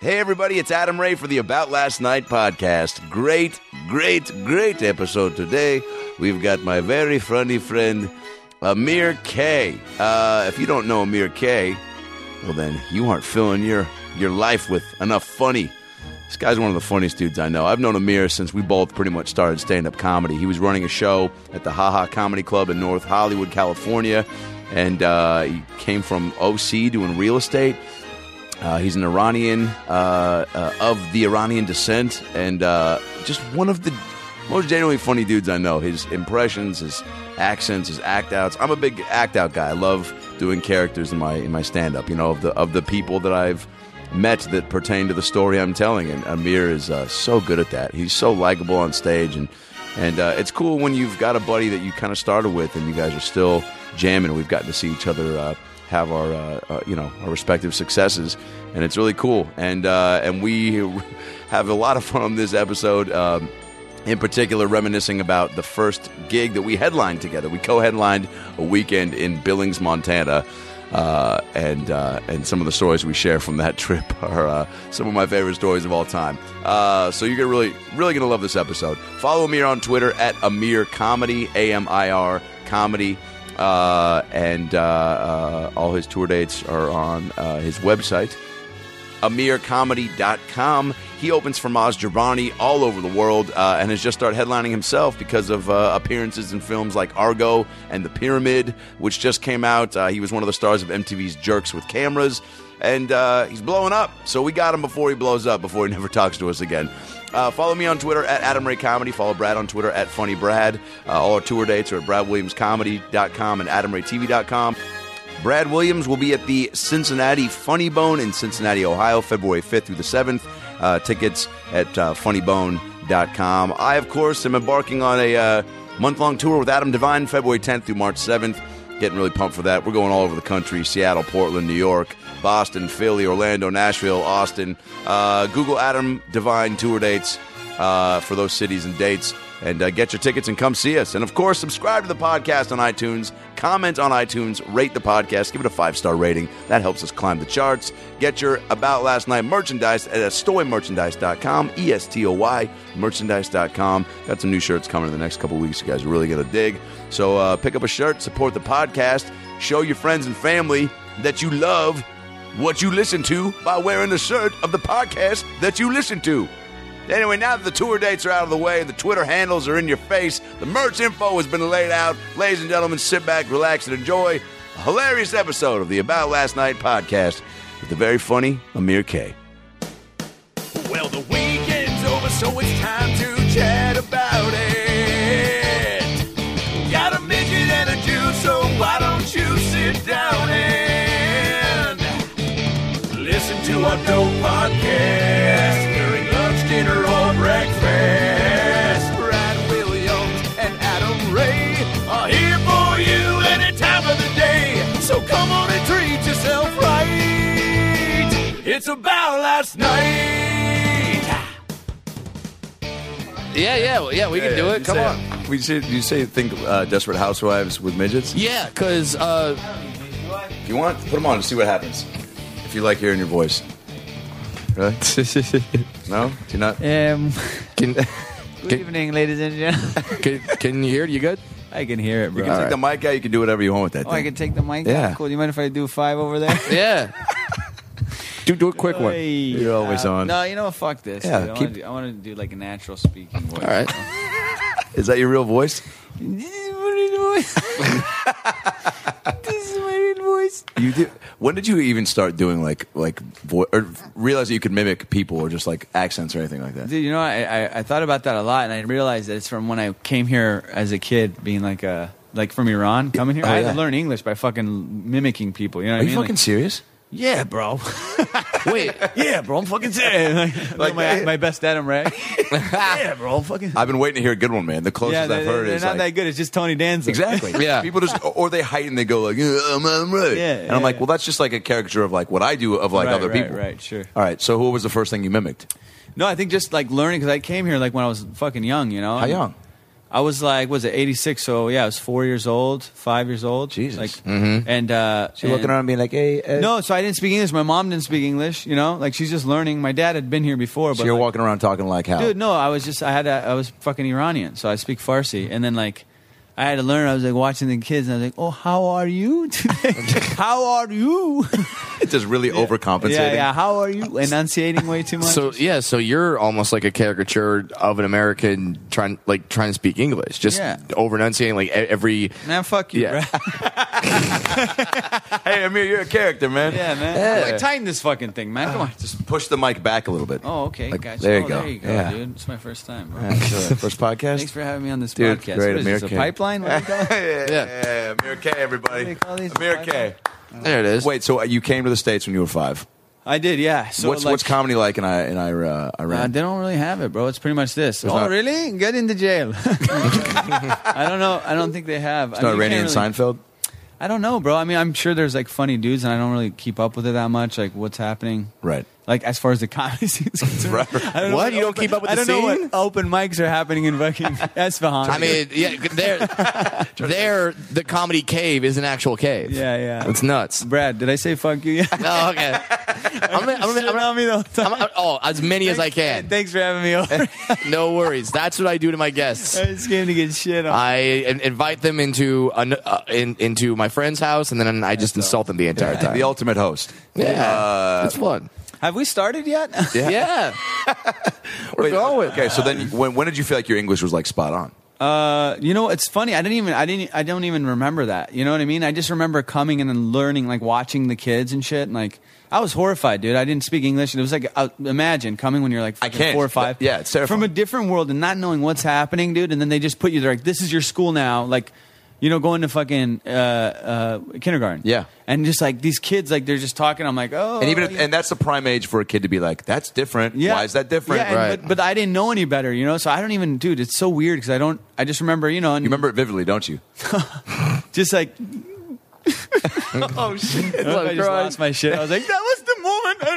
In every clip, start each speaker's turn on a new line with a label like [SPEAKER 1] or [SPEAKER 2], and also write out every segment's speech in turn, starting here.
[SPEAKER 1] Hey, everybody, it's Adam Ray for the About Last Night podcast. Great, great, great episode today. We've got my very friendly friend, Amir K. Uh, if you don't know Amir K, well, then you aren't filling your, your life with enough funny. This guy's one of the funniest dudes I know. I've known Amir since we both pretty much started stand up comedy. He was running a show at the Ha Ha Comedy Club in North Hollywood, California, and uh, he came from OC doing real estate. Uh, he's an Iranian uh, uh, of the Iranian descent, and uh, just one of the most genuinely funny dudes I know. His impressions, his accents, his act outs. I'm a big act out guy. I love doing characters in my in my stand up. You know, of the of the people that I've met that pertain to the story I'm telling, and Amir is uh, so good at that. He's so likable on stage, and and uh, it's cool when you've got a buddy that you kind of started with, and you guys are still jamming. We've gotten to see each other. Uh, have our uh, uh, you know our respective successes, and it's really cool. And uh, and we have a lot of fun on this episode. Um, in particular, reminiscing about the first gig that we headlined together. We co-headlined a weekend in Billings, Montana. Uh, and uh, and some of the stories we share from that trip are uh, some of my favorite stories of all time. Uh, so you're gonna really really gonna love this episode. Follow Amir on Twitter at Amir Comedy A M I R Comedy uh, and uh, uh, all his tour dates are on uh, his website amircomedy.com he opens for Maz Giovanni all over the world uh, and has just started headlining himself because of uh, appearances in films like Argo and The Pyramid which just came out uh, he was one of the stars of MTV's Jerks with Cameras and uh, he's blowing up so we got him before he blows up before he never talks to us again uh, follow me on Twitter at Adam Ray Comedy. Follow Brad on Twitter at Funny Brad. Uh, all our tour dates are at BradWilliamsComedy.com and AdamRayTV.com. Brad Williams will be at the Cincinnati Funny Bone in Cincinnati, Ohio, February 5th through the 7th. Uh, tickets at uh, funnybone.com. I, of course, am embarking on a uh, month long tour with Adam Devine, February 10th through March 7th. Getting really pumped for that. We're going all over the country Seattle, Portland, New York, Boston, Philly, Orlando, Nashville, Austin. Uh, Google Adam Devine tour dates uh, for those cities and dates. And uh, get your tickets and come see us. And of course, subscribe to the podcast on iTunes, comment on iTunes, rate the podcast, give it a five star rating. That helps us climb the charts. Get your About Last Night merchandise at uh, estoymerchandise.com, E S T O Y merchandise.com. Got some new shirts coming in the next couple weeks. You guys are really going to dig. So uh, pick up a shirt, support the podcast, show your friends and family that you love what you listen to by wearing the shirt of the podcast that you listen to. Anyway, now that the tour dates are out of the way, the Twitter handles are in your face, the merch info has been laid out. Ladies and gentlemen, sit back, relax, and enjoy a hilarious episode of the About Last Night podcast with the very funny Amir K.
[SPEAKER 2] Well, the weekend's over, so it's time to chat about it. Got a midget and a Jew, so why don't you sit down and listen to our dope podcast during lunch, dinner, or breakfast? Brad Williams and Adam Ray are here for you any time of the day, so come on and treat yourself right. It's about last night.
[SPEAKER 3] Yeah, yeah, well, yeah. We can do it. Come on.
[SPEAKER 1] We should, you say think uh, Desperate Housewives with midgets?
[SPEAKER 3] Yeah, cause uh,
[SPEAKER 1] If you want, put them on and see what happens. If you like hearing your voice. Really? No? Do you not?
[SPEAKER 4] Um,
[SPEAKER 3] can,
[SPEAKER 4] good evening, ladies and gentlemen.
[SPEAKER 3] can can you hear it? You good?
[SPEAKER 4] I can hear it, bro.
[SPEAKER 1] You can take the mic out, you can do whatever you want with that
[SPEAKER 4] oh,
[SPEAKER 1] thing.
[SPEAKER 4] I can take the mic.
[SPEAKER 1] Yeah.
[SPEAKER 4] Cool. Do you mind if I do five over there?
[SPEAKER 3] Yeah. do do a quick one.
[SPEAKER 4] Hey.
[SPEAKER 1] You're always
[SPEAKER 4] Uh,
[SPEAKER 1] on.
[SPEAKER 4] No, you know what? Fuck this.
[SPEAKER 1] Yeah,
[SPEAKER 4] dude. I,
[SPEAKER 1] keep-
[SPEAKER 4] wanna do, I wanna do like a natural speaking voice.
[SPEAKER 3] All right.
[SPEAKER 1] Is that your real voice?
[SPEAKER 4] what are you doing? this is my real voice.
[SPEAKER 1] You do. When did you even start doing like like vo- or realize that you could mimic people or just like accents or anything like that?
[SPEAKER 4] Dude, you know, I, I, I thought about that a lot, and I realized that it's from when I came here as a kid, being like a like from Iran, coming here.
[SPEAKER 1] Oh,
[SPEAKER 4] I had
[SPEAKER 1] yeah.
[SPEAKER 4] to learn English by fucking mimicking people. You know what
[SPEAKER 1] Are
[SPEAKER 4] I
[SPEAKER 1] you
[SPEAKER 4] mean?
[SPEAKER 1] fucking serious?
[SPEAKER 4] yeah, bro.
[SPEAKER 3] Wait.
[SPEAKER 4] yeah, bro. I'm fucking saying like my, my best Adam Ray. yeah, bro. I'm fucking.
[SPEAKER 1] I've been waiting to hear a good one, man. The closest
[SPEAKER 4] yeah,
[SPEAKER 1] I've heard
[SPEAKER 4] they're
[SPEAKER 1] is
[SPEAKER 4] not
[SPEAKER 1] like,
[SPEAKER 4] that good. It's just Tony Danza.
[SPEAKER 1] exactly.
[SPEAKER 3] Yeah.
[SPEAKER 1] people just or they heighten. They go like, "Yeah, I'm, I'm right.
[SPEAKER 4] Yeah,
[SPEAKER 1] and
[SPEAKER 4] yeah,
[SPEAKER 1] I'm like,
[SPEAKER 4] yeah.
[SPEAKER 1] well, that's just like a caricature of like what I do of like
[SPEAKER 4] Right,
[SPEAKER 1] other
[SPEAKER 4] right,
[SPEAKER 1] people.
[SPEAKER 4] right, sure.
[SPEAKER 1] All right. So who was the first thing you mimicked?
[SPEAKER 4] No, I think just like learning because I came here like when I was fucking young. You know,
[SPEAKER 1] How young?
[SPEAKER 4] I was like, was it eighty six? So yeah, I was four years old, five years old.
[SPEAKER 5] Jesus.
[SPEAKER 4] Like, and uh,
[SPEAKER 1] She looking
[SPEAKER 4] and-
[SPEAKER 1] around being like, hey, eh.
[SPEAKER 4] No, so I didn't speak English. My mom didn't speak English. You know, like she's just learning. My dad had been here before, but
[SPEAKER 1] So you're
[SPEAKER 4] like,
[SPEAKER 1] walking around talking like how?
[SPEAKER 4] Dude, no, I was just I had a, I was fucking Iranian, so I speak Farsi, and then like I had to learn. I was like watching the kids, and I was like, "Oh, how are you today? how are you?
[SPEAKER 5] It's just really overcompensating.
[SPEAKER 4] yeah, yeah, how are you? Enunciating way too much.
[SPEAKER 3] So yeah, so you're almost like a caricature of an American trying like trying to speak English, just
[SPEAKER 4] Yeah.
[SPEAKER 3] over enunciating like e- every.
[SPEAKER 4] man, fuck you,
[SPEAKER 3] Yeah.
[SPEAKER 4] bro.
[SPEAKER 5] Hey, Amir, you're a character, man.
[SPEAKER 4] yeah, man. Like, tighten this fucking thing, man. Come on.
[SPEAKER 5] Just push the mic back a little bit.
[SPEAKER 4] Oh, okay,
[SPEAKER 1] Like,
[SPEAKER 4] gotcha.
[SPEAKER 1] there you
[SPEAKER 4] oh,
[SPEAKER 1] go.
[SPEAKER 4] There you go,
[SPEAKER 1] Yeah.
[SPEAKER 4] dude. It's my first time. Bro.
[SPEAKER 1] Yeah, sure. First podcast.
[SPEAKER 4] Thanks for having me on this
[SPEAKER 1] Dude,
[SPEAKER 4] podcast.
[SPEAKER 1] great
[SPEAKER 4] what is this, a
[SPEAKER 1] American.
[SPEAKER 4] pipeline? What do you call it?
[SPEAKER 5] Yeah, yeah, Amir K,
[SPEAKER 4] What do
[SPEAKER 5] everybody.
[SPEAKER 4] they call these?
[SPEAKER 5] Amir K.
[SPEAKER 3] There it is.
[SPEAKER 5] Wait, so uh, you came to the states when you were five?
[SPEAKER 4] I did, yeah. So
[SPEAKER 5] what's
[SPEAKER 4] like,
[SPEAKER 5] what's comedy like in I in I, uh,
[SPEAKER 4] Uh,
[SPEAKER 5] Iran?
[SPEAKER 4] they don't really have it, bro. It's pretty much this. oh,
[SPEAKER 5] not-
[SPEAKER 4] really? Get into jail. I don't know. I don't think they have.
[SPEAKER 5] it's
[SPEAKER 4] I
[SPEAKER 5] not
[SPEAKER 4] mean, you
[SPEAKER 5] Iranian
[SPEAKER 4] can't really-
[SPEAKER 5] Seinfeld.
[SPEAKER 4] I don't know, bro. I mean, I'm sure there's like funny dudes, and I don't really keep up with it that much. Like, what's happening?
[SPEAKER 5] Right.
[SPEAKER 4] Like, as far as the comedy scene is concerned.
[SPEAKER 5] Right, right.
[SPEAKER 4] I don't know
[SPEAKER 3] What? You don't keep up with
[SPEAKER 4] I
[SPEAKER 3] the
[SPEAKER 4] don't know
[SPEAKER 3] scene?
[SPEAKER 4] what open mics are happening in fucking Esfahan.
[SPEAKER 3] I mean, yeah, there, there, the comedy cave is an actual cave.
[SPEAKER 4] Yeah, yeah.
[SPEAKER 3] it's nuts.
[SPEAKER 4] Brad, did I say fuck you? Yeah.
[SPEAKER 3] No, Oh, okay. I'm gonna, I'm gonna, I'm
[SPEAKER 4] Shit
[SPEAKER 3] gonna,
[SPEAKER 4] on me the whole time.
[SPEAKER 3] I'm, I'm- oh, as many as I can.
[SPEAKER 4] Thanks for having me over.
[SPEAKER 3] No worries. That's what I do to my guests.
[SPEAKER 4] I just came to get shit on.
[SPEAKER 3] I in- invite them into an, uh, in, into my friend's house, and then I just insult them the entire time.
[SPEAKER 5] The ultimate host.
[SPEAKER 3] yeah,
[SPEAKER 5] Uh,
[SPEAKER 3] it's fun.
[SPEAKER 4] have we started yet?
[SPEAKER 3] Yeah, we're
[SPEAKER 5] Wait,
[SPEAKER 3] going.
[SPEAKER 5] Okay, so then when when did you feel like your English was like spot on?
[SPEAKER 4] Uh, you know, it's funny. I didn't even, I didn't, I don't even remember that. You know what I mean? I just remember coming in and learning, like watching the kids and shit. And like, I was horrified, dude. I didn't speak English. And it was like, uh, imagine coming when you're like
[SPEAKER 5] I
[SPEAKER 4] fucking
[SPEAKER 5] can't.
[SPEAKER 4] four or five.
[SPEAKER 5] Yeah, it's terrifying.
[SPEAKER 4] From a different world and not knowing what's happening, dude. And then they just put you, they're like, this is your school now. Like, you know, going to fucking uh, uh, kindergarten.
[SPEAKER 5] Yeah.
[SPEAKER 4] And just like these kids, like they're just talking. I'm like, oh.
[SPEAKER 5] And even if,
[SPEAKER 4] yeah.
[SPEAKER 5] and that's the prime age for a kid to be like, that's different. Why is that different?
[SPEAKER 4] Yeah, and-
[SPEAKER 3] Right.
[SPEAKER 4] but, but I didn't know any better, you know. So I don't even, dude. It's so weird because I don't. I just remember, you know, and
[SPEAKER 5] You remember it vividly, don't you?
[SPEAKER 4] just like. oh shit! I just lost my shit. I was like, that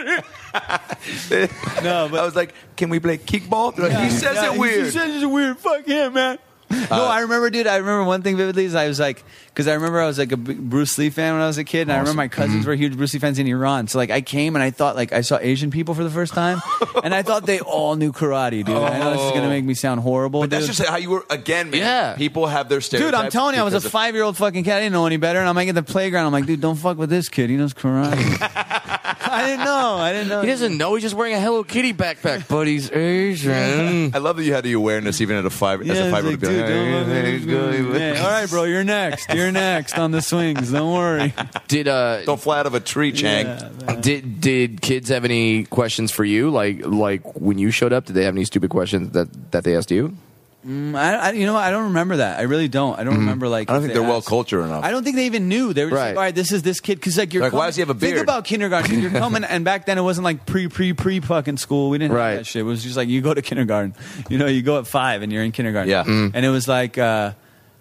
[SPEAKER 4] was the moment. no, but
[SPEAKER 5] I was like, can we play kickball? They're like, he says
[SPEAKER 4] Yeah,
[SPEAKER 5] it
[SPEAKER 4] he-
[SPEAKER 5] weird.
[SPEAKER 4] He says it's weird. Fuck him, man. no, I remember, dude. I remember one thing vividly is I was like, because I remember I was like a big Bruce Lee fan when I was a kid, and I remember my cousins were huge Bruce Lee fans in Iran. So like, I came and I thought like I saw Asian people for the first time, and I thought they all knew karate, dude. I know this is gonna make me sound horrible,
[SPEAKER 5] But
[SPEAKER 4] dude.
[SPEAKER 5] that's just how you were again, man.
[SPEAKER 3] Yeah.
[SPEAKER 5] People have their stereotypes.
[SPEAKER 4] Dude, I'm telling you, I was a
[SPEAKER 5] because of-
[SPEAKER 4] five year old fucking kid. I didn't know any better. And I'm like at the playground. I'm like, dude, don't fuck with this kid. He knows karate. I didn't know. I didn't know.
[SPEAKER 3] He doesn't know. He's just wearing a Hello Kitty backpack, but he's Asian.
[SPEAKER 5] I love that you had the awareness even at a five
[SPEAKER 4] Yeah,
[SPEAKER 5] as a
[SPEAKER 4] it's
[SPEAKER 5] five year
[SPEAKER 4] like,
[SPEAKER 5] old.
[SPEAKER 4] dude, don't look at me. Yeah, All right, bro, you're next. You're next on the swings. Don't worry.
[SPEAKER 3] Did uh,
[SPEAKER 5] Don't fly out of a tree, Chang.
[SPEAKER 4] Yeah.
[SPEAKER 3] Did did kids have any questions for you? Like like when you showed up, did they have any stupid questions that that they asked you?
[SPEAKER 4] Mm, I, I, you know, what? I don't remember that. I really don't. I don't remember like.
[SPEAKER 5] Mm-hmm. I don't
[SPEAKER 4] if
[SPEAKER 5] think
[SPEAKER 4] they
[SPEAKER 5] they're well
[SPEAKER 4] asked.
[SPEAKER 5] cultured enough.
[SPEAKER 4] I don't think they even knew. They were just
[SPEAKER 3] Right.
[SPEAKER 4] like, all right, this is this kid. Because, like, you're
[SPEAKER 5] Like, why
[SPEAKER 4] coming-
[SPEAKER 5] does he have a beard?
[SPEAKER 4] Think about kindergarten. You're coming, and back then it wasn't like pre, pre, pre fucking school. We didn't
[SPEAKER 3] Right.
[SPEAKER 4] have that shit. It was just like you go to kindergarten. You know, you go at five and you're in kindergarten.
[SPEAKER 5] Yeah. Mm.
[SPEAKER 4] And it was like, uh,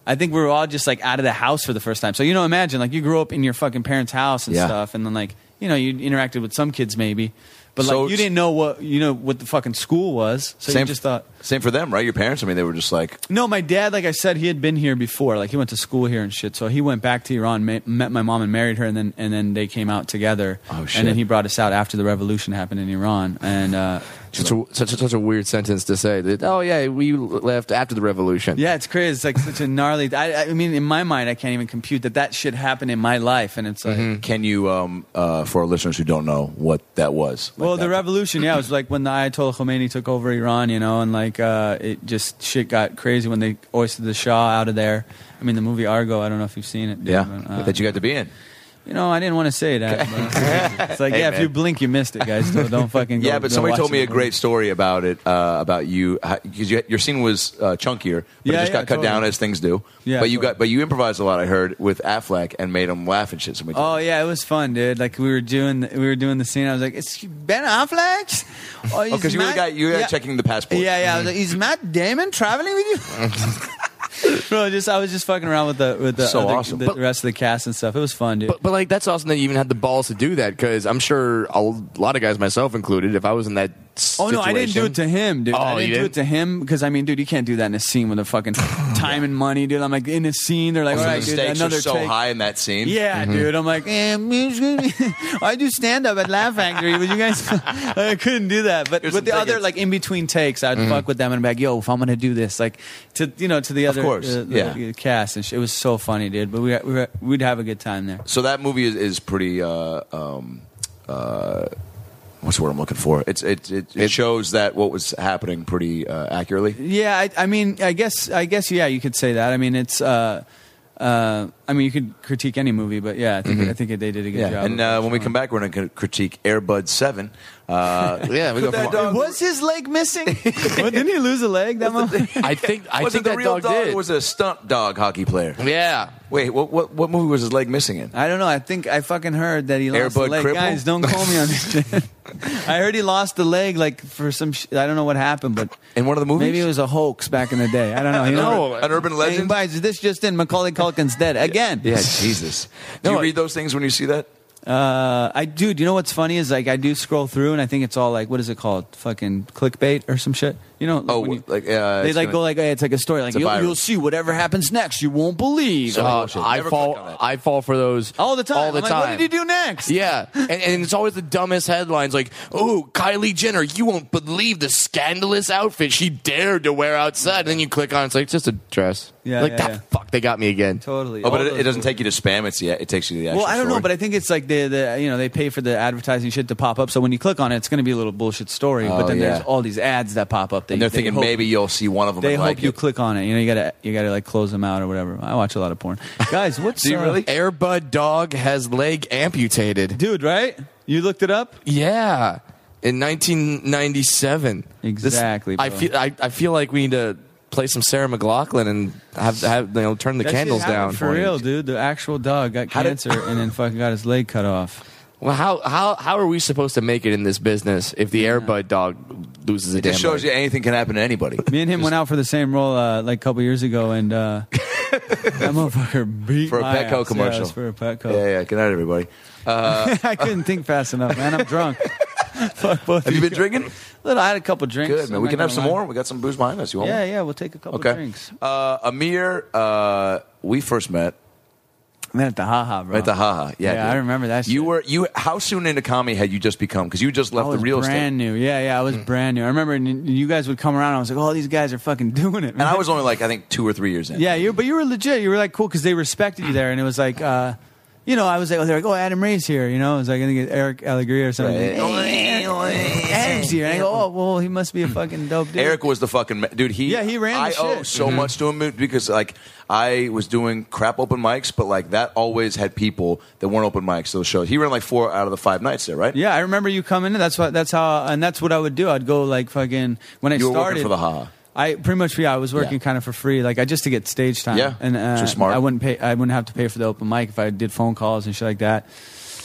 [SPEAKER 4] I think we were all just like out of the house for the first time. So, you know, imagine like you grew up in your fucking parents' house and
[SPEAKER 5] Yeah.
[SPEAKER 4] stuff, and then like, you know, you interacted with some kids maybe. But
[SPEAKER 5] So
[SPEAKER 4] like you
[SPEAKER 5] it's-
[SPEAKER 4] didn't know what you know what the fucking school was, so you just thought
[SPEAKER 5] same for them, right? Your parents. I mean, they were just like,
[SPEAKER 4] no, my dad, like I said, he had been here before. Like he went to school here and shit. So he went back to Iran, ma- met my mom, and married her, and then and then they came out together.
[SPEAKER 5] Oh, shit.
[SPEAKER 4] And then he brought us out after the revolution happened in Iran. And uh,
[SPEAKER 3] Such a, such, a, such a weird sentence to say. That oh yeah, we left after the revolution.
[SPEAKER 4] yeah, it's crazy. It's like such a gnarly. I, I mean, in my mind, I can't even compute that that shit happened in my life. And it's like,
[SPEAKER 5] can you, um, uh, for our listeners who don't know what that was? like
[SPEAKER 4] well, the
[SPEAKER 5] that-
[SPEAKER 4] revolution, yeah, it was like when the Ayatollah Khomeini took over Iran, you know, and like uh, it just shit got crazy when they oisted the Shah out of there. I mean, the movie Argo. I don't know if you've seen it. dude,
[SPEAKER 5] Yeah,
[SPEAKER 4] but, uh,
[SPEAKER 5] that you got to be in.
[SPEAKER 4] You know, I didn't want to say that. but it's like,
[SPEAKER 5] Hey,
[SPEAKER 4] yeah,
[SPEAKER 5] man.
[SPEAKER 4] if you blink, you missed it, guys. So don't fucking. Go,
[SPEAKER 5] yeah, but
[SPEAKER 4] go
[SPEAKER 5] somebody
[SPEAKER 4] watch
[SPEAKER 5] told me
[SPEAKER 4] it.
[SPEAKER 5] a great story about it, uh, about you, because you, your scene was uh, chunkier, but it
[SPEAKER 4] Yeah,
[SPEAKER 5] just got
[SPEAKER 4] yeah,
[SPEAKER 5] cut
[SPEAKER 4] totally.
[SPEAKER 5] down as things do.
[SPEAKER 4] Yeah,
[SPEAKER 5] but you
[SPEAKER 4] totally.
[SPEAKER 5] got, but you improvised a lot. I heard with Affleck and made him laugh and shit. Somebody told
[SPEAKER 4] Oh
[SPEAKER 5] me.
[SPEAKER 4] yeah, it was fun, dude. Like we were doing, we were doing the scene. I was like, "It's Ben Affleck." Oh, he's
[SPEAKER 5] because you were the
[SPEAKER 4] Matt-
[SPEAKER 5] guy, you were
[SPEAKER 4] yeah.
[SPEAKER 5] checking Mm-hmm. the passport.
[SPEAKER 4] Yeah, yeah. I was like, "Is Matt Damon traveling with you?" Bro, just I was just fucking around with the with the,
[SPEAKER 5] So
[SPEAKER 4] other-
[SPEAKER 5] awesome.
[SPEAKER 4] the
[SPEAKER 3] But-
[SPEAKER 4] rest of the cast and stuff. It was fun, dude.
[SPEAKER 3] But, but like that's awesome that you even had the balls to do that because I'm sure a lot of guys, myself included, if I was in that
[SPEAKER 6] s-
[SPEAKER 4] Oh no, I didn't do
[SPEAKER 6] situation.
[SPEAKER 4] it to him, dude. I
[SPEAKER 3] Oh, you
[SPEAKER 4] didn't do
[SPEAKER 3] didn't?
[SPEAKER 4] it to him because I mean, dude, you can't do that in a scene with a fucking time and money, dude. I'm like in a scene, they're like,
[SPEAKER 5] Oh,
[SPEAKER 4] all
[SPEAKER 1] So
[SPEAKER 4] right,
[SPEAKER 1] the
[SPEAKER 4] dude,
[SPEAKER 1] stakes are
[SPEAKER 4] another
[SPEAKER 1] so
[SPEAKER 4] take.
[SPEAKER 1] high in that scene.
[SPEAKER 4] Yeah, dude. I'm like, eh, I do stand up at Laugh Factory, but you guys, I couldn't do that. But
[SPEAKER 1] Here's
[SPEAKER 4] with the
[SPEAKER 1] some
[SPEAKER 4] other,
[SPEAKER 1] tickets. Mm-hmm.
[SPEAKER 4] like in between takes, I'd fuck with them and be like, yo, if I'm gonna do this, like to you know to the other,
[SPEAKER 1] course,
[SPEAKER 4] uh, the-
[SPEAKER 1] yeah.
[SPEAKER 4] the cast and shit. It was so funny, dude. But we, we were- we'd have a good time there.
[SPEAKER 1] So that movie is, is pretty. Uh, um, uh, what's the word I'm looking for? It's it it, it shows that what was happening pretty uh, accurately.
[SPEAKER 4] Yeah, I, I mean, I guess, I guess, yeah, you could say that. I mean, it's. uh uh, I mean, you could critique any movie, but yeah, I think, I think they did a good job.
[SPEAKER 1] Mm-hmm. And
[SPEAKER 4] of
[SPEAKER 1] uh,
[SPEAKER 4] it.
[SPEAKER 1] when we come back, we're going to critique Airbud Seven. Uh,
[SPEAKER 3] Yeah, we go
[SPEAKER 1] that
[SPEAKER 3] from.
[SPEAKER 1] dog-
[SPEAKER 4] was his leg missing? Well, didn't he lose a leg that moment?
[SPEAKER 3] I think I
[SPEAKER 1] was
[SPEAKER 3] think
[SPEAKER 1] it the
[SPEAKER 3] that
[SPEAKER 1] real
[SPEAKER 3] dog,
[SPEAKER 1] dog
[SPEAKER 3] did.
[SPEAKER 1] or was it a stunt dog hockey player?
[SPEAKER 3] yeah,
[SPEAKER 1] Wait, what what what movie was his leg missing in?
[SPEAKER 4] I don't know. I think I fucking heard that he lost
[SPEAKER 1] Air
[SPEAKER 4] the
[SPEAKER 1] Bud
[SPEAKER 4] leg.
[SPEAKER 1] Cripple?
[SPEAKER 4] Guys, don't call me on this. shit. I heard he lost the leg, like for some. Sh- I don't know what happened, but
[SPEAKER 1] In one of the movies?
[SPEAKER 4] maybe it was a hoax back in the day. I don't know. You know,
[SPEAKER 1] an urban
[SPEAKER 4] Hey,
[SPEAKER 1] legend.
[SPEAKER 4] guys, this just in: Macaulay Culkin's dead again.
[SPEAKER 1] Yeah, Jesus. Do you
[SPEAKER 3] I-
[SPEAKER 1] read those things when you see that?
[SPEAKER 4] Uh, I dude, you know what's funny is like I do scroll through and I think it's all like what is it called? Fucking clickbait or some shit. You know? Like
[SPEAKER 1] Oh,
[SPEAKER 4] when you-
[SPEAKER 1] like, uh,
[SPEAKER 4] they
[SPEAKER 1] it's
[SPEAKER 4] like
[SPEAKER 1] gonna-
[SPEAKER 4] go like hey, it's like a story like
[SPEAKER 1] a
[SPEAKER 4] you'll,
[SPEAKER 1] virus.
[SPEAKER 4] you'll see whatever happens next you won't believe
[SPEAKER 3] Uh,
[SPEAKER 1] bullshit.
[SPEAKER 3] I
[SPEAKER 1] Never click on
[SPEAKER 3] fall.
[SPEAKER 1] that.
[SPEAKER 3] I fall for those
[SPEAKER 4] all the time.
[SPEAKER 3] All the
[SPEAKER 4] I'm like,
[SPEAKER 3] time.
[SPEAKER 4] what did he do next?
[SPEAKER 3] Yeah, and, and it's always the dumbest headlines like, "Oh, Kylie Jenner, you won't believe the scandalous outfit she dared to wear outside." And then you click on, it, it's like it's just a dress.
[SPEAKER 4] Yeah,
[SPEAKER 3] like
[SPEAKER 4] yeah,
[SPEAKER 3] that
[SPEAKER 4] yeah.
[SPEAKER 3] fuck, they got me again.
[SPEAKER 4] Totally.
[SPEAKER 1] Oh, but
[SPEAKER 4] All
[SPEAKER 1] it, it
[SPEAKER 4] those
[SPEAKER 1] doesn't take you to spam. It's the, it takes you to the actual.
[SPEAKER 4] Well, I don't know,
[SPEAKER 1] story.
[SPEAKER 4] but I think it's like the, the you know they pay for the advertising shit to pop up. So when you click on it, it's going to be a little bullshit story.
[SPEAKER 1] Oh,
[SPEAKER 4] but then
[SPEAKER 1] yeah.
[SPEAKER 4] there's all these ads that pop up. That
[SPEAKER 1] and they're
[SPEAKER 4] they
[SPEAKER 1] thinking
[SPEAKER 4] hope-
[SPEAKER 1] maybe you'll see one of them.
[SPEAKER 4] they
[SPEAKER 1] and
[SPEAKER 4] hope
[SPEAKER 1] like
[SPEAKER 4] you
[SPEAKER 1] it.
[SPEAKER 4] click on it. You know, you gotta you gotta like close them out or whatever. I watch a lot of porn, guys. What's
[SPEAKER 1] Do you
[SPEAKER 4] uh,
[SPEAKER 1] really?
[SPEAKER 3] Airbud dog has leg amputated.
[SPEAKER 4] dude? Right? You looked it up?
[SPEAKER 3] Yeah, in 1997. This-
[SPEAKER 4] Exactly,
[SPEAKER 3] I
[SPEAKER 4] bro.
[SPEAKER 3] feel. I, I feel like we need to play some Sarah McLaughlin and have, have you know turn the
[SPEAKER 4] That shit
[SPEAKER 3] candles
[SPEAKER 4] happened
[SPEAKER 3] down
[SPEAKER 4] for real, dude. The actual dog got
[SPEAKER 1] How did-
[SPEAKER 4] cancer and then fucking got his leg cut off.
[SPEAKER 3] Well, how how how are we supposed to make it in this business if the Airbud dog loses a
[SPEAKER 1] It
[SPEAKER 3] damn?
[SPEAKER 1] shows you
[SPEAKER 3] leg?
[SPEAKER 1] anything can happen to anybody.
[SPEAKER 4] Me and him went out for the same role uh, like a couple years ago, and uh, that motherfucker beat
[SPEAKER 1] For a
[SPEAKER 4] my
[SPEAKER 1] Petco
[SPEAKER 4] ass. Yeah, it
[SPEAKER 1] commercial.
[SPEAKER 4] was for a Petco.
[SPEAKER 1] yeah, yeah. Good night, everybody.
[SPEAKER 4] I couldn't think fast enough, man. I'm drunk. Fuck both.
[SPEAKER 1] Have
[SPEAKER 4] of
[SPEAKER 1] you been
[SPEAKER 4] guys.
[SPEAKER 1] drinking?
[SPEAKER 4] Little, I had a couple drinks.
[SPEAKER 1] Good man.
[SPEAKER 4] I'm
[SPEAKER 1] We
[SPEAKER 4] not
[SPEAKER 1] can have
[SPEAKER 4] gonna
[SPEAKER 1] some
[SPEAKER 4] lie.
[SPEAKER 1] more. We got some booze behind us. You want?
[SPEAKER 4] Yeah,
[SPEAKER 1] one?
[SPEAKER 4] yeah. We'll take a couple
[SPEAKER 1] Okay.
[SPEAKER 4] drinks.
[SPEAKER 1] Uh, Amir, uh, we first met
[SPEAKER 4] Man, at the haha, bro.
[SPEAKER 1] at the Haha. Yeah,
[SPEAKER 4] Yeah, I
[SPEAKER 1] dude.
[SPEAKER 4] remember that
[SPEAKER 1] You
[SPEAKER 4] shit.
[SPEAKER 1] were you. How soon into comedy had you just become? Because you just
[SPEAKER 4] I
[SPEAKER 1] left
[SPEAKER 4] was
[SPEAKER 1] the real estate,
[SPEAKER 4] brand new. Yeah, yeah. I was brand new. I remember n- you guys would come around. I was like, oh, these guys are fucking doing it. Man.
[SPEAKER 1] and I was only like I think two or three years in.
[SPEAKER 4] Yeah, you. But you were legit. You were like cool because they respected you there, and it was like. uh you know, I was like, oh, they're like, oh, Adam Ray's here. You know, it was like, I think it's Eric Allegria or something.
[SPEAKER 1] Right.
[SPEAKER 4] Hey, Adam's here. And I go, oh, well, he must be a fucking dope dude.
[SPEAKER 1] Eric was the fucking ma- dude. He
[SPEAKER 4] Yeah, he ran the
[SPEAKER 1] I
[SPEAKER 4] shit. Mm-hmm.
[SPEAKER 1] owe so much to him because like I was doing crap open mics, but like that always had people that weren't open mics. Those shows he ran like four out of the five nights there, right?
[SPEAKER 4] Yeah, I remember you coming in. That's what. That's how. And that's what I would do. I'd go like fucking when I
[SPEAKER 1] You were working
[SPEAKER 4] started
[SPEAKER 1] for the haha.
[SPEAKER 4] I pretty much yeah. I was working
[SPEAKER 1] Yeah.
[SPEAKER 4] kind of for free, like I just to get stage time.
[SPEAKER 1] Yeah,
[SPEAKER 4] and uh,
[SPEAKER 1] which is smart.
[SPEAKER 4] I wouldn't pay. I wouldn't have to pay for the open mic if I did phone calls and shit like that.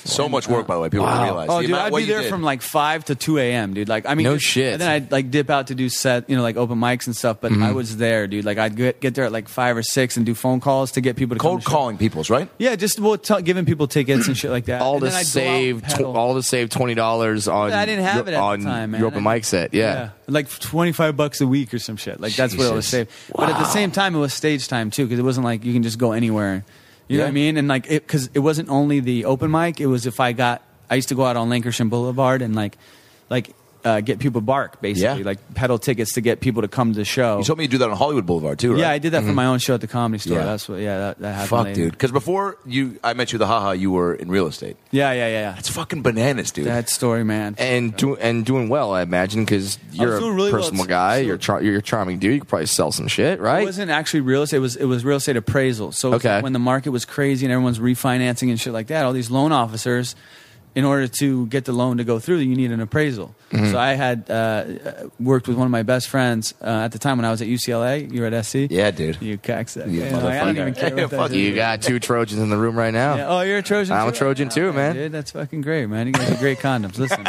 [SPEAKER 1] So much work, by the way. People don't realize.
[SPEAKER 4] Oh,
[SPEAKER 1] the
[SPEAKER 4] dude,
[SPEAKER 1] amount-
[SPEAKER 4] I'd
[SPEAKER 1] what
[SPEAKER 4] be
[SPEAKER 1] you
[SPEAKER 4] there
[SPEAKER 1] did.
[SPEAKER 4] from like five to two a.m. Dude, like I mean,
[SPEAKER 3] No
[SPEAKER 4] dude,
[SPEAKER 3] shit.
[SPEAKER 4] And then I'd like dip out to do set, you know, like open mics and stuff. But I
[SPEAKER 1] Mm-hmm.
[SPEAKER 4] was there, dude. Like I'd get, get there at like five or six and do phone calls to get people to come
[SPEAKER 1] cold
[SPEAKER 4] to show.
[SPEAKER 1] calling people's right.
[SPEAKER 4] Yeah, just well, t- giving people tickets and shit like that.
[SPEAKER 3] all
[SPEAKER 4] And
[SPEAKER 3] to
[SPEAKER 4] then I'd go out
[SPEAKER 3] save
[SPEAKER 4] and
[SPEAKER 3] tw-
[SPEAKER 4] pedal.
[SPEAKER 3] all to save twenty dollars on
[SPEAKER 4] I didn't have
[SPEAKER 3] your,
[SPEAKER 4] it at the
[SPEAKER 3] on
[SPEAKER 4] time, man.
[SPEAKER 3] your open mic set. Yeah.
[SPEAKER 4] like twenty five bucks a week or some shit. Like that's what it was
[SPEAKER 3] Jesus.
[SPEAKER 4] saved. But at the same time, it was stage time too because it wasn't like you can just go anywhere. You know what I mean? And like it because it wasn't only the open mic. It was if I got I used to go out on Lancashire Boulevard and like like uh, get people bark basically
[SPEAKER 1] Yeah.
[SPEAKER 4] like pedal tickets to get people to come to the show.
[SPEAKER 1] You told me you do that on Hollywood Boulevard too, right? Mm-hmm.
[SPEAKER 4] yeah, I did that for my own show at the comedy store.
[SPEAKER 1] Yeah.
[SPEAKER 4] That's what. Yeah, that, that happened.
[SPEAKER 1] Fuck,
[SPEAKER 4] later.
[SPEAKER 1] dude. Because before you, I met you at the haha. You were in real estate.
[SPEAKER 4] Yeah, yeah, yeah, yeah.
[SPEAKER 1] It's fucking bananas, dude.
[SPEAKER 4] That story, man.
[SPEAKER 3] And do, and doing well, I imagine, because you're a
[SPEAKER 4] doing really well.
[SPEAKER 3] personal
[SPEAKER 4] It's-
[SPEAKER 3] guy.
[SPEAKER 4] it's-
[SPEAKER 3] You're char- you're a charming dude. You could probably sell some shit,
[SPEAKER 4] It
[SPEAKER 3] right?
[SPEAKER 4] wasn't actually real estate. It was it was real estate appraisal. So it was
[SPEAKER 3] Okay.
[SPEAKER 4] like when the market was crazy and everyone's refinancing and shit like that, all these loan officers, in order to get the loan to go through, you need an appraisal.
[SPEAKER 3] Mm-hmm.
[SPEAKER 4] So I had uh, worked with one of my best friends uh, at the time when I was at UCLA. You were at SC.
[SPEAKER 1] yeah, dude.
[SPEAKER 4] You cocksuck.
[SPEAKER 1] You
[SPEAKER 4] Yeah, like, I don't
[SPEAKER 1] motherfucker.
[SPEAKER 4] even care. What that
[SPEAKER 1] Fuck
[SPEAKER 4] is.
[SPEAKER 3] You got two Trojans in the room right now.
[SPEAKER 4] Yeah. Oh, you're a Trojan.
[SPEAKER 3] I'm a
[SPEAKER 4] too?
[SPEAKER 3] Trojan too,
[SPEAKER 4] Yeah,
[SPEAKER 3] man.
[SPEAKER 4] Dude, that's fucking great, man. You guys are great condoms. Listen,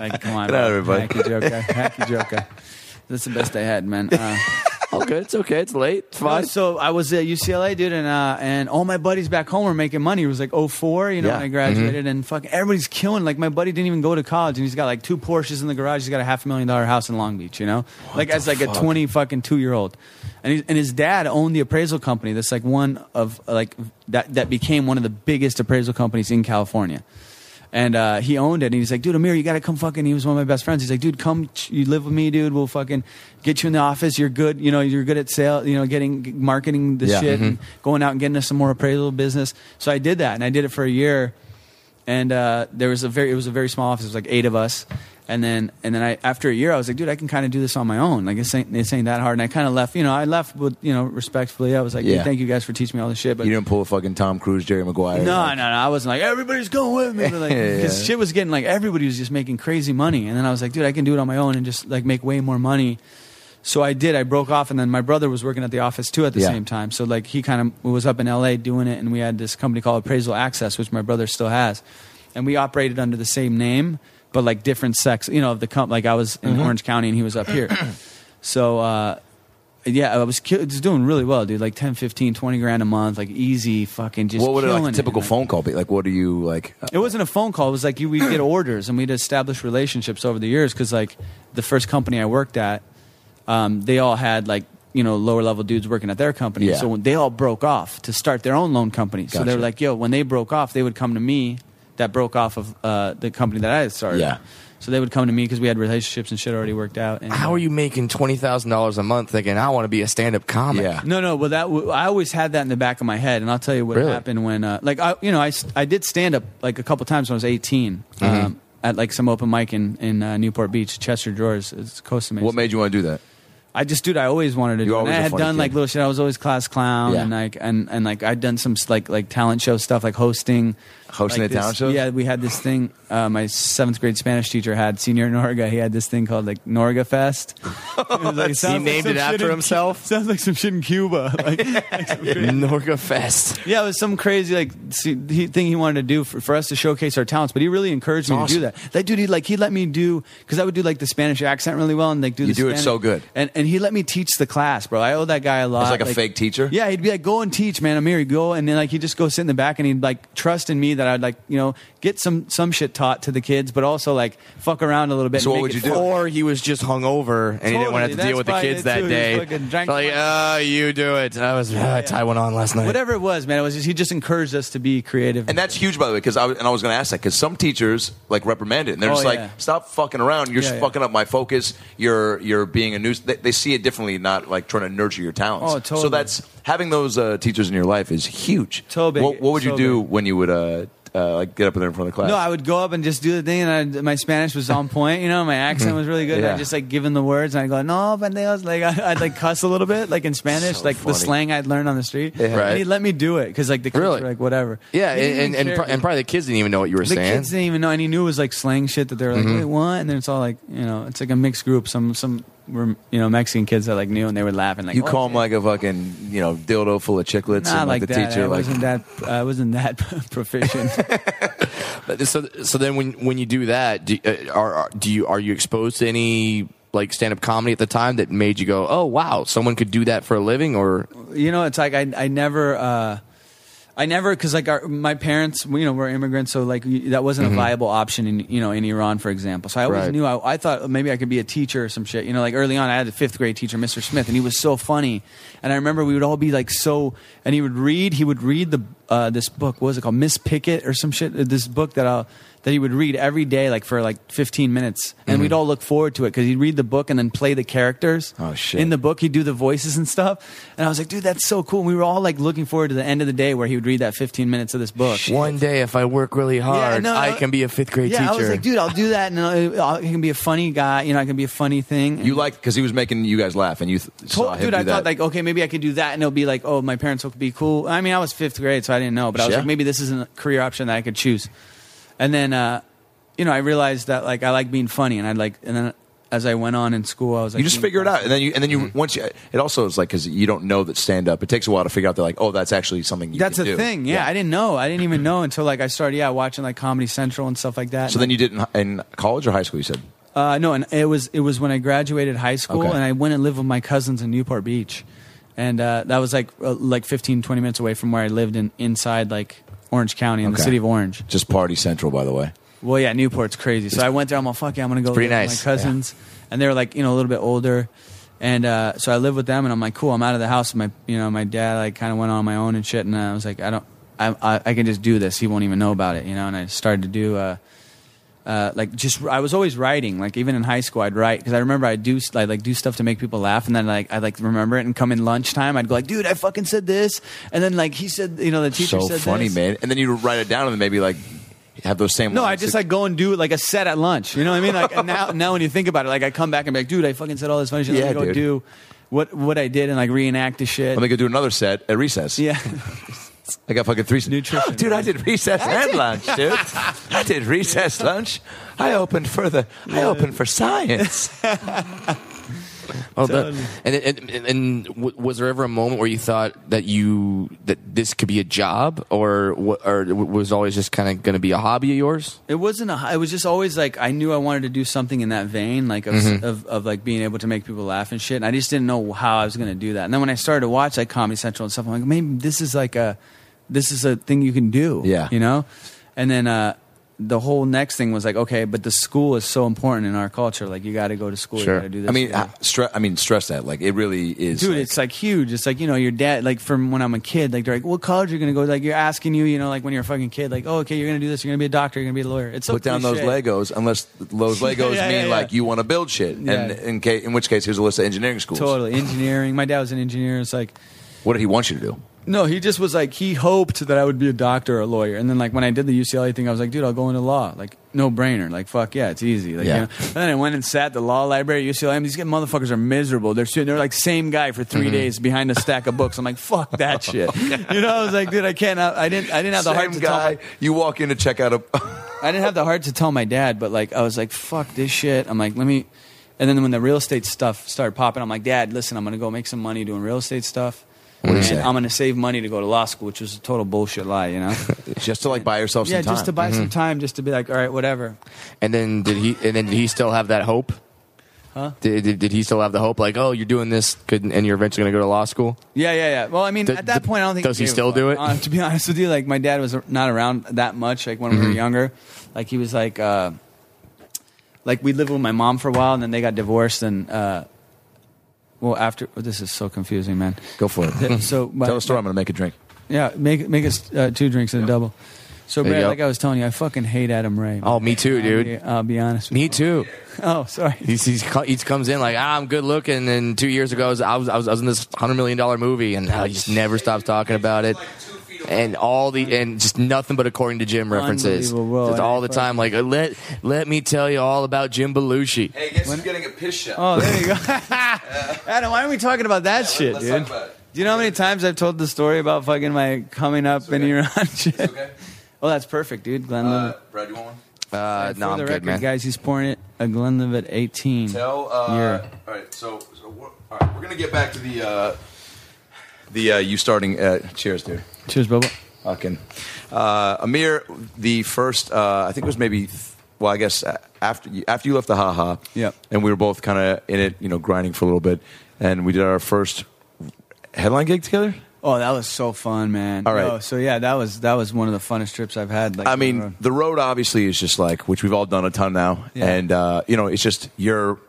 [SPEAKER 4] like, come on,
[SPEAKER 1] Get out,
[SPEAKER 4] man.
[SPEAKER 1] everybody.
[SPEAKER 4] Hacky joker, hacky joker. That's the best I had, man. Uh,
[SPEAKER 3] okay, it's okay. It's late. It's fine.
[SPEAKER 4] So I was at UCLA, dude, and uh, and all my buddies back home were making money. It was like 04, you know,
[SPEAKER 1] Yeah.
[SPEAKER 4] when I graduated, and fucking everybody's killing. Like my buddy didn't even go to college, and he's got like two Porsches in the garage. He's got a half a million dollar house in Long Beach, you know, like as like a twenty fucking two year old, and he, and his dad owned the appraisal company. That's like one of like that that became one of the biggest appraisal companies in California. And uh, he owned it. And he's like, dude, Amir, you got to come fucking. He was one of my best friends. He's like, dude, come. ch- You live with me, dude. We'll fucking get you in the office. You're good. You know, you're good at sale, you know, getting g- marketing this
[SPEAKER 1] Yeah.
[SPEAKER 4] shit and going out and getting us some more appraisal business. So I did that. And I did it for a year. And uh, there was a very, it was a very small office. It was like eight of us. And then, and then I, after a year, I was like, dude, I can kind of do this on my own. Like, this ain't, this ain't that hard. And I kind of left, you know, I left with, you know, respectfully. I was like, dude,
[SPEAKER 1] Yeah.
[SPEAKER 4] thank you guys for teaching me all this shit. But
[SPEAKER 1] You didn't pull a fucking Tom Cruise, Jerry Maguire.
[SPEAKER 4] no,
[SPEAKER 1] like,
[SPEAKER 4] no, no. I wasn't like everybody's going with me, but like
[SPEAKER 1] Yeah.
[SPEAKER 4] because shit was getting like everybody was just making crazy money, and then I was like, dude, I can do it on my own and just like make way more money. So I did. I broke off, and then my brother was working at the office too at the
[SPEAKER 1] Yeah.
[SPEAKER 4] same time. So like he kind of was up in L.A. doing it, and we had this company called Appraisal Access, which my brother still has, and we operated under the same name, but like different sex. You know, of the comp. Like I was in
[SPEAKER 1] Mm-hmm.
[SPEAKER 4] Orange County, and he was up here. so. uh yeah, I was, kill- just doing really well, dude. Like 10, 15, 20 grand a month, like easy fucking just
[SPEAKER 1] What would like,
[SPEAKER 4] killing
[SPEAKER 1] a
[SPEAKER 4] it.
[SPEAKER 1] typical
[SPEAKER 4] Like,
[SPEAKER 1] phone call be? Like, what are you like?
[SPEAKER 5] uh,
[SPEAKER 4] it wasn't a phone call. It was like you, we'd get orders and we'd establish relationships over the years because, like, the first company I worked at, um, they all had, like, you know, lower level dudes working at their company.
[SPEAKER 1] Yeah.
[SPEAKER 4] So when they all broke off to start their own loan company. So they
[SPEAKER 1] Gotcha.
[SPEAKER 4] were like, yo, when they broke off, they would come to me that broke off of uh, the company that I had started.
[SPEAKER 1] Yeah.
[SPEAKER 4] So they would come to me because we had relationships and shit already worked out. And
[SPEAKER 3] How are you making twenty thousand dollars a month thinking I want to be a stand-up comic?
[SPEAKER 1] Yeah.
[SPEAKER 4] No, no. Well, that w- I always had that in the back of my head, and I'll tell you what
[SPEAKER 3] Really?
[SPEAKER 4] happened when, uh, like, I, you know, I, s- I did stand up like a couple times when I was 18
[SPEAKER 1] Mm-hmm.
[SPEAKER 4] um, at like some open mic in in uh, Newport Beach, Chester Drawers, it's Costa Mesa.
[SPEAKER 1] What made you want to do that?
[SPEAKER 4] I just, dude, I always wanted to do. it. And
[SPEAKER 1] always
[SPEAKER 4] I
[SPEAKER 1] a
[SPEAKER 4] had
[SPEAKER 1] funny
[SPEAKER 4] done like
[SPEAKER 1] kid.
[SPEAKER 4] little shit. I was always class clown,
[SPEAKER 1] Yeah.
[SPEAKER 4] and like, and and like, I'd done some s- like like talent show stuff, like hosting.
[SPEAKER 1] Hosting
[SPEAKER 4] like
[SPEAKER 1] at
[SPEAKER 4] this-
[SPEAKER 1] talent shows?
[SPEAKER 4] Yeah, we had this thing. Uh, my seventh grade Spanish teacher had senior Norga. He had this thing called like Norga Fest. It was, like,
[SPEAKER 3] He
[SPEAKER 4] sounds like
[SPEAKER 3] named
[SPEAKER 4] some
[SPEAKER 3] it
[SPEAKER 4] shit
[SPEAKER 3] after
[SPEAKER 4] in-
[SPEAKER 3] himself.
[SPEAKER 4] Sounds like some shit in Cuba. Like,
[SPEAKER 3] Norga Fest.
[SPEAKER 4] yeah, it was some crazy like see, he, thing he wanted to do for, for us to showcase our talents. But he really encouraged me to do that. That dude, he like he let me do because I would do like the Spanish accent really well and like do
[SPEAKER 1] You
[SPEAKER 4] the
[SPEAKER 1] do it
[SPEAKER 4] Spanish-
[SPEAKER 1] so good.
[SPEAKER 4] And and he let me teach the class, bro. I owe that guy a lot.
[SPEAKER 1] like a fake teacher?
[SPEAKER 4] Yeah, he'd be like, "Go and teach, man, Amiri, go." And then like he'd just go sit in the back and he'd like trust in me that I'd like you know get some some shit taught to the kids, but also like fuck around a little bit.
[SPEAKER 1] So
[SPEAKER 4] and
[SPEAKER 1] what
[SPEAKER 4] make
[SPEAKER 1] would
[SPEAKER 4] it
[SPEAKER 1] you do?
[SPEAKER 4] fun.
[SPEAKER 3] Or he was just hungover and he didn't
[SPEAKER 4] Totally,
[SPEAKER 3] want to have to deal
[SPEAKER 4] that's
[SPEAKER 3] with the
[SPEAKER 4] probably
[SPEAKER 3] kids
[SPEAKER 4] it,
[SPEAKER 3] that
[SPEAKER 4] too. He
[SPEAKER 3] day.
[SPEAKER 4] fucking drank
[SPEAKER 3] like,
[SPEAKER 4] one.
[SPEAKER 3] uh, you do it. And I was, uh, I went on last night.
[SPEAKER 4] Whatever it was, man, it was just he just encouraged us to be creative.
[SPEAKER 5] And that's huge, by the way, because I was, and I was going to ask that because some teachers like reprimand it, and they're
[SPEAKER 4] Oh,
[SPEAKER 5] just like,
[SPEAKER 4] yeah.
[SPEAKER 5] "Stop fucking around! You're
[SPEAKER 4] Yeah,
[SPEAKER 5] just
[SPEAKER 4] yeah.
[SPEAKER 5] fucking up my focus. You're you're being a news." They, they see it differently, not like trying to nurture your talents.
[SPEAKER 4] Oh, totally.
[SPEAKER 5] So that's having those uh, teachers in your life is huge.
[SPEAKER 4] So big,
[SPEAKER 5] What, what would you
[SPEAKER 4] so
[SPEAKER 5] do
[SPEAKER 4] big.
[SPEAKER 5] when you would uh, uh, like get up there in front of the class?
[SPEAKER 4] No, I would go up and just do the thing, and I, my Spanish was on point. You know, my accent was really good. and
[SPEAKER 5] Yeah.
[SPEAKER 4] I just like giving the words, and I go, "No, pendejos." Like I, I'd like cuss a little bit, like in Spanish,
[SPEAKER 5] So
[SPEAKER 4] like
[SPEAKER 5] funny.
[SPEAKER 4] the slang I'd learned on the street.
[SPEAKER 3] Right.
[SPEAKER 4] And he let me do it because like the kids
[SPEAKER 3] Really?
[SPEAKER 4] were like, "Whatever."
[SPEAKER 3] Yeah,
[SPEAKER 4] He didn't
[SPEAKER 3] and,
[SPEAKER 4] even
[SPEAKER 3] and, and,
[SPEAKER 4] care.
[SPEAKER 3] pro- and probably the kids didn't even know what you were
[SPEAKER 4] the
[SPEAKER 3] saying.
[SPEAKER 4] kids didn't even know, and he knew it was like slang shit that they were like, "Wait, what?" And then it's all like, you know, it's like a mixed group. Some some were you know Mexican kids that like knew, and they were laughing. Like
[SPEAKER 1] You
[SPEAKER 4] "Oh,
[SPEAKER 1] call him
[SPEAKER 4] shit."
[SPEAKER 1] like a fucking you know dildo full of chiclets
[SPEAKER 4] Not
[SPEAKER 1] and like,
[SPEAKER 4] like,
[SPEAKER 1] the
[SPEAKER 4] that.
[SPEAKER 1] teacher
[SPEAKER 4] I
[SPEAKER 1] like
[SPEAKER 4] wasn't that. I wasn't that proficient.
[SPEAKER 3] But So, so then when when you do that, do, uh, are, are do you are you exposed to any like stand up comedy at the time that made you go, oh wow, someone could do that for a living? Or
[SPEAKER 4] you know, it's like I I never uh, I never because like our my parents, you know, were immigrants, so like y- that wasn't a
[SPEAKER 1] Mm-hmm.
[SPEAKER 4] viable option in you know in Iran, for example. So I always
[SPEAKER 3] Right.
[SPEAKER 4] knew I, I thought maybe I could be a teacher or some shit. You know, like early on, I had a fifth grade teacher, Mr. Smith, and he was so funny. And I remember we would all be like so, and he would read, he would read the uh, this book, what was it called, Miss Pickett or some shit, Uh, this book that I'll. That he would read every day, like for like 15 minutes, and
[SPEAKER 1] Mm-hmm.
[SPEAKER 4] we'd all look forward to it because he'd read the book and then play the characters
[SPEAKER 1] Oh, shit.
[SPEAKER 4] in the book he'd do the voices and stuff and i was like dude that's so cool and we were all like looking forward to the end of the day where he would read that 15 minutes of this book
[SPEAKER 3] one day, if I work really hard,
[SPEAKER 4] no,
[SPEAKER 3] I
[SPEAKER 4] I-
[SPEAKER 3] can be a fifth grade
[SPEAKER 4] yeah
[SPEAKER 3] teacher.
[SPEAKER 4] i was like dude i'll do that and uh, I'll, I'll, i can be a funny guy you know i can be a funny thing
[SPEAKER 1] you like because he was making you guys laugh and you th- saw him
[SPEAKER 4] dude
[SPEAKER 1] do
[SPEAKER 4] i
[SPEAKER 1] that.
[SPEAKER 4] thought like okay maybe i could do that and it'll be like oh my parents will be cool i mean i was fifth grade so i didn't know but i was
[SPEAKER 1] Yeah.
[SPEAKER 4] like maybe this isn't a career option that i could choose and then uh you know i realized that like i like being funny and i like and then as i went on in school i was like
[SPEAKER 1] you just
[SPEAKER 4] being
[SPEAKER 1] figure it out
[SPEAKER 4] funny.
[SPEAKER 1] and then you and then you
[SPEAKER 4] Mm-hmm.
[SPEAKER 1] once you it also is like because you don't know that stand up it takes a while to figure out they're like oh that's actually something you
[SPEAKER 4] That's
[SPEAKER 1] can
[SPEAKER 4] the
[SPEAKER 1] do.
[SPEAKER 4] thing. Yeah, I didn't know. I didn't even know until like I started yeah watching like Comedy Central and stuff like that.
[SPEAKER 1] so then you did in, in college or high school you said
[SPEAKER 4] Uh, no, and it was it was when I graduated high school,
[SPEAKER 1] Okay.
[SPEAKER 4] and I went and lived with my cousins in Newport Beach, and uh, that was like uh, like 15, 20 minutes away from where I lived in inside like Orange County in the
[SPEAKER 1] Okay.
[SPEAKER 4] city of Orange.
[SPEAKER 1] Just party central, by the way.
[SPEAKER 4] Well, yeah, Newport's crazy. So I went there. I'm like, fuck yeah, I'm gonna go
[SPEAKER 3] pretty
[SPEAKER 4] live with
[SPEAKER 3] nice,
[SPEAKER 4] my cousins, and they were like, you know, a little bit older, and uh, so I lived with them, and I'm like, cool, I'm out of the house. My, you know, my dad like kind of went on my own and shit, and I was like, I don't, I, I, I can just do this. He won't even know about it, you know. And I started to do. Uh, uh, like just I was always writing. Like even in high school, I'd write because I remember I do I like do stuff to make people laugh, and then like I like remember it and come in lunchtime, I'd go like, dude, I fucking said this, and then like he said, you know, the teacher
[SPEAKER 1] so
[SPEAKER 4] said
[SPEAKER 1] funny,
[SPEAKER 4] this.
[SPEAKER 1] man. And then you write it down and then maybe like have those same.
[SPEAKER 4] No, I
[SPEAKER 1] lines.
[SPEAKER 4] just like go and do like a set at lunch. You know what I mean? Like and now, now when you think about it, like I come back and be like, dude, I fucking said all this funny shit. Let
[SPEAKER 1] Yeah,
[SPEAKER 4] me go
[SPEAKER 1] dude.
[SPEAKER 4] do what what I did and like reenact the shit.
[SPEAKER 1] Let me go do another set at recess.
[SPEAKER 4] yeah,
[SPEAKER 1] I got fucking three
[SPEAKER 4] Nutrition,
[SPEAKER 1] Oh, dude, I did recess and lunch, dude. I did recess lunch. I opened for the. I opened for science.
[SPEAKER 3] Oh, that, and, and, and and w- was there ever a moment where you thought that you that this could be a job, or wha- or w- was it always just kind of going to be a hobby of yours?
[SPEAKER 4] it wasn't. A, it was just always like I knew I wanted to do something in that vein, like of, of of like being able to make people laugh and shit. And I just didn't know how I was gonna do that. And then when I started to watch like Comedy Central and stuff, I'm like, maybe this is like a this is a thing you can do.
[SPEAKER 1] Yeah.
[SPEAKER 4] you know. And then uh, the whole next thing was like, okay, but the school is so important in our culture. Like you got to go to school. You got to do this.
[SPEAKER 1] I mean,
[SPEAKER 4] you gotta-
[SPEAKER 1] uh, stre- I mean, stress that. Like, it really is.
[SPEAKER 4] dude
[SPEAKER 1] like-
[SPEAKER 4] it's like huge it's like you know your dad like from when i'm a kid like they're like what college are you gonna go like you're asking you you know like when you're a fucking kid like oh okay you're gonna do this you're gonna be a doctor you're gonna be a lawyer it's so
[SPEAKER 1] put down those
[SPEAKER 4] cliche.
[SPEAKER 1] Legos, unless those Legos
[SPEAKER 4] Yeah, yeah,
[SPEAKER 1] mean
[SPEAKER 4] yeah.
[SPEAKER 1] like you want to build shit. And
[SPEAKER 4] Yeah.
[SPEAKER 1] in case, in which case, here's a list of engineering schools.
[SPEAKER 4] totally engineering my dad was an engineer it's like
[SPEAKER 1] What did he want you to do?
[SPEAKER 4] no he just was like he hoped that i would be a doctor or a lawyer and then like when i did the ucla thing i was like dude i'll go into law like no brainer like fuck yeah it's easy like
[SPEAKER 1] Yeah.
[SPEAKER 4] you know? and then i went and sat at the law library at ucla and these motherfuckers are miserable they're sitting they're like same guy for
[SPEAKER 1] Mm-hmm.
[SPEAKER 4] 3 days behind a stack of books i'm like fuck that shit you know i was like dude i can't i didn't i didn't have the heart to
[SPEAKER 1] Same
[SPEAKER 4] tell my-
[SPEAKER 1] guy. you walk in to check out a.
[SPEAKER 4] I didn't have the heart to tell my dad, but like I was like, fuck this shit. I'm like, let me. And then when the real estate stuff started popping, I'm like, Dad, listen, I'm gonna go make some money doing real estate stuff.
[SPEAKER 1] What'd he
[SPEAKER 4] And
[SPEAKER 1] say?
[SPEAKER 4] I'm gonna save money to go to law school, which was a total bullshit lie, you know?
[SPEAKER 1] just to like buy yourself some
[SPEAKER 4] yeah,
[SPEAKER 1] time. Mm-hmm.
[SPEAKER 4] just to buy some time, just to be like, all right, whatever.
[SPEAKER 3] And then did he and then did he still have that hope? Huh? Did, did, did he still have the hope? Like, oh, you're doing this, could, and you're eventually going to go to law school?
[SPEAKER 4] Yeah, yeah, yeah. Well, I mean,
[SPEAKER 3] Th-
[SPEAKER 4] at that
[SPEAKER 3] th-
[SPEAKER 4] point, I don't think.
[SPEAKER 3] does he
[SPEAKER 4] gave a
[SPEAKER 3] still
[SPEAKER 4] fuck.
[SPEAKER 3] do it?
[SPEAKER 4] Uh, to be honest with you, like my dad was not around that much. Like when we
[SPEAKER 3] Mm-hmm.
[SPEAKER 4] were younger, like he was like, uh, like we lived with my mom for a while, and then they got divorced, and uh, well, after oh, this is so confusing, man.
[SPEAKER 1] Go for it.
[SPEAKER 3] Hmm.
[SPEAKER 4] Th- so my-
[SPEAKER 1] Tell a story. I'm going to make a drink.
[SPEAKER 4] Yeah, make make us uh, two drinks and a double. So,
[SPEAKER 3] There you
[SPEAKER 4] Brad,
[SPEAKER 3] go.
[SPEAKER 4] like I was telling you, I fucking hate Adam Ray.
[SPEAKER 3] Oh, me too,
[SPEAKER 4] I'll
[SPEAKER 3] dude.
[SPEAKER 4] be, I'll be honest. With
[SPEAKER 3] Me too.
[SPEAKER 4] you. Oh, sorry.
[SPEAKER 3] He's, he's, co- he comes in like ah, I'm good looking, and two years ago I was I was, I was, I was in this hundred million dollar movie, and now he just never stops talking about it, and all the and just nothing but according to Jim references,
[SPEAKER 4] Unbelievable, bro.
[SPEAKER 3] just all the time. Like "Uh, let let me tell you all about Jim Belushi.
[SPEAKER 5] Hey, guess who's getting a piss shot?
[SPEAKER 4] Oh, there you go. Adam, why are we talking about that shit,
[SPEAKER 5] let's
[SPEAKER 4] dude?
[SPEAKER 5] talk about it.
[SPEAKER 4] Do you know how many times I've told the story about fucking my coming up in Iran shit?
[SPEAKER 5] okay.
[SPEAKER 4] Well, that's perfect, dude. Glenn
[SPEAKER 5] Uh,
[SPEAKER 4] Levitt.
[SPEAKER 5] Brad, you want one?
[SPEAKER 3] Uh,
[SPEAKER 4] For
[SPEAKER 3] no, I'm
[SPEAKER 4] the
[SPEAKER 3] good,
[SPEAKER 4] record,
[SPEAKER 3] man.
[SPEAKER 4] guys, he's pouring it a Glenn Levitt 18.
[SPEAKER 5] Tell. Uh,
[SPEAKER 4] Yeah.
[SPEAKER 5] All right. So, so we're, all right, we're gonna get back to the uh, the uh, you starting. Uh, cheers, dude.
[SPEAKER 4] Cheers, Bubba.
[SPEAKER 5] Fucking uh, Amir. The first, uh, I think it was maybe. th- Well, I guess uh, after you, after you left the haha,
[SPEAKER 4] Yep.
[SPEAKER 5] and we were both kind of in it, you know, grinding for a little bit, and we did our first headline gig together.
[SPEAKER 4] Oh, that was so fun, man.
[SPEAKER 5] All right.
[SPEAKER 4] Oh, so yeah, that was that was one of the funnest trips I've had. Like,
[SPEAKER 5] I
[SPEAKER 4] on the road.
[SPEAKER 5] mean, the road obviously is just like which we've all done a ton now,
[SPEAKER 4] Uh-huh. Yeah.
[SPEAKER 5] and uh, you know, it's just you're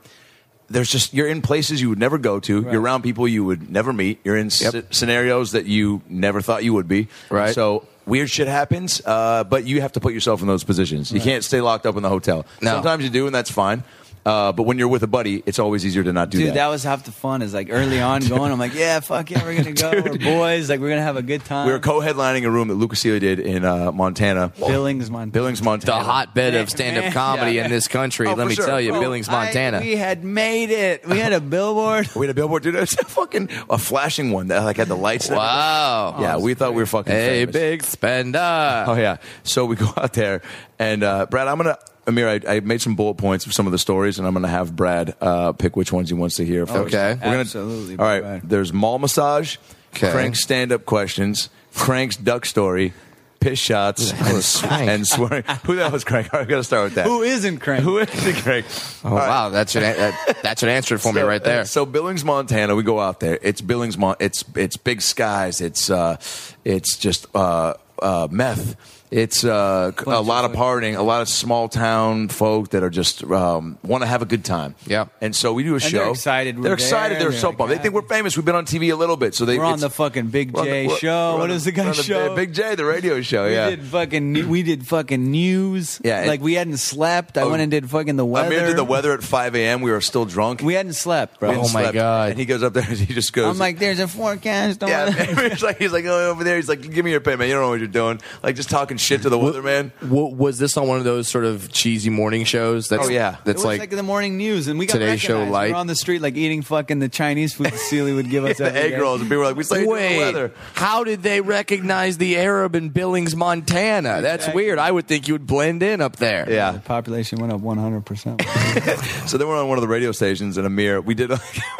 [SPEAKER 5] there's just you're in places you would never go to.
[SPEAKER 4] Right.
[SPEAKER 5] You're around people you would never meet. You're in sce- scenarios that you never thought you would be.
[SPEAKER 3] Right.
[SPEAKER 5] So weird shit happens, uh, but you have to put yourself in those positions. You can't stay locked up in the hotel.
[SPEAKER 3] No.
[SPEAKER 5] Sometimes you do, and that's fine. Uh, but when you're with a buddy, it's always easier to not do
[SPEAKER 4] Dude,
[SPEAKER 5] that.
[SPEAKER 4] that. was half the fun. Is like early on going, I'm like, yeah, fuck yeah, we're gonna go. We're boys, like we're gonna have a good time.
[SPEAKER 5] we were co-headlining a room that Lucas Celia did in uh, Montana,
[SPEAKER 4] Billings, Montana.
[SPEAKER 5] Billings, Montana.
[SPEAKER 3] the hotbed of stand-up
[SPEAKER 4] Man.
[SPEAKER 3] comedy
[SPEAKER 4] Yeah.
[SPEAKER 3] in this country.
[SPEAKER 5] Oh,
[SPEAKER 3] let
[SPEAKER 5] for
[SPEAKER 3] me
[SPEAKER 5] sure.
[SPEAKER 3] tell you,
[SPEAKER 5] Oh,
[SPEAKER 3] Billings,
[SPEAKER 4] I-
[SPEAKER 3] Montana.
[SPEAKER 4] we had made it. We had a billboard.
[SPEAKER 5] We had a billboard, dude. It's a fucking a flashing one that like had the lights. and everything.
[SPEAKER 3] wow.
[SPEAKER 5] yeah,
[SPEAKER 1] Oh,
[SPEAKER 5] we thought we were fucking.
[SPEAKER 3] Hey,
[SPEAKER 5] famous.
[SPEAKER 3] big spender.
[SPEAKER 5] Oh yeah. So we go out there, and uh, Brad, I'm gonna Amir. I, I made some bullet points of some of the stories, and I'm gonna have Brad uh, pick which ones he wants to hear. First.
[SPEAKER 3] Okay.
[SPEAKER 5] We're gonna,
[SPEAKER 4] Absolutely,
[SPEAKER 5] All right.
[SPEAKER 4] Brad.
[SPEAKER 5] There's mall massage,
[SPEAKER 3] Okay.
[SPEAKER 5] Crank's stand up questions, Crank's duck story,
[SPEAKER 1] piss shots,
[SPEAKER 3] And swank.
[SPEAKER 1] and swearing. Who the hell is Craig? All right, we got to start with that.
[SPEAKER 4] Who isn't crank?
[SPEAKER 1] Who is the Craig?
[SPEAKER 3] Oh wow, that should an- that, that should answer it for me right there.
[SPEAKER 1] So uh, Billings, Montana, we go out there. It's Billings, Mon- it's it's big skies. It's uh, it's just uh, uh, meth. It's uh, a lot of partying, a lot of small town folk that are just um, want to have a good time.
[SPEAKER 3] Yeah.
[SPEAKER 1] and so we do a
[SPEAKER 4] they're
[SPEAKER 1] show.
[SPEAKER 4] excited we're
[SPEAKER 1] They're excited.
[SPEAKER 4] there,
[SPEAKER 1] They're,
[SPEAKER 4] they're
[SPEAKER 1] so
[SPEAKER 4] like, "Ah."
[SPEAKER 1] pumped. They think we're famous. We've been on TV a little bit, so they
[SPEAKER 4] We're on
[SPEAKER 1] it's-
[SPEAKER 4] the fucking Big
[SPEAKER 1] we're on the-
[SPEAKER 4] J
[SPEAKER 1] we're-
[SPEAKER 4] show.
[SPEAKER 1] we're on
[SPEAKER 4] What is the
[SPEAKER 1] we're
[SPEAKER 4] guy's
[SPEAKER 1] on
[SPEAKER 4] show?
[SPEAKER 1] Big J, the radio show.
[SPEAKER 4] We
[SPEAKER 1] yeah,
[SPEAKER 4] did fucking new- we did fucking news.
[SPEAKER 1] Yeah,
[SPEAKER 4] like
[SPEAKER 1] and-
[SPEAKER 4] we hadn't slept. I went and did fucking the weather.
[SPEAKER 1] Amir did the weather at 5 a.m. We were still drunk.
[SPEAKER 4] We hadn't slept,
[SPEAKER 1] We
[SPEAKER 4] bro.
[SPEAKER 1] hadn't
[SPEAKER 3] Oh my
[SPEAKER 1] slept.
[SPEAKER 3] God.
[SPEAKER 1] And he goes up there and he just goes.
[SPEAKER 4] I'm like, there's a forecast. On
[SPEAKER 1] Yeah, he's like he's like oh, over there. He's like, give me your pen, man. You don't know what you're doing. Like just talking shit to the weatherman.
[SPEAKER 3] W- was this on one of those sort of cheesy morning shows? That's,
[SPEAKER 1] Oh, yeah.
[SPEAKER 4] It
[SPEAKER 3] that's
[SPEAKER 4] was
[SPEAKER 3] like,
[SPEAKER 4] like, the morning news, and we got
[SPEAKER 3] Today's Show
[SPEAKER 4] recognized. We
[SPEAKER 3] light.
[SPEAKER 4] We're on the street, like eating fucking the Chinese food that Celia would give us
[SPEAKER 1] the
[SPEAKER 4] every
[SPEAKER 1] egg
[SPEAKER 4] day.
[SPEAKER 1] rolls. And people were like, we saw you doing the
[SPEAKER 3] wait,
[SPEAKER 1] weather.
[SPEAKER 3] how did they recognize the Arab in Billings, Montana? That's
[SPEAKER 4] Exactly.
[SPEAKER 3] weird. I would think you would blend in up there.
[SPEAKER 1] Yeah.
[SPEAKER 4] The population went up 100. percent
[SPEAKER 1] So then we're on one of the radio stations in Amir. We did. we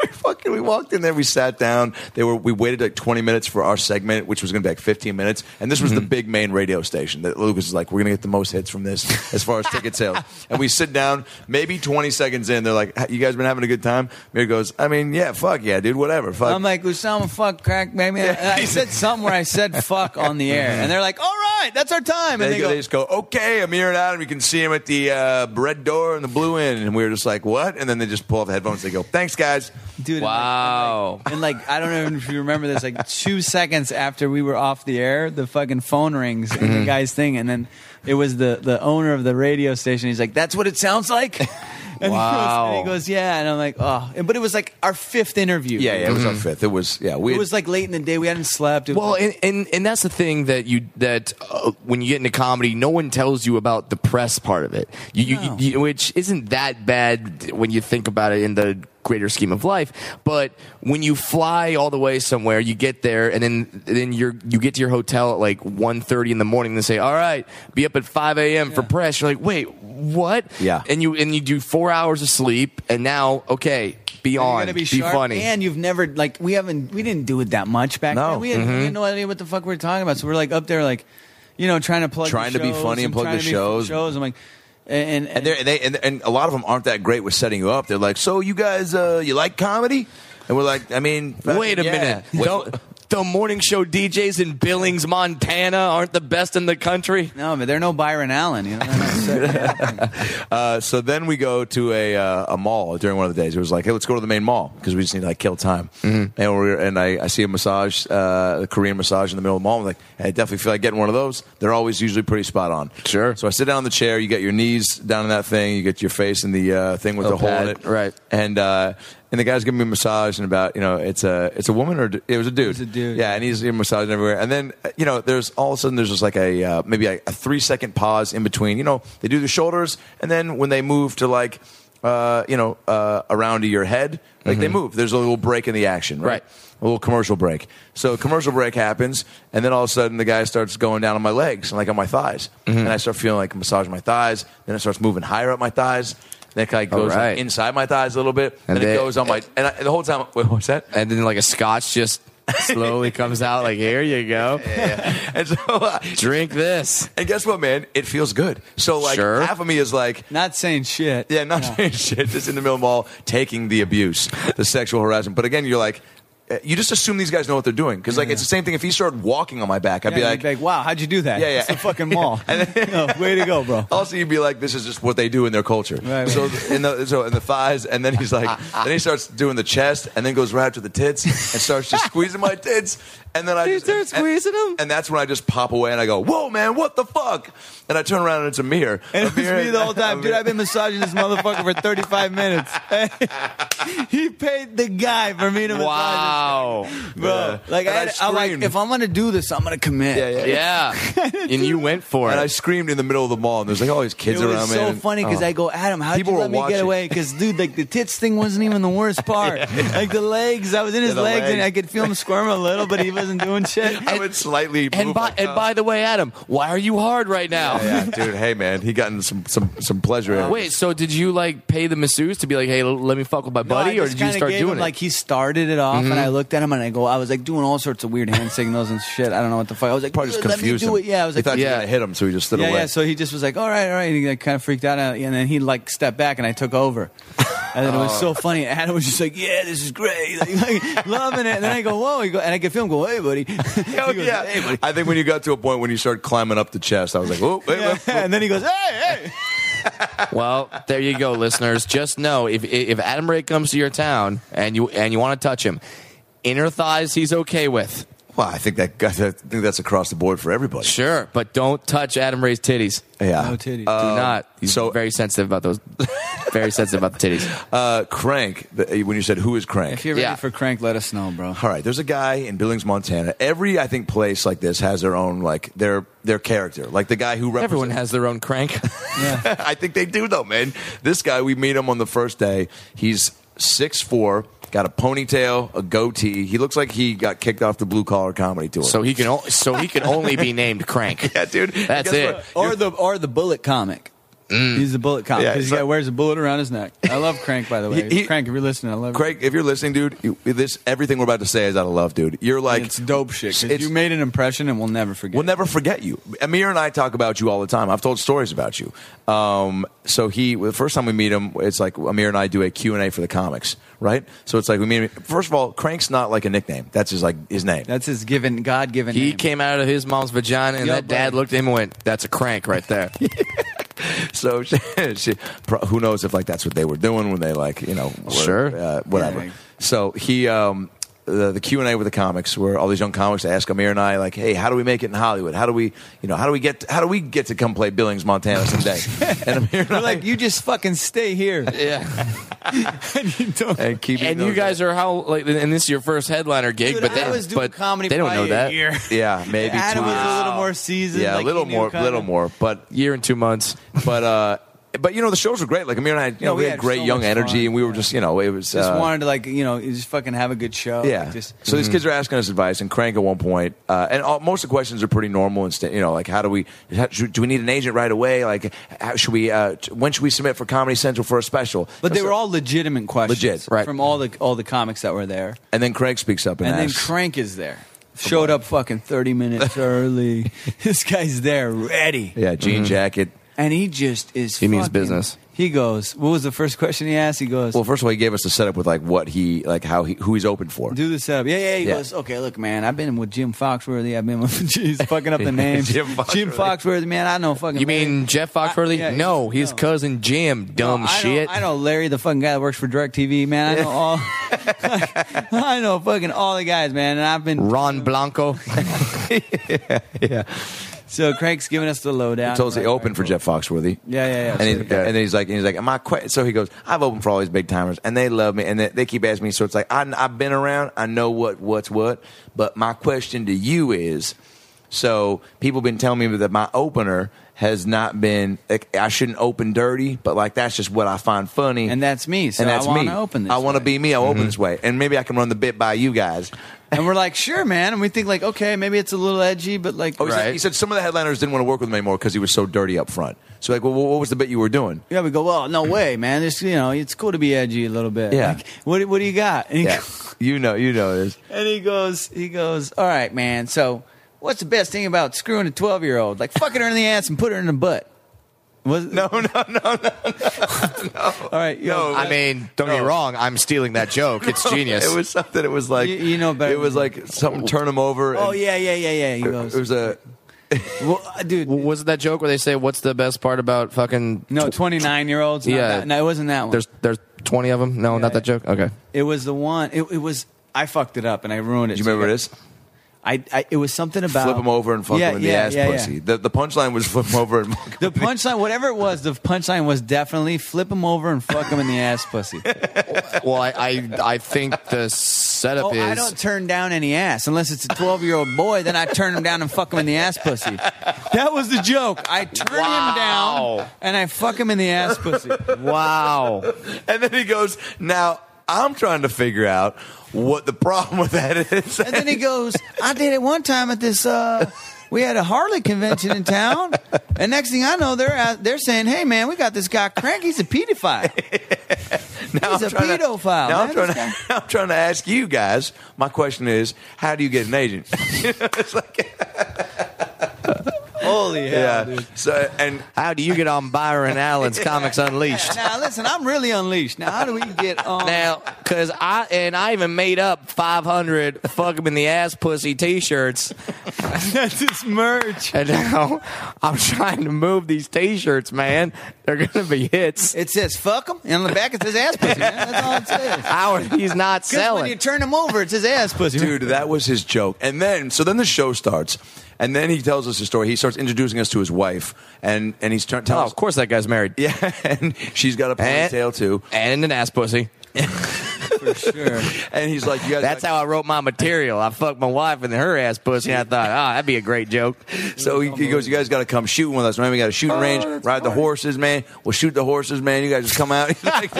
[SPEAKER 1] fucking. We walked in there. We sat down. They were. We waited like 20 minutes for our segment, which was going to be like 15 minutes. And this was
[SPEAKER 4] Mm-hmm.
[SPEAKER 1] the big main radio station that Lucas is like, we're going to get the most hits from this as far as ticket sales. and we sit down. Maybe 20 seconds in, they're like, "Ha- "You guys been having a good time?" Amir goes, "I mean, yeah, fuck yeah, dude, whatever, fuck."
[SPEAKER 4] I'm like Usama, fuck crack, baby. And I said something where I said fuck on the air, and they're like, all right, that's our time. And
[SPEAKER 1] they,
[SPEAKER 4] they,
[SPEAKER 1] go, they
[SPEAKER 4] go,
[SPEAKER 1] just go, okay, Amir and Adam, you can see him at the uh, bread door and the blue inn. And we were just like, what? And then they just pull off the headphones. They go, thanks, guys.
[SPEAKER 4] dude. and like-
[SPEAKER 3] Wow.
[SPEAKER 4] Oh. And like, I don't know if you remember this, like two seconds after we were off the air, the fucking phone rings and
[SPEAKER 1] Mm-hmm.
[SPEAKER 4] the guy's thing. And then it was the, the owner of the radio station. He's like, that's what it sounds like. And, he, goes, and
[SPEAKER 3] Wow.
[SPEAKER 4] he goes, yeah. And I'm like, oh. And- But it was like our fifth interview.
[SPEAKER 1] Yeah, yeah, it was our fifth. Mm-hmm. It was, yeah, we
[SPEAKER 4] It
[SPEAKER 1] had-
[SPEAKER 4] was like late in the day. We hadn't slept. It was
[SPEAKER 3] Well,
[SPEAKER 4] like-
[SPEAKER 3] and, and and that's the thing that you that uh, when you get into comedy, no one tells you about the press part of it, you,
[SPEAKER 4] No.
[SPEAKER 3] you, you, which isn't that bad when you think about it in the greater scheme of life. But when you fly all the way somewhere, you get there, and then then you're you get to your hotel at like 1.30 in the morning, and they say, "All right, be up at five a.m. for press." You're like, "Wait, what?"
[SPEAKER 1] Yeah.
[SPEAKER 3] and you and you do four hours of sleep, and now okay, be
[SPEAKER 4] You're
[SPEAKER 3] on,
[SPEAKER 4] gonna
[SPEAKER 3] be,
[SPEAKER 4] sharp,
[SPEAKER 3] funny.
[SPEAKER 4] And you've never like we haven't we didn't do it that much back
[SPEAKER 1] No. Mm-hmm.
[SPEAKER 4] then. We had, we had no idea what the fuck we were talking about. So we're like up there like, you know, trying to plug the
[SPEAKER 1] Trying to be
[SPEAKER 4] shows
[SPEAKER 1] funny and plug
[SPEAKER 4] trying
[SPEAKER 1] the
[SPEAKER 4] to be
[SPEAKER 1] shows.
[SPEAKER 4] Shows. I'm like, and
[SPEAKER 1] and, they're- and they and, and a lot of them aren't that great with setting you up. They're like, so you guys, uh, you like comedy? And we're like, I mean,
[SPEAKER 3] Wait a
[SPEAKER 1] yeah.
[SPEAKER 3] minute.
[SPEAKER 1] Wait-
[SPEAKER 3] Don't, the morning show DJs in Billings, Montana aren't the best in the country.
[SPEAKER 4] no, but they're no Byron Allen. You know, They're not setting it up.
[SPEAKER 1] Uh, so then we go to a uh, a mall during one of the days. It was like, hey, let's go to the main mall because we just need to like kill time. And we are and I, I see a massage, uh, a Korean massage in the middle of the mall. I'm like, I definitely feel like getting one of those. They're always usually pretty spot on.
[SPEAKER 3] Sure.
[SPEAKER 1] So I sit down on the chair. You get your knees down in that thing. You get your face in the uh, thing with
[SPEAKER 3] Oh,
[SPEAKER 1] the hole in
[SPEAKER 3] pad,
[SPEAKER 1] it.
[SPEAKER 3] right.
[SPEAKER 1] And uh, and the guy's giving me a massage and about you know it's a it's a woman or d- it was a dude. It
[SPEAKER 4] was a dude.
[SPEAKER 1] Yeah, and he's massaging everywhere. And then uh, you know, there's all of a sudden there's just like a uh, maybe a, a three second pause in between. You know, they do the shoulders, and then when they move to like uh, you know uh, around to your head, like they move. There's a little break in the action, right?
[SPEAKER 3] Mm-hmm. Right.
[SPEAKER 1] A little commercial break. So commercial break happens, and then all of a sudden the guy starts going down on my legs and like on my thighs,
[SPEAKER 3] Mm-hmm.
[SPEAKER 1] and I start feeling like massage my thighs. Then it starts moving higher up my thighs. Then it kind of
[SPEAKER 3] All
[SPEAKER 1] goes like,
[SPEAKER 3] right.
[SPEAKER 1] inside my thighs a little bit, and,
[SPEAKER 3] And
[SPEAKER 1] it
[SPEAKER 3] they-
[SPEAKER 1] goes on my and, I, the whole time. Wait, what's that?
[SPEAKER 3] And then like a scotch just slowly comes out like, here you go.
[SPEAKER 1] And so uh,
[SPEAKER 3] Drink this.
[SPEAKER 1] And guess what, man? It feels good. So like
[SPEAKER 3] Sure.
[SPEAKER 1] half of me is like,
[SPEAKER 4] not saying shit.
[SPEAKER 1] yeah, not saying shit, just in the middle of the mall taking the abuse, the sexual harassment. But again, you're like, eh, you just assume these guys know what they're doing because like it's the same thing. If he started walking on my back, I'd
[SPEAKER 4] Yeah,
[SPEAKER 1] be
[SPEAKER 4] you'd
[SPEAKER 1] like.
[SPEAKER 4] wow, how'd you do that?
[SPEAKER 1] Yeah, yeah.
[SPEAKER 4] It's the fucking mall. No, way to go, bro.
[SPEAKER 1] also, you'd be like, "This is just what they do in their culture."
[SPEAKER 4] Right, right.
[SPEAKER 1] So, in the so in the thighs, and then he's like, then he starts doing the chest, and then goes right up to the tits and starts just squeezing my tits, and then I
[SPEAKER 3] He
[SPEAKER 1] just
[SPEAKER 3] starts
[SPEAKER 1] and-
[SPEAKER 3] squeezing 'em?
[SPEAKER 1] and that's when I just pop away and I go, "Whoa, man, what the fuck?" And I turn around and it's a mirror,
[SPEAKER 4] And it was me the whole time, dude. I've been massaging this motherfucker for 35 minutes. he paid the guy for me to massage. him.
[SPEAKER 3] Wow.
[SPEAKER 4] bro.
[SPEAKER 1] Yeah.
[SPEAKER 4] Like, I
[SPEAKER 1] And I
[SPEAKER 4] had, I'm like,
[SPEAKER 1] screamed.
[SPEAKER 4] if I'm gonna do this, I'm gonna commit.
[SPEAKER 1] Yeah, yeah.
[SPEAKER 3] Yeah. And you went for
[SPEAKER 1] And I
[SPEAKER 3] it.
[SPEAKER 1] screamed in the middle of the mall, and there's like all these
[SPEAKER 4] It
[SPEAKER 1] kids around,
[SPEAKER 4] was so
[SPEAKER 1] man. Oh.
[SPEAKER 4] funny because I go, Adam, how did
[SPEAKER 1] People
[SPEAKER 4] you
[SPEAKER 1] were
[SPEAKER 4] let me
[SPEAKER 1] watching.
[SPEAKER 4] get away? Because dude, like the tits thing wasn't even the worst part. Like the legs, I was in his
[SPEAKER 1] the
[SPEAKER 4] legs, and
[SPEAKER 1] legs.
[SPEAKER 4] I could feel him squirm a little, but he wasn't doing shit.
[SPEAKER 1] I would slightly
[SPEAKER 3] And
[SPEAKER 1] move
[SPEAKER 3] by,
[SPEAKER 1] like
[SPEAKER 3] and
[SPEAKER 1] that.
[SPEAKER 3] by the way, Adam, why are you hard right now?
[SPEAKER 1] yeah, dude. Hey, man, he gotten some some some pleasure. out of it.
[SPEAKER 3] Wait, so did you like pay the masseuse to be like, hey, l- let me fuck with my buddy,
[SPEAKER 4] no, I
[SPEAKER 3] or
[SPEAKER 4] just
[SPEAKER 3] did you
[SPEAKER 4] kinda
[SPEAKER 3] start
[SPEAKER 4] gave
[SPEAKER 3] doing
[SPEAKER 4] him,
[SPEAKER 3] it?
[SPEAKER 4] Like he started it off, and I
[SPEAKER 1] Mm-hmm.
[SPEAKER 4] looked at him and I go, I was like doing all sorts of weird hand signals and shit. I don't know what the fuck. I was like,
[SPEAKER 1] Probably just
[SPEAKER 4] "Let me
[SPEAKER 1] confused
[SPEAKER 4] do
[SPEAKER 1] him.
[SPEAKER 4] it." Yeah, I was
[SPEAKER 1] he
[SPEAKER 4] like,
[SPEAKER 1] thought you were
[SPEAKER 3] yeah.
[SPEAKER 1] gonna hit him, so he just stood
[SPEAKER 4] yeah,
[SPEAKER 1] away.
[SPEAKER 4] yeah. So he just was like, all right, all right. And he like, kind of freaked out. And then he like stepped back and I took over. And then it was
[SPEAKER 1] Oh.
[SPEAKER 4] so funny. And Adam was just like, yeah, this is great. Like, like, loving it. And then I go, whoa. He go, and I could feel him go, hey, buddy. He
[SPEAKER 1] Oh,
[SPEAKER 4] goes,
[SPEAKER 1] yeah.
[SPEAKER 4] "Hey, buddy."
[SPEAKER 1] I think when you got to a point when you started climbing up the chest, I was like, oh, wait,
[SPEAKER 4] Yeah.
[SPEAKER 1] wait,
[SPEAKER 4] And then he goes, hey, hey.
[SPEAKER 3] Well, there you go, listeners. Just know if if Adam Ray comes to your town and you and you want to touch him, inner thighs he's okay with.
[SPEAKER 1] Well, I think that I think that's across the board for everybody.
[SPEAKER 3] Sure, but don't touch Adam Ray's titties.
[SPEAKER 1] Yeah. Uh,
[SPEAKER 4] No titties.
[SPEAKER 3] Do not. He's
[SPEAKER 1] so-
[SPEAKER 3] very sensitive about those. very sensitive about the titties.
[SPEAKER 1] Uh, crank. the- When you said who is
[SPEAKER 4] If
[SPEAKER 1] crank?
[SPEAKER 4] you're ready
[SPEAKER 3] Yeah.
[SPEAKER 4] for crank, let us know, bro.
[SPEAKER 1] All right. There's a guy in Billings, Montana. Every I think place like this has their own like their their character. Like the guy who represents.
[SPEAKER 3] Everyone has their own crank.
[SPEAKER 1] I think they do though, man. This guy, we meet him on the first day. He's six four, got a ponytail, a goatee. He looks like he got kicked off the blue collar comedy tour.
[SPEAKER 3] so he can o- so he can only be named crank.
[SPEAKER 1] yeah, dude.
[SPEAKER 3] That's
[SPEAKER 1] Guess
[SPEAKER 3] it.
[SPEAKER 1] what?
[SPEAKER 4] Or the or the bullet comic. He's the bullet comic
[SPEAKER 1] Mm. Yeah,
[SPEAKER 4] because
[SPEAKER 1] it's
[SPEAKER 4] he
[SPEAKER 1] like-
[SPEAKER 4] got- wears a bullet around his neck. I love Crank, by the way.
[SPEAKER 1] He- he-
[SPEAKER 4] crank, if you're listening, I love
[SPEAKER 1] Craig, if you're listening, dude, you, this everything we're about to say is out of love, dude. You're
[SPEAKER 4] you.
[SPEAKER 1] like
[SPEAKER 4] it's dope shit. 'cause
[SPEAKER 1] it's-
[SPEAKER 4] you made an impression, and we'll never forget.
[SPEAKER 1] We'll never forget you. Amir and I talk about you all the time. I've told stories about you. Um, so he, the first time we meet him, it's like Amir and I do a Q and A for the comics, right? So it's like we meet him. First of all, Crank's not like a nickname. That's his like his name.
[SPEAKER 4] That's his given, God given.
[SPEAKER 3] He came out of his mom's vagina, and
[SPEAKER 4] Yeah,
[SPEAKER 3] that dad
[SPEAKER 4] buddy.
[SPEAKER 3] looked at him and went, "That's a crank right there."
[SPEAKER 1] So she, she, pro- who knows if like that's what they were doing when they like you know were,
[SPEAKER 3] Sure.
[SPEAKER 1] uh, whatever.
[SPEAKER 4] Yeah.
[SPEAKER 1] So he um, the the Q and A with the comics where all these young comics ask Amir and I like, hey, how do we make it in Hollywood? How do we you know how do we get how do we get to come play Billings, Montana someday? and Amir and I
[SPEAKER 4] We're like, you just fucking stay here.
[SPEAKER 3] yeah.
[SPEAKER 4] and you don't.
[SPEAKER 1] and keep
[SPEAKER 3] And you guys are how like, and this is your first headliner gig,
[SPEAKER 4] Dude,
[SPEAKER 3] but
[SPEAKER 4] I
[SPEAKER 3] they,
[SPEAKER 4] was doing
[SPEAKER 3] but
[SPEAKER 4] comedy
[SPEAKER 3] they don't
[SPEAKER 4] probably
[SPEAKER 3] know
[SPEAKER 4] a
[SPEAKER 3] that.
[SPEAKER 4] Year.
[SPEAKER 1] yeah maybe
[SPEAKER 4] Adam
[SPEAKER 1] two
[SPEAKER 4] was
[SPEAKER 1] years.
[SPEAKER 4] a little more seasoned.
[SPEAKER 1] yeah
[SPEAKER 4] like,
[SPEAKER 1] a little
[SPEAKER 4] he knew
[SPEAKER 1] more
[SPEAKER 4] kinda-
[SPEAKER 1] little more but
[SPEAKER 3] Year and two months.
[SPEAKER 1] but uh but you know the shows were great like Amir and I you know
[SPEAKER 4] we
[SPEAKER 1] we had,
[SPEAKER 4] had
[SPEAKER 1] great
[SPEAKER 4] so
[SPEAKER 1] young
[SPEAKER 4] much
[SPEAKER 1] energy
[SPEAKER 4] fun.
[SPEAKER 1] and we were just you know it was
[SPEAKER 4] Just
[SPEAKER 1] uh,
[SPEAKER 4] wanted to like you know you just fucking have a good show.
[SPEAKER 1] Yeah.
[SPEAKER 4] Like, just Mhm.
[SPEAKER 1] so these kids are asking us advice, and Crank at one point, uh, and all, most of the questions are pretty normal. And sta- you know, like how do we how, should, do we need an agent right away? Like how should we uh, t- when should we submit for Comedy Central for a special?
[SPEAKER 4] But they
[SPEAKER 1] So-
[SPEAKER 4] were all legitimate questions,
[SPEAKER 1] Legit, right.
[SPEAKER 4] From all the all the comics that were there,
[SPEAKER 1] and then Crank speaks up and,
[SPEAKER 4] and then
[SPEAKER 1] asks-
[SPEAKER 4] Crank is there. Showed up fucking thirty minutes early. this guy's there, ready,
[SPEAKER 1] yeah, jean jacket.
[SPEAKER 4] and he just is.
[SPEAKER 3] He means
[SPEAKER 4] fucking-
[SPEAKER 3] business.
[SPEAKER 4] He goes. What was the first question he asked? He goes.
[SPEAKER 1] Well, first of all, he gave us the setup with like what he like how he who he's open for.
[SPEAKER 4] do the setup. Yeah, yeah. He
[SPEAKER 1] Yeah.
[SPEAKER 4] goes, okay, look, man, I've been with Jim Foxworthy. I've been with, he's fucking up the name.
[SPEAKER 1] Jim
[SPEAKER 4] Jim Foxworthy, man, I know fucking.
[SPEAKER 3] You mean
[SPEAKER 4] Larry.
[SPEAKER 3] Jeff Foxworthy?
[SPEAKER 4] yeah,
[SPEAKER 3] no,
[SPEAKER 4] he's-
[SPEAKER 3] his
[SPEAKER 4] no.
[SPEAKER 3] cousin Jim. Dumb
[SPEAKER 4] No, I know-
[SPEAKER 3] shit.
[SPEAKER 4] I know Larry, the fucking guy that works for DirecTV, man. I know all. I know fucking all the guys, man. And I've been
[SPEAKER 3] Ron Blanco.
[SPEAKER 4] so Craig's giving us the lowdown.
[SPEAKER 1] He told us he
[SPEAKER 4] Right,
[SPEAKER 1] opened
[SPEAKER 4] right,
[SPEAKER 1] for
[SPEAKER 4] cool.
[SPEAKER 1] Jeff Foxworthy.
[SPEAKER 4] Yeah, yeah, yeah.
[SPEAKER 1] And, he's,
[SPEAKER 4] Sure.
[SPEAKER 1] and then he's like, and he's like, my que-? so he goes, I've opened for all these big timers, and they love me, and they, they keep asking me. So it's like, I, I've been around, I know what what's what, but my question to you is, so people been telling me that my opener has not been, like, I shouldn't open dirty, but like that's just what I find funny,
[SPEAKER 4] And that's me, so
[SPEAKER 1] and that's
[SPEAKER 4] I wanna
[SPEAKER 1] me.
[SPEAKER 4] open this
[SPEAKER 1] I want to
[SPEAKER 4] way.
[SPEAKER 1] be me. I will open this way, and maybe I can run the bit by you guys.
[SPEAKER 4] And we're like, sure, man. And we think like, okay, maybe it's a little edgy, but like,
[SPEAKER 1] Oh, he, said,
[SPEAKER 3] Right.
[SPEAKER 1] he said some of the headliners didn't want to work with him anymore because he was so dirty up front. So like, well, what was the bit you were doing?
[SPEAKER 4] yeah, we go, well, no way, man. It's you know, it's cool to be edgy a little bit.
[SPEAKER 1] Yeah.
[SPEAKER 4] Like, what what do you got? And he,
[SPEAKER 1] Yeah, you know, you know this.
[SPEAKER 4] and he goes, he goes, all right, man. So, what's the best thing about screwing a twelve year old? Like fucking her in the ass and put her in the butt. Was no, no, no, no, no. All right, yo,
[SPEAKER 3] I mean, don't get me wrong. I'm stealing that joke. It's genius.
[SPEAKER 1] It was something. It was like
[SPEAKER 4] You- you know better
[SPEAKER 1] It was
[SPEAKER 4] than-
[SPEAKER 1] like something. Turn him over.
[SPEAKER 4] Oh
[SPEAKER 1] and
[SPEAKER 4] yeah, yeah, yeah, yeah. He
[SPEAKER 1] It
[SPEAKER 4] goes,
[SPEAKER 1] was a
[SPEAKER 4] well, dude.
[SPEAKER 3] W- was it that joke where they say, "What's the best part about fucking"?
[SPEAKER 4] no, twenty nine year olds.
[SPEAKER 3] Yeah.
[SPEAKER 4] Yeah, that, no, it wasn't that one.
[SPEAKER 3] There's there's 20 of them. No, not that joke. Okay.
[SPEAKER 4] It was the one. It, it was. I fucked it up and I ruined it.
[SPEAKER 1] Do you remember
[SPEAKER 4] So,
[SPEAKER 1] this?
[SPEAKER 4] I, I. It was something about
[SPEAKER 1] Flip him over and fuck
[SPEAKER 4] Yeah,
[SPEAKER 1] him in the
[SPEAKER 4] yeah,
[SPEAKER 1] ass,
[SPEAKER 4] yeah, yeah.
[SPEAKER 1] pussy. The, the punchline was flip him over and fuck him.
[SPEAKER 4] The punchline, whatever it was, the punchline was definitely flip him over and fuck him in the ass, pussy.
[SPEAKER 3] Well, I I, I think the setup
[SPEAKER 4] Oh,
[SPEAKER 3] is
[SPEAKER 4] I don't turn down any ass unless it's a twelve-year-old boy. Then I turn him down and fuck him in the ass, pussy. That was the joke. I turn
[SPEAKER 3] Wow.
[SPEAKER 4] him down and I fuck him in the ass, pussy.
[SPEAKER 3] wow.
[SPEAKER 1] and then he goes. Now I'm trying to figure out what the problem with that is.
[SPEAKER 4] And then he goes, I did it one time at this. Uh, we had a Harley convention in town, and next thing I know, they're out, they're saying, "Hey, man, we got this guy Crank. He's a pedophile."
[SPEAKER 1] now
[SPEAKER 4] He's
[SPEAKER 1] I'm
[SPEAKER 4] a
[SPEAKER 1] trying to-
[SPEAKER 4] pedophile,
[SPEAKER 1] Now I'm
[SPEAKER 4] man.
[SPEAKER 1] trying,
[SPEAKER 4] This
[SPEAKER 1] to, now I'm trying to ask you guys. My question is, how do you get an agent? It's like-
[SPEAKER 4] Holy
[SPEAKER 1] yeah.
[SPEAKER 4] hell, dude.
[SPEAKER 1] So and
[SPEAKER 3] How do you get on Byron Allen's Comics Unleashed?
[SPEAKER 4] Now listen, I'm really unleashed. Now how do we get on?
[SPEAKER 3] Now, cause I and I even made up 500 fuck him in the ass pussy T-shirts,
[SPEAKER 4] That's his merch.
[SPEAKER 3] and now I'm trying to move these T-shirts, man. They're gonna be hits.
[SPEAKER 4] It says fuck him, and on the back it says ass pussy. Man. That's all it says.
[SPEAKER 3] How are these not
[SPEAKER 4] Because when
[SPEAKER 3] selling?
[SPEAKER 4] you turn him over, it says ass pussy.
[SPEAKER 1] dude, that was his joke. And then so then the show starts, and then he tells us his story. He starts introducing us to his wife, and and he's turn
[SPEAKER 3] oh,
[SPEAKER 1] telling
[SPEAKER 3] of course that guy's married.
[SPEAKER 1] us, yeah, and she's got a
[SPEAKER 3] And-
[SPEAKER 4] Eh?
[SPEAKER 1] ponytail too.
[SPEAKER 3] and an ass pussy.
[SPEAKER 4] for sure.
[SPEAKER 1] And he's like, you guys.
[SPEAKER 3] That's how I wrote my material. I fucked my wife and her ass pussy. And I thought, ah, that'd be a great joke.
[SPEAKER 1] So he, he goes, you guys got to come shooting with us, man. We got to shooting range, ride the horses, man. We'll shoot the horses, man. You guys just come out. He's like,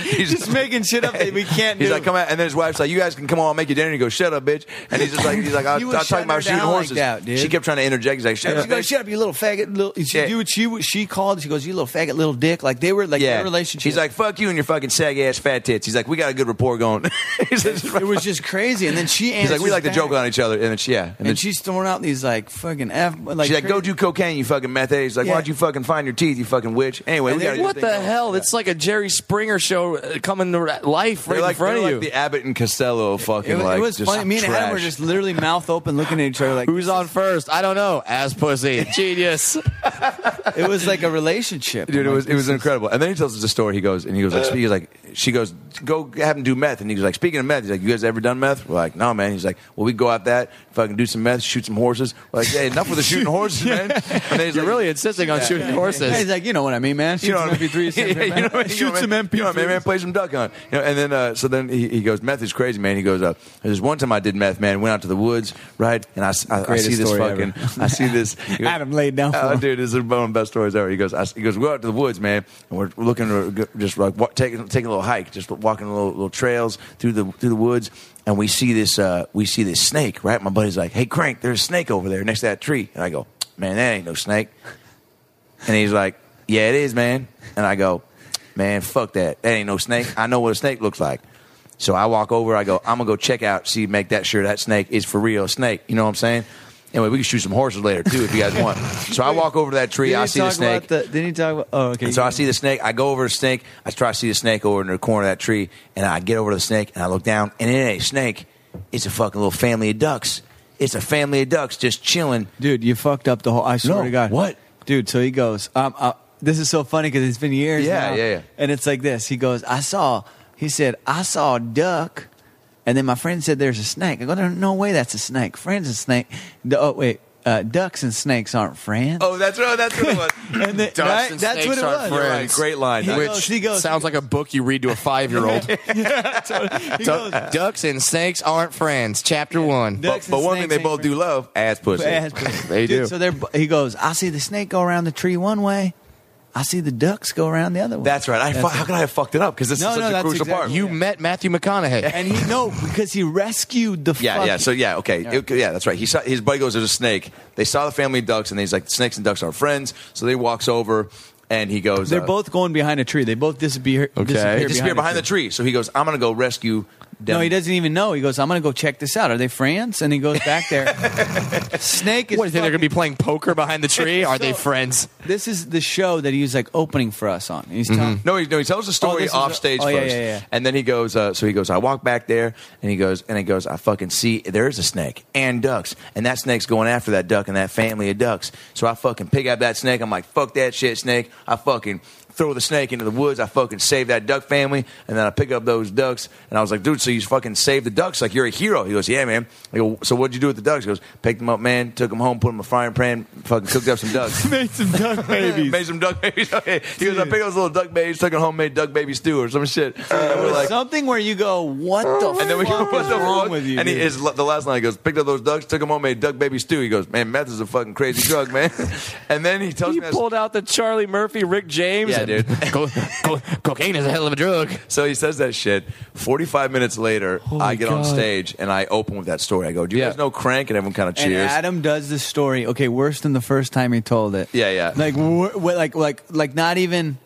[SPEAKER 1] he's
[SPEAKER 4] Just making shit up that we can't
[SPEAKER 1] He's
[SPEAKER 4] do.
[SPEAKER 1] like, come out, and then his wife's like, "You guys can come on, I'll make you dinner." And he goes, "Shut up, bitch!" And he's just like, "He's like, I,
[SPEAKER 4] You
[SPEAKER 1] I'm
[SPEAKER 4] were
[SPEAKER 1] talking
[SPEAKER 4] shutting her
[SPEAKER 1] about shooting
[SPEAKER 4] down like
[SPEAKER 1] horses."
[SPEAKER 4] that, dude.
[SPEAKER 1] she kept trying to interject. He's like, "Shut
[SPEAKER 4] And
[SPEAKER 1] up,
[SPEAKER 4] she goes,
[SPEAKER 1] bitch!"
[SPEAKER 4] "Shut up, you little faggot!" Little, she,
[SPEAKER 1] Yeah.
[SPEAKER 4] dude, she she called. She goes, "You little faggot, little dick!" Like they were like
[SPEAKER 1] Yeah,
[SPEAKER 4] their relationship.
[SPEAKER 1] She's like, "Fuck you and your fucking sag ass fat tits." He's like, "We got a good rapport going." he's like,
[SPEAKER 4] it was just crazy. And then she
[SPEAKER 1] he's
[SPEAKER 4] answers
[SPEAKER 1] like, "We like to
[SPEAKER 4] back.
[SPEAKER 1] joke on each other," and then she, yeah, and,
[SPEAKER 4] And,
[SPEAKER 1] then she,
[SPEAKER 4] she's throwing out these like fucking f. Like,
[SPEAKER 1] she's like, "Go
[SPEAKER 4] crazy-
[SPEAKER 1] do cocaine, you fucking meth head." He's like,
[SPEAKER 4] Yeah.
[SPEAKER 1] "Why don't you fucking find your teeth, you fucking witch?" Anyway, we gotta do
[SPEAKER 3] What
[SPEAKER 1] things
[SPEAKER 3] the
[SPEAKER 1] else.
[SPEAKER 3] hell? It's like a Jerry Springer show uh, coming to ra- life right
[SPEAKER 1] They're like,
[SPEAKER 3] in front
[SPEAKER 1] they're
[SPEAKER 3] of
[SPEAKER 1] like
[SPEAKER 3] you.
[SPEAKER 1] the Abbott and Costello of fucking
[SPEAKER 4] It was,
[SPEAKER 1] like
[SPEAKER 4] it was
[SPEAKER 1] just
[SPEAKER 4] funny. Me and Adam were
[SPEAKER 1] trash.
[SPEAKER 4] just literally mouth open, looking at each other. Like
[SPEAKER 3] Who's on first? I don't know. Ass pussy. Genius.
[SPEAKER 4] it was like a relationship.
[SPEAKER 1] Dude, it
[SPEAKER 4] I'm
[SPEAKER 1] was
[SPEAKER 4] like,
[SPEAKER 1] it was incredible. And then he tells us a story. He goes and he goes like, speak- he's like, she goes, go have him do meth. And he goes like, speaking of meth, he's like, you guys ever done meth? We're like, no, man. He's like, well, we go out that fucking do some meth, shoot some horses. We're like, hey, enough with the shooting horses, man. And then he's
[SPEAKER 3] You're
[SPEAKER 1] like,
[SPEAKER 3] really insisting on shooting
[SPEAKER 4] Yeah,
[SPEAKER 3] horses.
[SPEAKER 4] he's like, you know what I mean, man. Shoot some
[SPEAKER 1] what I mean?
[SPEAKER 4] MP3s.
[SPEAKER 1] Yeah, you know what I mean? You know
[SPEAKER 4] Shoot
[SPEAKER 1] what I
[SPEAKER 4] some
[SPEAKER 1] mean?
[SPEAKER 4] MP3s.
[SPEAKER 1] You know what I mean, man? Play some duck hunt. You know, and then uh, so then he, he goes, meth is crazy, man. He goes, uh, there's one time I did meth, man. Went out to the woods, right? And I, s- I- I
[SPEAKER 4] Greatest
[SPEAKER 1] see this
[SPEAKER 4] story
[SPEAKER 1] fucking, I see this. he goes-
[SPEAKER 4] Adam laid down for
[SPEAKER 1] Oh,
[SPEAKER 4] him.
[SPEAKER 1] dude, this is one of the best stories ever. He goes, I, he goes, we go out to the woods, man, and we're looking to go- just like wa- taking taking a little hike, just walking little little trails through the through the woods, and we see this uh, we see this snake, right? My buddy's like, hey, crank, there's a snake over there next to that tree, and I go, man, that ain't no snake. And he's like, Yeah, it is, man. And I go, Man, fuck that. That ain't no snake. I know what a snake looks like. So I walk over, I go, I'm gonna go check out, see, make that sure that snake is for real a snake. You know what I'm saying? Anyway, we can shoot some horses later too if you guys want. So I walk over to that tree,
[SPEAKER 4] Didn't
[SPEAKER 1] I
[SPEAKER 4] he
[SPEAKER 1] see the
[SPEAKER 4] talk
[SPEAKER 1] snake.
[SPEAKER 4] about The, didn't he talk about? Oh, okay.
[SPEAKER 1] And so I see the snake. I go over to the snake. I try to see the snake over in the corner of that tree. And I get over to the snake and I look down. And it ain't a snake. It's a fucking little family of ducks. It's a family of ducks just chilling.
[SPEAKER 4] Dude, you fucked up the whole. I swear
[SPEAKER 1] No,
[SPEAKER 4] to God.
[SPEAKER 1] what?
[SPEAKER 4] Dude, so he goes, um, uh, this is so funny because it's been years.
[SPEAKER 1] Yeah,
[SPEAKER 4] now.
[SPEAKER 1] yeah, yeah.
[SPEAKER 4] And it's like this. He goes, I saw, he said, I saw a duck. And then my friend said, there's a snake. I go, there's no way that's a snake. Friend's a snake. D- oh, wait. Uh, ducks and snakes aren't friends.
[SPEAKER 1] Oh, that's right. That's what it was.
[SPEAKER 4] and then,
[SPEAKER 3] Ducks
[SPEAKER 4] right?
[SPEAKER 3] and
[SPEAKER 4] That's what
[SPEAKER 3] snakes
[SPEAKER 4] it
[SPEAKER 3] aren't
[SPEAKER 4] was.
[SPEAKER 1] You're
[SPEAKER 3] friends.
[SPEAKER 1] right. Great line.
[SPEAKER 4] He
[SPEAKER 1] That's-
[SPEAKER 4] goes,
[SPEAKER 3] Which
[SPEAKER 4] he goes,
[SPEAKER 3] sounds like a book you read to a five year old.
[SPEAKER 4] He goes,
[SPEAKER 3] Ducks and snakes aren't friends. Chapter one.
[SPEAKER 4] Ducks
[SPEAKER 1] but, but
[SPEAKER 4] and
[SPEAKER 1] one thing
[SPEAKER 4] snakes
[SPEAKER 1] they
[SPEAKER 4] ain't
[SPEAKER 1] both
[SPEAKER 4] friends.
[SPEAKER 1] do love ass pussy.
[SPEAKER 4] Ass pussy.
[SPEAKER 3] They
[SPEAKER 4] Dude,
[SPEAKER 3] do.
[SPEAKER 4] So they're, he goes, I see the snake go around the tree one way. I see the ducks go around the other way.
[SPEAKER 1] That's right. I fu-
[SPEAKER 4] That's
[SPEAKER 1] how could I have fucked it up? Because this
[SPEAKER 4] No,
[SPEAKER 1] is
[SPEAKER 4] no,
[SPEAKER 1] such a
[SPEAKER 4] that's
[SPEAKER 1] crucial
[SPEAKER 4] exactly-
[SPEAKER 1] part.
[SPEAKER 3] You met Matthew McConaughey.
[SPEAKER 4] And he no, because he rescued the
[SPEAKER 1] yeah,
[SPEAKER 4] fuck-
[SPEAKER 1] yeah. So yeah, okay, It- yeah, that's right. He saw his buddy goes. There's a snake. They saw the family of ducks, and he's like, snakes and ducks are friends. So they walks over, and he goes.
[SPEAKER 4] they're
[SPEAKER 1] uh,
[SPEAKER 4] both going behind a tree. They both disappear. Okay,
[SPEAKER 1] They
[SPEAKER 4] disappear
[SPEAKER 1] disappear behind the tree. So he goes, I'm gonna go rescue. Them.
[SPEAKER 4] No, he doesn't even know. He goes, "I'm gonna go check this out. Are they friends?" And he goes back there. Snake is.
[SPEAKER 3] What do you think? They're going to
[SPEAKER 4] fucking-
[SPEAKER 3] be playing poker behind the tree? Are they
[SPEAKER 4] So-
[SPEAKER 3] friends?
[SPEAKER 4] This is the show that he was like opening for us on. He's
[SPEAKER 3] Mm-hmm.
[SPEAKER 4] telling.
[SPEAKER 1] No, he, no, he tells the
[SPEAKER 4] Oh,
[SPEAKER 1] story
[SPEAKER 4] this is
[SPEAKER 1] off
[SPEAKER 4] a-
[SPEAKER 1] stage
[SPEAKER 4] oh, yeah,
[SPEAKER 1] first,
[SPEAKER 4] yeah, yeah.
[SPEAKER 1] and then he goes. Uh, so he goes. I walk back there, and he goes, and he goes. I fucking see there is a snake and ducks, and that snake's going after that duck and that family of ducks. So I fucking pick up that snake. I'm like, fuck that shit, snake. I fucking throw the snake into the woods. I fucking save that duck family, and then I pick up those ducks. And I was like, dude, so you fucking saved the ducks? Like you're a hero? He goes, yeah, man. I go, so what'd you do with the ducks? He goes, picked them up, man. Took them home, put them in a frying pan, fucking cooked up some ducks.
[SPEAKER 4] Made some duck babies.
[SPEAKER 1] Made some duck babies. Okay. He was like, pick up those little duck babies, took a homemade duck baby stew or some shit. and we're like,
[SPEAKER 4] Something where you go, "What the?"
[SPEAKER 1] and then we go,
[SPEAKER 4] fuck
[SPEAKER 1] what
[SPEAKER 4] is
[SPEAKER 1] the
[SPEAKER 4] wrong
[SPEAKER 1] fuck?
[SPEAKER 4] with you?
[SPEAKER 1] And he
[SPEAKER 4] dude?
[SPEAKER 1] is the last line. He goes, picked up those ducks, took them home, made duck baby stew. He goes, man, meth is a fucking crazy drug, man. and then he tells
[SPEAKER 3] He
[SPEAKER 1] me,
[SPEAKER 3] pulled out the Charlie Murphy, Rick James.
[SPEAKER 1] Yeah,
[SPEAKER 3] and-
[SPEAKER 1] dude.
[SPEAKER 3] Co- co- cocaine is a hell of a drug.
[SPEAKER 1] so he says that shit. Forty-five minutes later, I get on
[SPEAKER 3] God.
[SPEAKER 1] stage and I open with that story. I go, do you
[SPEAKER 3] Yeah.
[SPEAKER 1] guys know Crank? And everyone kind of
[SPEAKER 4] And
[SPEAKER 1] cheers.
[SPEAKER 4] Adam does the story. Okay, worse than the first time he told it.
[SPEAKER 1] Yeah, yeah.
[SPEAKER 4] Like, wor- wh- like, like, like, not even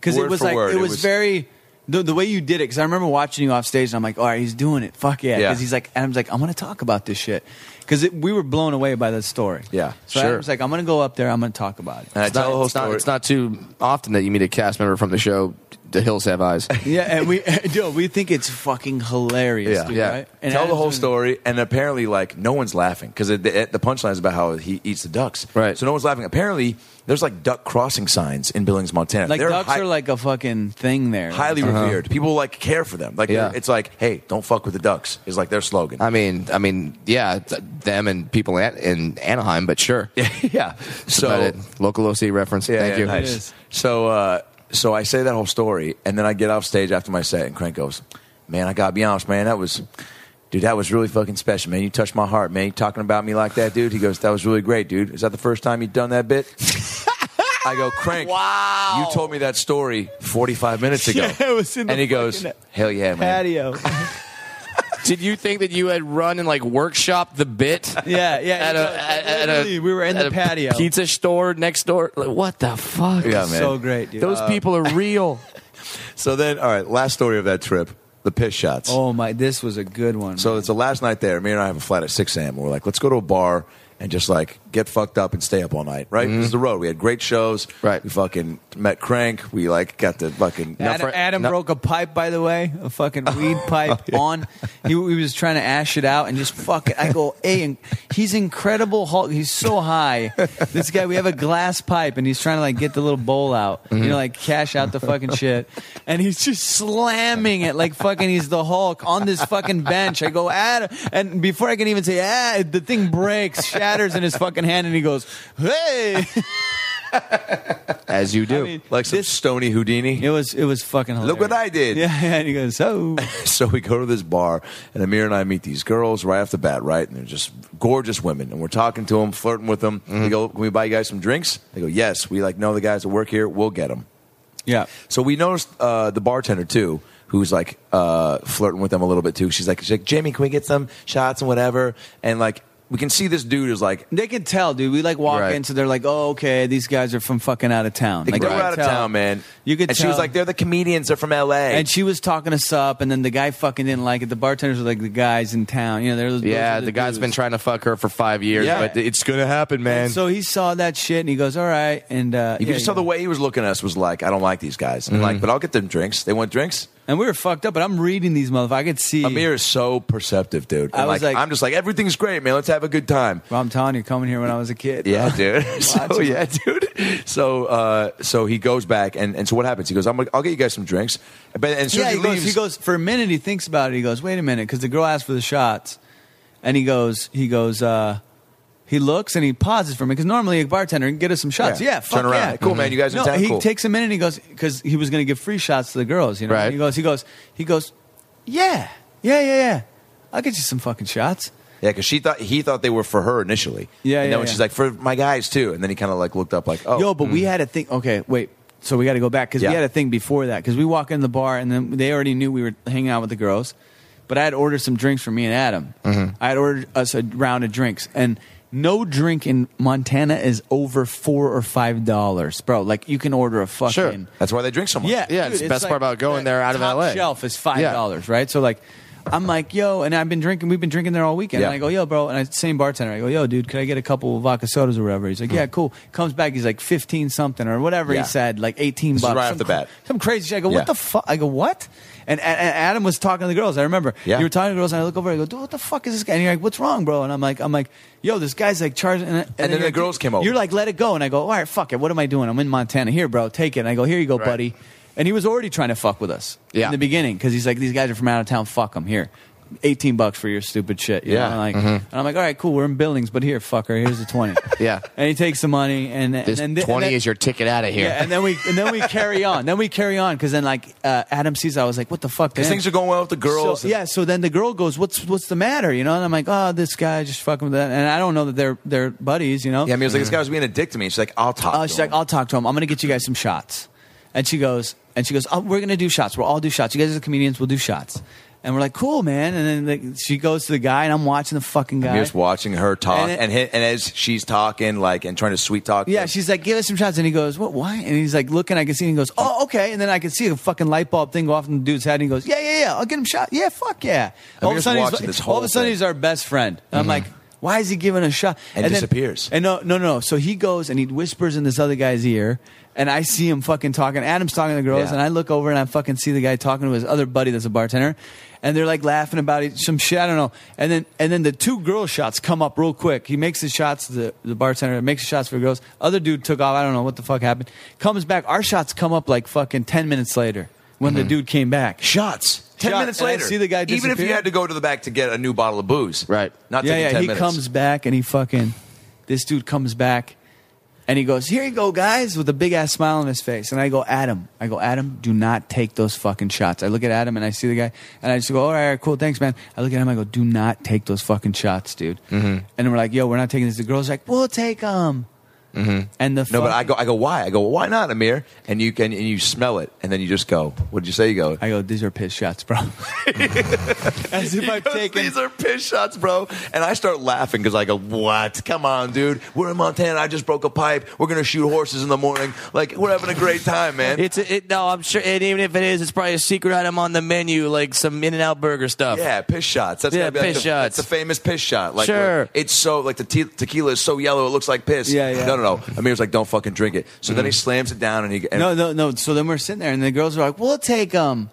[SPEAKER 4] because it
[SPEAKER 1] Word
[SPEAKER 4] was
[SPEAKER 1] for
[SPEAKER 4] like
[SPEAKER 1] word,
[SPEAKER 4] it
[SPEAKER 1] it
[SPEAKER 4] was
[SPEAKER 1] was-
[SPEAKER 4] very. the, the way you did it, because I remember watching you off stage, and I'm like, all right, he's doing it. Fuck yeah.
[SPEAKER 5] Yeah.
[SPEAKER 4] Because he's like, and I was like, I'm going to talk about this shit. Because we were blown away by the story.
[SPEAKER 5] Yeah,
[SPEAKER 4] So I
[SPEAKER 5] sure.
[SPEAKER 4] was like, I'm going to go up there, I'm going to talk about it.
[SPEAKER 1] And I
[SPEAKER 3] It's
[SPEAKER 1] tell the
[SPEAKER 3] not,
[SPEAKER 1] whole
[SPEAKER 3] it's, not,
[SPEAKER 1] story.
[SPEAKER 3] it's not too often that you meet a cast member from the show. The Hills Have Eyes.
[SPEAKER 4] yeah, and we, yo, we think it's fucking hilarious.
[SPEAKER 1] Yeah.
[SPEAKER 4] dude,
[SPEAKER 3] Yeah.
[SPEAKER 4] Right? And
[SPEAKER 1] Tell the
[SPEAKER 4] Adam's
[SPEAKER 1] whole
[SPEAKER 4] doing-
[SPEAKER 1] story, and apparently, like no one's laughing because the, the punchline is about how he eats the ducks.
[SPEAKER 3] Right.
[SPEAKER 1] So no one's laughing. Apparently, there's like duck crossing signs in Billings, Montana.
[SPEAKER 4] Like,
[SPEAKER 1] They're
[SPEAKER 4] ducks
[SPEAKER 1] hi-
[SPEAKER 4] are like Uh-huh. a fucking thing there.
[SPEAKER 1] highly revered. People like care for them. Like
[SPEAKER 3] Yeah.
[SPEAKER 1] it's like, hey, don't fuck with the ducks is like their slogan.
[SPEAKER 3] I mean, I mean, yeah, th- them and people at, in Anaheim, but sure.
[SPEAKER 1] yeah.
[SPEAKER 3] That's about
[SPEAKER 1] So
[SPEAKER 3] it. local OC reference.
[SPEAKER 1] Yeah,
[SPEAKER 3] Thank
[SPEAKER 1] yeah,
[SPEAKER 3] you.
[SPEAKER 1] nice.
[SPEAKER 4] It is.
[SPEAKER 1] So, uh, so I say that whole story, and then I get off stage after my set, and Crank goes, "Man, I gotta be honest, man, that was, dude, that was really fucking special, man. You touched my heart, man. You talking about me like that, dude." He goes, "That was really great, dude. Is that the first time you've done that bit?" I go, "Crank, wow, you told me that story 45 minutes ago."
[SPEAKER 4] Yeah, it was in the
[SPEAKER 1] and he goes,
[SPEAKER 4] fucking
[SPEAKER 1] "Hell yeah, man."
[SPEAKER 4] Patio.
[SPEAKER 3] Did you think that you had run and like workshop the bit?
[SPEAKER 4] Yeah, yeah.
[SPEAKER 3] At a, at, at
[SPEAKER 4] Literally,
[SPEAKER 3] a,
[SPEAKER 4] we were in
[SPEAKER 3] at
[SPEAKER 4] the
[SPEAKER 3] a
[SPEAKER 4] patio.
[SPEAKER 3] pizza store next door. Like, what the fuck?
[SPEAKER 1] Yeah, man. Uh,
[SPEAKER 4] so great, dude. Uh,
[SPEAKER 3] Those people are real.
[SPEAKER 1] So then, all right, last story of that trip, the piss shots.
[SPEAKER 4] oh my, this was a good one.
[SPEAKER 1] So it's the last night there. Me and I have a flight at 6 a.m. We're like, let's go to a bar and just like get fucked up and stay up all night, right? This is the road. We had great shows.
[SPEAKER 3] Right.
[SPEAKER 1] We fucking met Crank. We like got the fucking.
[SPEAKER 3] No,
[SPEAKER 4] Adam,
[SPEAKER 3] for-
[SPEAKER 4] Adam
[SPEAKER 3] no-
[SPEAKER 4] broke a pipe, by the way, a fucking weed pipe on. He, he was trying to ash it out and just fuck it. I go, hey, and he's incredible. Hulk. He's so high. This guy, we have a glass pipe, and he's trying to like get the little bowl out, you know, like cash out the fucking shit, and he's just slamming it like fucking he's the Hulk on this fucking bench. I go, Adam, and before I can even say, ah, the thing breaks, shatters in his fucking hand, and he goes, hey.
[SPEAKER 3] As you do.
[SPEAKER 4] mean-
[SPEAKER 1] like some
[SPEAKER 4] this-
[SPEAKER 1] stony Houdini.
[SPEAKER 4] It was it was fucking hilarious.
[SPEAKER 1] Look what I did.
[SPEAKER 4] Yeah, and he goes, oh.
[SPEAKER 1] so we go to this bar, and Amir and I meet these girls right off the bat, right? And they're just gorgeous women, and we're talking to them, flirting with them. They go, "Can we buy you guys some drinks?" They go, "Yes." We like know the guys that work here. We'll get them.
[SPEAKER 4] Yeah.
[SPEAKER 1] So we noticed uh, the bartender too, who's like uh, flirting with them a little bit too. She's like, she's like, Jamie, can we get some shots and whatever? And like, we can see this dude is like,
[SPEAKER 4] They can tell, dude. We like walk
[SPEAKER 3] Right.
[SPEAKER 4] in, so they're like, "Oh, okay, these guys are from fucking out of town."
[SPEAKER 1] like
[SPEAKER 4] Like
[SPEAKER 1] they're
[SPEAKER 4] you could
[SPEAKER 1] out of
[SPEAKER 4] tell.
[SPEAKER 1] town, man.
[SPEAKER 4] You could.
[SPEAKER 1] and she was
[SPEAKER 4] tell.
[SPEAKER 1] like, they're the comedians. They're from L.A.
[SPEAKER 4] And she was talking us up, and then the guy fucking didn't like it. The bartenders were like, "The guys in town, you know, they're those- those
[SPEAKER 3] Yeah,
[SPEAKER 4] are
[SPEAKER 3] the guy's
[SPEAKER 4] dudes.
[SPEAKER 3] been trying to fuck her for five years,
[SPEAKER 1] Yeah.
[SPEAKER 3] but it's gonna happen, man.
[SPEAKER 4] So he saw that shit, and he goes, "All right," and uh,
[SPEAKER 1] you
[SPEAKER 4] yeah,
[SPEAKER 1] could just tell
[SPEAKER 4] yeah. Mm-hmm.
[SPEAKER 1] the way he was looking at us was like, I don't like these guys. And like, but I'll get them drinks. They want drinks.
[SPEAKER 4] And we were fucked up, but I'm reading these motherfuckers. I could see.
[SPEAKER 1] Amir is so perceptive, dude.
[SPEAKER 4] I
[SPEAKER 1] And,
[SPEAKER 4] was like-
[SPEAKER 1] I'm just like, everything's great, man. Let's have a good time.
[SPEAKER 4] Well, I'm telling you, coming here when I was a kid.
[SPEAKER 1] Yeah, dude. so
[SPEAKER 4] Watch.
[SPEAKER 1] yeah, dude. So uh, so he goes back, and, and so what happens? He goes, I'm like, I'll get you guys some drinks. But and as soon
[SPEAKER 4] yeah,
[SPEAKER 1] as
[SPEAKER 4] he,
[SPEAKER 1] he,
[SPEAKER 4] goes,
[SPEAKER 1] leaves,
[SPEAKER 4] he goes for a minute. He thinks about it. He goes, "Wait a minute," because the girl asked for the shots, and he goes, he goes, uh, he looks and he pauses for me because normally a bartender can get us some shots.
[SPEAKER 1] Yeah.
[SPEAKER 4] Yeah,
[SPEAKER 1] Turn
[SPEAKER 4] fuck
[SPEAKER 1] around.
[SPEAKER 4] yeah.
[SPEAKER 1] Cool, man, you guys in
[SPEAKER 4] No,
[SPEAKER 1] town?
[SPEAKER 4] he
[SPEAKER 1] Cool.
[SPEAKER 4] takes a minute. and He goes because he was going to give free shots to the girls. You know,
[SPEAKER 3] Right.
[SPEAKER 4] he goes, he goes, he goes, yeah, yeah, yeah, yeah. I'll get you some fucking shots.
[SPEAKER 1] Yeah, because she thought he thought they were for her initially.
[SPEAKER 4] Yeah,
[SPEAKER 1] And then
[SPEAKER 4] yeah,
[SPEAKER 1] when
[SPEAKER 4] yeah.
[SPEAKER 1] she's like, for my guys too. And then he kind of like looked up, like, oh,
[SPEAKER 4] Yo, but we had a thing. Okay, wait. So we got to go back because
[SPEAKER 1] Yeah.
[SPEAKER 4] we had a thing before that because we walk in the bar and then they already knew we were hanging out with the girls. But I had ordered some drinks for me and Adam.
[SPEAKER 1] Mm-hmm.
[SPEAKER 4] I had ordered us a round of drinks and no drink in Montana is over four or five dollars, bro. Like you can order a fucking
[SPEAKER 1] that's why they drink so much.
[SPEAKER 4] yeah,
[SPEAKER 3] Yeah,
[SPEAKER 4] dude,
[SPEAKER 3] it's the best
[SPEAKER 4] like
[SPEAKER 3] part about going
[SPEAKER 4] the
[SPEAKER 3] there out of
[SPEAKER 4] top
[SPEAKER 3] LA.
[SPEAKER 4] Shelf is five dollars, right? So like, I'm like, yo, and I've been drinking. We've been drinking there all weekend.
[SPEAKER 1] Yeah.
[SPEAKER 4] And I go, yo, bro, and I same bartender. I go, yo, dude, could I get a couple of vodka sodas or whatever? He's like, yeah, cool. Comes back, he's like fifteen something or whatever
[SPEAKER 1] Yeah.
[SPEAKER 4] he said, like eighteen
[SPEAKER 1] This is
[SPEAKER 4] bucks.
[SPEAKER 1] right off
[SPEAKER 4] some
[SPEAKER 1] the bat.
[SPEAKER 4] some crazy shit. I go,
[SPEAKER 1] Yeah.
[SPEAKER 4] what the fuck? I go, what? And, and, and Adam was talking to the girls. I remember
[SPEAKER 1] Yeah.
[SPEAKER 4] you were talking to the girls, and I look over. I go, dude, what the fuck is this guy? And you're like, what's wrong, bro? And I'm like, I'm like, yo, this guy's like charging. And,
[SPEAKER 1] then
[SPEAKER 4] you're
[SPEAKER 1] the
[SPEAKER 4] like,
[SPEAKER 1] girls came over.
[SPEAKER 4] You're like, let it go. And I go, all right, fuck it. What am I doing? I'm in Montana. Here, bro, take it. And I go, here you go, buddy. And he was already trying to fuck with us
[SPEAKER 3] Yeah.
[SPEAKER 4] in the beginning because he's like, these guys are from out of town. Fuck them. Here, eighteen bucks for your stupid shit. you
[SPEAKER 1] Yeah.
[SPEAKER 4] know?
[SPEAKER 3] Mm-hmm.
[SPEAKER 4] like, and I'm like, all right, cool. We're in Billings, but here, fucker, here's the twenty.
[SPEAKER 3] Yeah.
[SPEAKER 4] and he takes the money and
[SPEAKER 3] this
[SPEAKER 4] and then
[SPEAKER 3] twenty
[SPEAKER 4] and then-
[SPEAKER 3] is your ticket out of here.
[SPEAKER 4] yeah, and then we and then we carry on. Then we carry on because then like uh, Adam sees, I was like, "What the fuck?"
[SPEAKER 1] Because
[SPEAKER 4] man?
[SPEAKER 1] things are going well with the girls.
[SPEAKER 4] So, yeah. So then the girl goes, "What's what's the matter?" You know, and I'm like, "Oh, this guy just fucking with that." And I don't know that they're they're buddies. You know.
[SPEAKER 1] Yeah, I mean, it was like, this guy was being a dick to me. She's like, I'll talk.
[SPEAKER 4] Uh,
[SPEAKER 1] to
[SPEAKER 4] she's like,
[SPEAKER 1] him."
[SPEAKER 4] "I'll talk to him. I'm gonna get you guys some shots." And she goes, and she goes, oh, "We're gonna do shots. We'll all do shots. You guys are comedians. We'll do shots." And we're like, cool, man. And then like, she goes to the guy, and I'm watching the fucking guy.
[SPEAKER 1] I'm just watching her talk,
[SPEAKER 4] And
[SPEAKER 1] and,
[SPEAKER 4] it-
[SPEAKER 1] hi- and as she's talking, like and trying to sweet talk.
[SPEAKER 4] Yeah,
[SPEAKER 1] him.
[SPEAKER 4] she's like, give us some shots. And he goes, what, why? And he's like, looking, I can see. And he goes, oh, okay. And then I can see a fucking light bulb thing go off in the dude's head. And he goes, yeah, yeah, yeah, I'll get him shot. Yeah, fuck yeah.
[SPEAKER 1] I'm
[SPEAKER 4] All of, a
[SPEAKER 1] just
[SPEAKER 4] sudden he's,
[SPEAKER 1] watching this
[SPEAKER 4] all of
[SPEAKER 1] whole
[SPEAKER 4] a sudden,
[SPEAKER 1] thing. Mm-hmm.
[SPEAKER 4] he's our best friend. And I'm like, why is he giving a shot?
[SPEAKER 1] And
[SPEAKER 4] then-
[SPEAKER 1] disappears.
[SPEAKER 4] and no, no, no. So he goes and he whispers in this other guy's ear. And I see him fucking talking. Adam's talking to the girls.
[SPEAKER 1] Yeah.
[SPEAKER 4] And I look over and I fucking see the guy talking to his other buddy that's a bartender. And they're like laughing about it, some shit. I don't know. And then and then the two girl shots come up real quick. He makes his shots, the, the bartender makes his shots for the girls. Other dude took off. I don't know what the fuck happened. Comes back. Our shots come up like fucking 10 minutes later when the dude came back.
[SPEAKER 1] shots. Ten
[SPEAKER 4] Shot,
[SPEAKER 1] minutes
[SPEAKER 4] and I
[SPEAKER 1] later,
[SPEAKER 4] see the guy
[SPEAKER 1] Even if you
[SPEAKER 4] disappear.
[SPEAKER 1] had to go to the back to get a new bottle of booze,
[SPEAKER 3] Right.
[SPEAKER 1] Not
[SPEAKER 4] yeah,
[SPEAKER 1] taking
[SPEAKER 4] yeah.
[SPEAKER 1] ten
[SPEAKER 4] he
[SPEAKER 1] minutes.
[SPEAKER 4] comes back and he fucking this dude comes back and he goes, "Here you go, guys," with a big ass smile on his face. And I go, "Adam, I go, Adam, do not take those fucking shots." I look at Adam and I see the guy and I just go, "All right, all right, cool, thanks, man." I look at him, I go, "Do not take those fucking shots, dude."
[SPEAKER 1] Mm-hmm.
[SPEAKER 4] And then we're like, "Yo, we're not taking this." The girl's like, "We'll take them." And the
[SPEAKER 1] Mm-hmm. No, but
[SPEAKER 4] fuck-
[SPEAKER 1] I go. I go. Why? I go. Why not, Amir? And you can. And you smell it, and then you just go. What did you say? You go.
[SPEAKER 4] I go, "These are piss shots, bro." As if I've
[SPEAKER 1] Because
[SPEAKER 4] taken
[SPEAKER 1] These are piss shots, bro. And I start laughing because I go, "What? Come on, dude. We're in Montana. I just broke a pipe. We're gonna shoot horses in the morning. Like we're having a great time, man."
[SPEAKER 3] It's a, it, no, I'm sure. And even if it is, it's probably a secret item on the menu, like some In and Out burger stuff.
[SPEAKER 1] yeah, piss shots. That's
[SPEAKER 3] Yeah,
[SPEAKER 1] gotta be like
[SPEAKER 3] piss
[SPEAKER 1] the,
[SPEAKER 3] shots.
[SPEAKER 1] It's the famous piss shot. Like,
[SPEAKER 3] Sure.
[SPEAKER 1] like, it's so like the te- tequila is so yellow it looks like piss.
[SPEAKER 4] Yeah, yeah. Mm-hmm.
[SPEAKER 1] No, no, no. Amir's like, "Don't fucking drink it." So then he slams it down and he. And
[SPEAKER 4] no, no, no. So then we're sitting there, and the girls are like, "We'll take them,"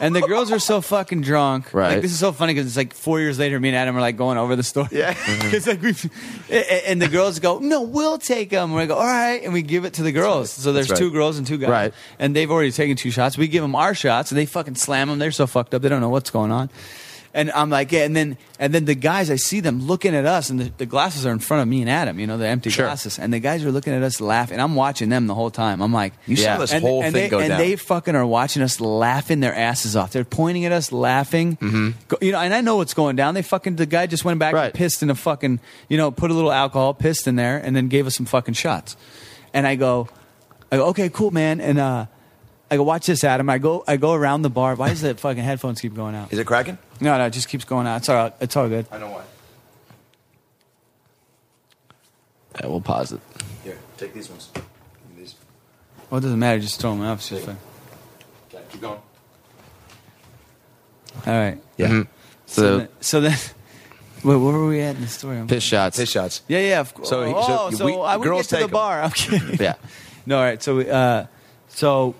[SPEAKER 4] and the girls are so fucking drunk.
[SPEAKER 3] Right.
[SPEAKER 4] Like, this is so funny because it's like four years later, me and Adam are like going over the story.
[SPEAKER 1] Yeah.
[SPEAKER 4] it's like we, and the girls go, "No, we'll take them." We go, "All right," and we give it to the girls. So there's
[SPEAKER 1] That's right.
[SPEAKER 4] two girls and two guys,
[SPEAKER 3] Right.
[SPEAKER 4] And they've already taken two shots. We give them our shots, and they fucking slam them. They're so fucked up, they don't know what's going on. And I'm like, yeah, and then and then the guys, I see them looking at us, and the, the glasses are in front of me and Adam. You know, the empty
[SPEAKER 3] Sure.
[SPEAKER 4] glasses, and the guys are looking at us, laughing. I'm watching them the whole time. I'm like,
[SPEAKER 1] You saw this whole thing
[SPEAKER 4] they,
[SPEAKER 1] go
[SPEAKER 4] and
[SPEAKER 1] down.
[SPEAKER 4] they fucking are watching us laughing their asses off. They're pointing at us, laughing.
[SPEAKER 1] Mm-hmm.
[SPEAKER 4] Go- You know, and I know what's going down. They fucking the guy just went back
[SPEAKER 3] Right.
[SPEAKER 4] and pissed in a fucking you know put a little alcohol, pissed in there, and then gave us some fucking shots. And I go, I go, okay, cool, man. And uh, I go, watch this, Adam. I go, I go around the bar. Why does the fucking headphones keep going out?
[SPEAKER 1] is it cracking?
[SPEAKER 4] No, no, it just keeps going out. It's all, it's all good.
[SPEAKER 1] I know why.
[SPEAKER 3] Yeah, we'll pause it.
[SPEAKER 1] Here, take these ones. These.
[SPEAKER 4] Well, it doesn't matter. Just throw them out. It's just fine.
[SPEAKER 1] Keep going.
[SPEAKER 4] All right.
[SPEAKER 1] Yeah.
[SPEAKER 4] So,
[SPEAKER 3] So
[SPEAKER 4] then, so then, wait, where were we at in the story? I'm-
[SPEAKER 3] piss shots.
[SPEAKER 1] Piss shots.
[SPEAKER 4] Yeah, yeah. Of course.
[SPEAKER 1] So he- so
[SPEAKER 4] oh, so
[SPEAKER 1] we-
[SPEAKER 4] I would
[SPEAKER 1] girls
[SPEAKER 4] get to the
[SPEAKER 1] take 'em.
[SPEAKER 4] bar. I'm kidding.
[SPEAKER 3] Yeah.
[SPEAKER 4] No, all right. So, we, uh, so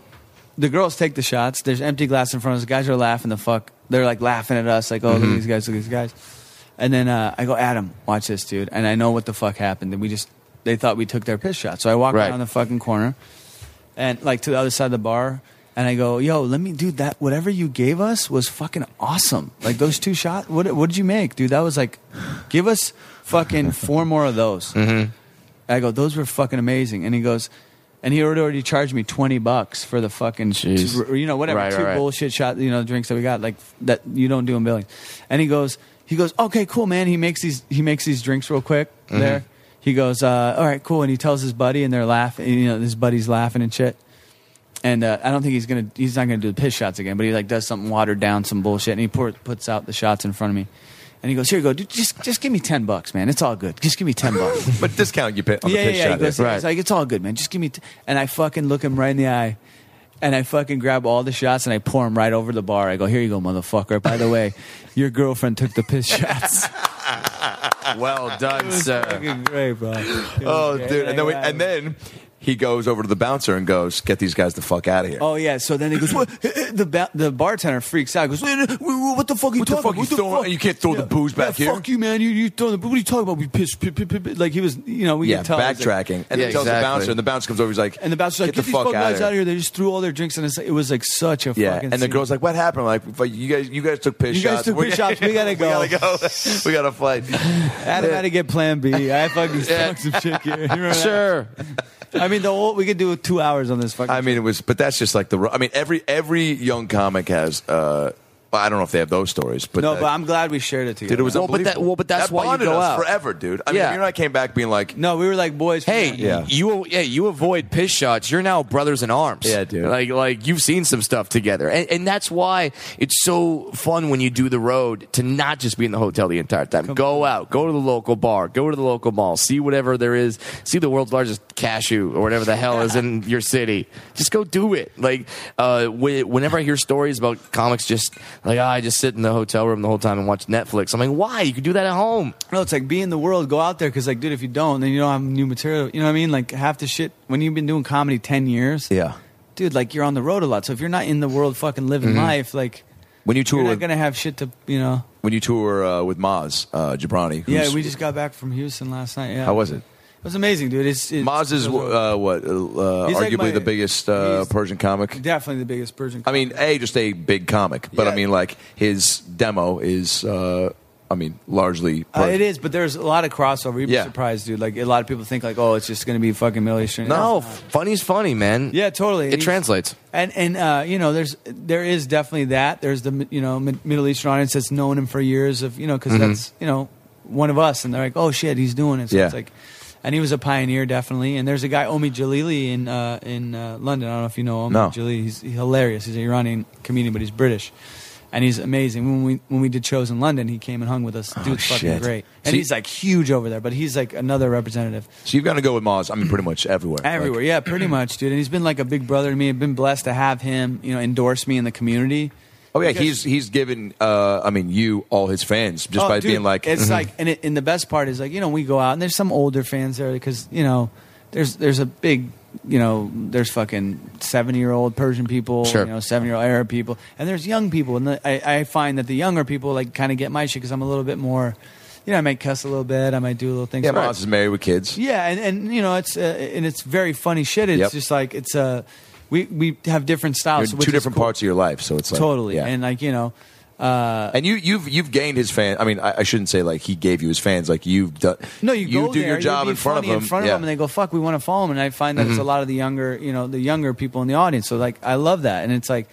[SPEAKER 4] the girls take the shots. There's empty glass in front of us. The guys are laughing the fuck. They're like laughing at us, like, oh,
[SPEAKER 1] Mm-hmm.
[SPEAKER 4] look at these guys, look at these guys. And then uh, I go, Adam, watch this, dude. And I know what the fuck happened. And we just, they thought we took their piss shot. So I walk
[SPEAKER 3] Right.
[SPEAKER 4] around the fucking corner and like to the other side of the bar. And I go, yo, let me, dude, that, whatever you gave us was fucking awesome. Like those two shots, what, what did you make, dude? That was like, give us fucking four more of those. I go, those were fucking amazing. And he goes, and he already, already charged me 20 bucks for the fucking,
[SPEAKER 3] Jeez.
[SPEAKER 4] two- you know, whatever,
[SPEAKER 3] Right,
[SPEAKER 4] two
[SPEAKER 3] right, right.
[SPEAKER 4] bullshit shot, you know, drinks that we got, like that you don't do in Billings. And he goes, he goes, okay, cool, man. He makes these, he makes these drinks real quick
[SPEAKER 3] Mm-hmm.
[SPEAKER 4] there. He goes, uh, all right, cool. And he tells his buddy and they're laughing, you know, his buddy's laughing and shit. And uh, I don't think he's gonna. He's not gonna do the piss shots again. But he like does something watered down, some bullshit, and he pour, puts out the shots in front of me. And he goes, "Here you go, dude. Just just give me ten bucks, man. It's all good. Just give me ten bucks."
[SPEAKER 1] But discount you pit on
[SPEAKER 4] yeah,
[SPEAKER 1] the piss
[SPEAKER 4] yeah,
[SPEAKER 1] shot.
[SPEAKER 4] yeah. He's
[SPEAKER 1] there.
[SPEAKER 3] Right.
[SPEAKER 4] like, it's all good, man. Just give me. T-. And I fucking look him right in the eye, and I fucking grab all the shots and I pour them right over the bar. I go, here you go, motherfucker. By the way, your girlfriend took the piss shots.
[SPEAKER 3] well done, sir.
[SPEAKER 4] fucking great, bro.
[SPEAKER 1] Oh, dude. And then, we, and then he goes over to the bouncer and goes, "Get these guys the fuck out of here."
[SPEAKER 4] Oh yeah, so then he goes. What? The ba- the bartender freaks out. Goes, "Wait, wait, wait, what the fuck are you
[SPEAKER 1] What the
[SPEAKER 4] talking?
[SPEAKER 1] fuck
[SPEAKER 4] about?
[SPEAKER 1] you throwing- you can't throw the booze back
[SPEAKER 4] yeah,
[SPEAKER 1] here."
[SPEAKER 4] Fuck you, man. You you throwing the boo- What are you talking about? We pissed. P- p- p- p- like he was, you know, we
[SPEAKER 1] yeah,
[SPEAKER 4] could tell. He's like-
[SPEAKER 1] backtracking. and
[SPEAKER 3] Yeah,
[SPEAKER 1] he tells
[SPEAKER 3] exactly.
[SPEAKER 1] the bouncer, and the bouncer comes over. He's like,
[SPEAKER 4] and the bouncer's like,
[SPEAKER 1] "Get, the fuck
[SPEAKER 4] these fuck
[SPEAKER 1] out
[SPEAKER 4] guys
[SPEAKER 1] of here."
[SPEAKER 4] out of here. They just threw all their drinks, and it's, it was like such a
[SPEAKER 1] Yeah,
[SPEAKER 4] fucking.
[SPEAKER 1] and the
[SPEAKER 4] scene.
[SPEAKER 1] girl's like, "What happened?" Like, "Fuck, you guys, you guys took piss
[SPEAKER 4] You guys
[SPEAKER 1] shots.
[SPEAKER 4] took
[SPEAKER 1] We're-
[SPEAKER 4] piss shots. We gotta
[SPEAKER 1] we
[SPEAKER 4] go.
[SPEAKER 1] gotta go. we gotta fight."
[SPEAKER 4] Adam had to get Plan B. I fucking fucked some chick here. You remember that?
[SPEAKER 3] Sure.
[SPEAKER 4] I mean, the whole we could do two hours on this fucking.
[SPEAKER 1] I mean, it was, but that's just like the. ru- I mean, every every young comic has. uh I don't know if they have those stories, but
[SPEAKER 4] no,
[SPEAKER 1] uh,
[SPEAKER 4] but I'm glad we shared it together.
[SPEAKER 1] dude, it was
[SPEAKER 3] Well, but that-
[SPEAKER 1] unbelievable.
[SPEAKER 3] well, but that's
[SPEAKER 1] that
[SPEAKER 3] why you
[SPEAKER 1] bonded
[SPEAKER 3] go
[SPEAKER 1] us
[SPEAKER 3] out.
[SPEAKER 1] forever, dude. I
[SPEAKER 3] Yeah.
[SPEAKER 1] mean, you and I came back being like,
[SPEAKER 4] no, we were like boys. from
[SPEAKER 3] Hey,
[SPEAKER 4] down
[SPEAKER 1] Yeah.
[SPEAKER 3] you yeah, you avoid piss shots. You're now brothers in arms.
[SPEAKER 1] Yeah, dude.
[SPEAKER 3] Like like you've seen some stuff together, and, and that's why it's so fun when you do the road to not just be in the hotel the entire time. go out, go to the local bar, go to the local mall, see whatever there is, see the world's largest cashew or whatever the hell is in your city. Just go do it. Like uh, whe- whenever I hear stories about comics, just like ah, I just sit in the hotel room the whole time and watch Netflix. I'm like, why? You could do that at home.
[SPEAKER 4] No, it's like be in the world, go out there, because like, dude, if you don't, then you don't have new material. You know what I mean? Like half the shit when you've been doing comedy ten years,
[SPEAKER 1] yeah.
[SPEAKER 4] dude. Like you're on the road a lot, so if you're not in the world, fucking living
[SPEAKER 1] Mm-hmm.
[SPEAKER 4] life, like
[SPEAKER 1] When you tour,
[SPEAKER 4] you're not
[SPEAKER 1] with,
[SPEAKER 4] gonna have shit to, you know.
[SPEAKER 1] when you tour uh, with Maz uh, Jabrani,
[SPEAKER 4] Yeah,
[SPEAKER 1] who's-
[SPEAKER 4] we just got back from Houston last night. Yeah,
[SPEAKER 1] how was it?
[SPEAKER 4] It was amazing, dude. It's, it's
[SPEAKER 1] Maz is uh, what uh, arguably
[SPEAKER 4] He's like my-
[SPEAKER 1] the biggest uh,
[SPEAKER 4] he's-
[SPEAKER 1] Persian comic.
[SPEAKER 4] definitely the biggest Persian.
[SPEAKER 1] I mean, a just a big comic, but I
[SPEAKER 4] Yeah.
[SPEAKER 1] mean, like his demo is, uh, I mean, largely.
[SPEAKER 4] Uh, it
[SPEAKER 1] Persian.
[SPEAKER 4] is, but there's a lot of crossover. You'd be
[SPEAKER 1] Yeah.
[SPEAKER 4] surprised, dude. Like a lot of people think, like, oh, it's just gonna be fucking Millie String.
[SPEAKER 3] No, funny's funny,
[SPEAKER 1] Mm.
[SPEAKER 3] man.
[SPEAKER 4] Yeah, totally.
[SPEAKER 3] It translates.
[SPEAKER 4] And and uh, you know, there's there is definitely that. There's the you know Mid- Middle Eastern audience that's known him for years of you know because
[SPEAKER 1] Mm-hmm.
[SPEAKER 4] that's you know one of us, and they're like, oh shit, he's doing it. So
[SPEAKER 1] Yeah.
[SPEAKER 4] it's like, and he was a pioneer definitely. And there's a guy Omi Jalili in uh, in uh, London. I don't know if you know Omi
[SPEAKER 1] No.
[SPEAKER 4] Jalili. He's hilarious. He's an Iranian comedian, but he's British. And he's amazing. When we when we did shows in London, he came and hung with us. Dude's fucking
[SPEAKER 1] Oh, shit.
[SPEAKER 4] great, and
[SPEAKER 1] See-
[SPEAKER 4] he's like huge over there. But he's like another representative.
[SPEAKER 1] So you've got to go with Maz. I mean, pretty much everywhere.
[SPEAKER 4] Everywhere,
[SPEAKER 1] Like,
[SPEAKER 4] yeah, pretty much, dude. And he's been like a big brother to me. I've been blessed to have him, you know, endorse me in the community.
[SPEAKER 1] Oh yeah,
[SPEAKER 4] Because-
[SPEAKER 1] he's he's given. Uh, I mean, you all his fans just
[SPEAKER 4] Oh,
[SPEAKER 1] by
[SPEAKER 4] dude,
[SPEAKER 1] being like, mm-hmm.
[SPEAKER 4] it's like, and it, and the best part is like, you know, we go out and there's some older fans there because you know, there's there's a big, you know, there's fucking seventy year old Persian people,
[SPEAKER 3] Sure.
[SPEAKER 4] you know, seven year old Arab people, and there's young people, and the, I I find that the younger people like kind of get my shit because I'm a little bit more, you know, I might cuss a little bit, I might do little things.
[SPEAKER 1] yeah,
[SPEAKER 4] Right.
[SPEAKER 1] Maz is married with kids.
[SPEAKER 4] Yeah, and, and you know it's uh, and it's very funny shit. It's
[SPEAKER 1] Yep.
[SPEAKER 4] just like it's uh, we we have different
[SPEAKER 1] You're
[SPEAKER 4] styles,
[SPEAKER 1] two
[SPEAKER 4] which is
[SPEAKER 1] different
[SPEAKER 4] cool.
[SPEAKER 1] parts of your life, so it's like
[SPEAKER 4] totally.
[SPEAKER 1] yeah.
[SPEAKER 4] And like you know, uh,
[SPEAKER 1] And you, you've you've gained his fan. I mean, I, I shouldn't say like he gave you his fans. Like you've done.
[SPEAKER 4] no, you, go
[SPEAKER 1] do
[SPEAKER 4] there,
[SPEAKER 1] your
[SPEAKER 4] you'll
[SPEAKER 1] job
[SPEAKER 4] be
[SPEAKER 1] in front of
[SPEAKER 4] funny
[SPEAKER 1] him.
[SPEAKER 4] in front of
[SPEAKER 1] yeah. Mm-hmm.
[SPEAKER 4] them, and they go fuck, we want to follow him. And I find that it's a lot of the younger, you know, the younger people in the audience. So like, I love that, and it's like.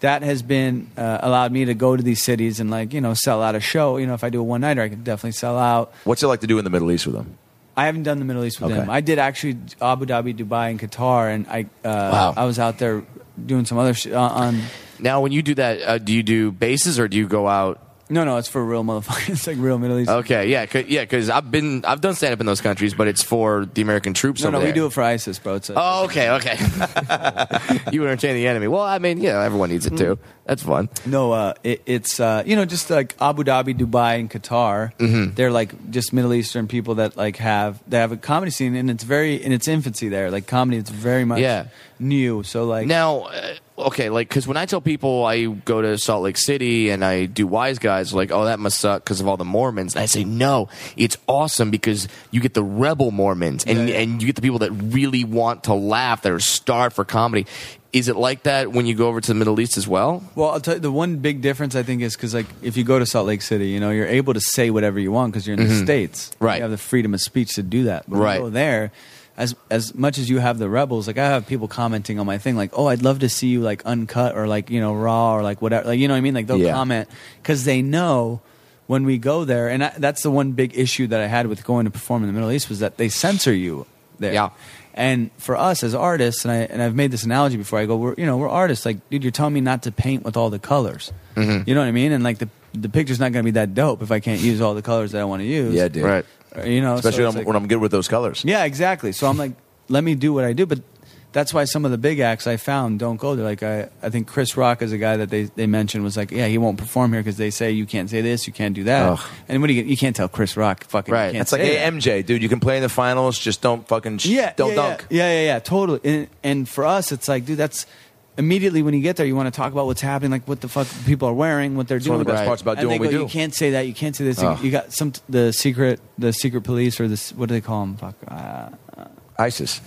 [SPEAKER 4] That has been uh, allowed me to go to these cities and like you know sell out a show. You know if I do a one nighter, I can definitely sell out.
[SPEAKER 1] What's it like to do in the Middle East with them?
[SPEAKER 4] I haven't done the Middle East with
[SPEAKER 1] Okay.
[SPEAKER 4] them. I did actually Abu Dhabi, Dubai, and Qatar, and I uh,
[SPEAKER 3] Wow.
[SPEAKER 4] I was out there doing some other sh- uh, on
[SPEAKER 3] Now, when you do that, uh, do you do bases or do you go out?
[SPEAKER 4] No, no, it's for real motherfuckers. It's like real Middle East.
[SPEAKER 3] Okay, yeah, cause, yeah, because I've been I've done stand up in those countries, but it's for the American troops.
[SPEAKER 4] no,
[SPEAKER 3] over
[SPEAKER 4] no, we
[SPEAKER 3] there.
[SPEAKER 4] do it for ISIS, bro. It's a,
[SPEAKER 3] Oh, okay, okay. you entertain the enemy. Well, I mean, yeah, everyone needs
[SPEAKER 4] Mm.
[SPEAKER 3] it too. That's fun.
[SPEAKER 4] no, uh, it, it's uh, you know just like Abu Dhabi, Dubai, and Qatar.
[SPEAKER 3] Mm-hmm.
[SPEAKER 4] They're like just Middle Eastern people that like have they have a comedy scene, and it's very in its infancy there. Like comedy, it's very much
[SPEAKER 3] Yeah.
[SPEAKER 4] new. So like
[SPEAKER 3] Now, uh, okay, like because when I tell people I go to Salt Lake City and I do Wise Guys, like, oh, that must suck because of all the Mormons. And I say, no, it's awesome because you get the rebel Mormons and
[SPEAKER 4] Yeah.
[SPEAKER 3] and you get the people that really want to laugh that are starved for comedy. Is it like that when you go over to the Middle East as well?
[SPEAKER 4] Well, I'll tell you, the one big difference I think is because like if you go to Salt Lake City, you know, you're able to say whatever you want because you're in the states,
[SPEAKER 3] Mm-hmm. Right.
[SPEAKER 4] You have the freedom of speech to do that. But when
[SPEAKER 3] Right.
[SPEAKER 4] you go there, as as much as you have the rebels, like I have people commenting on my thing, like, oh, I'd love to see you like uncut or like you know raw or like whatever, like you know what I mean? Like they'll
[SPEAKER 1] Yeah.
[SPEAKER 4] comment because they know. When we go there, and I, that's the one big issue that I had with going to perform in the Middle East was that they censor you there.
[SPEAKER 3] Yeah.
[SPEAKER 4] And for us as artists, and I and I've made this analogy before. I go, we're you know we're artists. Like, dude, you're telling me not to paint with all the colors.
[SPEAKER 1] Mm-hmm.
[SPEAKER 4] You know what I mean? And like the the picture's not going to be that dope if I can't use all the colors that I want to use. Uh,
[SPEAKER 1] Yeah, dude.
[SPEAKER 3] Right.
[SPEAKER 4] You know, Oh,
[SPEAKER 1] Especially
[SPEAKER 4] so it's
[SPEAKER 1] when, I'm,
[SPEAKER 4] like-
[SPEAKER 1] when I'm good with those colors.
[SPEAKER 4] yeah, exactly. So I'm like, let me do what I do. But that's why some of the big acts I found don't go there. Like I, I think Chris Rock is a guy that they, they mentioned was like, yeah, he won't perform here because they say you can't say this, you can't do that.
[SPEAKER 1] Ugh.
[SPEAKER 4] And what do you you can't tell Chris Rock fucking you
[SPEAKER 3] Right.
[SPEAKER 4] can't
[SPEAKER 1] It's like,
[SPEAKER 4] say
[SPEAKER 1] hey,
[SPEAKER 4] that."
[SPEAKER 1] MJ, dude, you can play in the finals. Just don't fucking sh-
[SPEAKER 4] yeah,
[SPEAKER 1] don't
[SPEAKER 4] yeah,
[SPEAKER 1] dunk.
[SPEAKER 4] Yeah, yeah, yeah, yeah, totally. And, and for us, it's like, dude, that's immediately when you get there, you want to talk about what's happening, like what the fuck people are wearing, what they're
[SPEAKER 1] It's
[SPEAKER 4] doing.
[SPEAKER 1] one of the best
[SPEAKER 3] Right.
[SPEAKER 1] parts about
[SPEAKER 4] and
[SPEAKER 1] doing what
[SPEAKER 4] they
[SPEAKER 1] we do.
[SPEAKER 4] go, You can't say that. You can't say this. You-
[SPEAKER 1] Ugh.
[SPEAKER 4] You got some the secret, the secret police or this. What do they call them? Fuck, uh,
[SPEAKER 1] ISIS.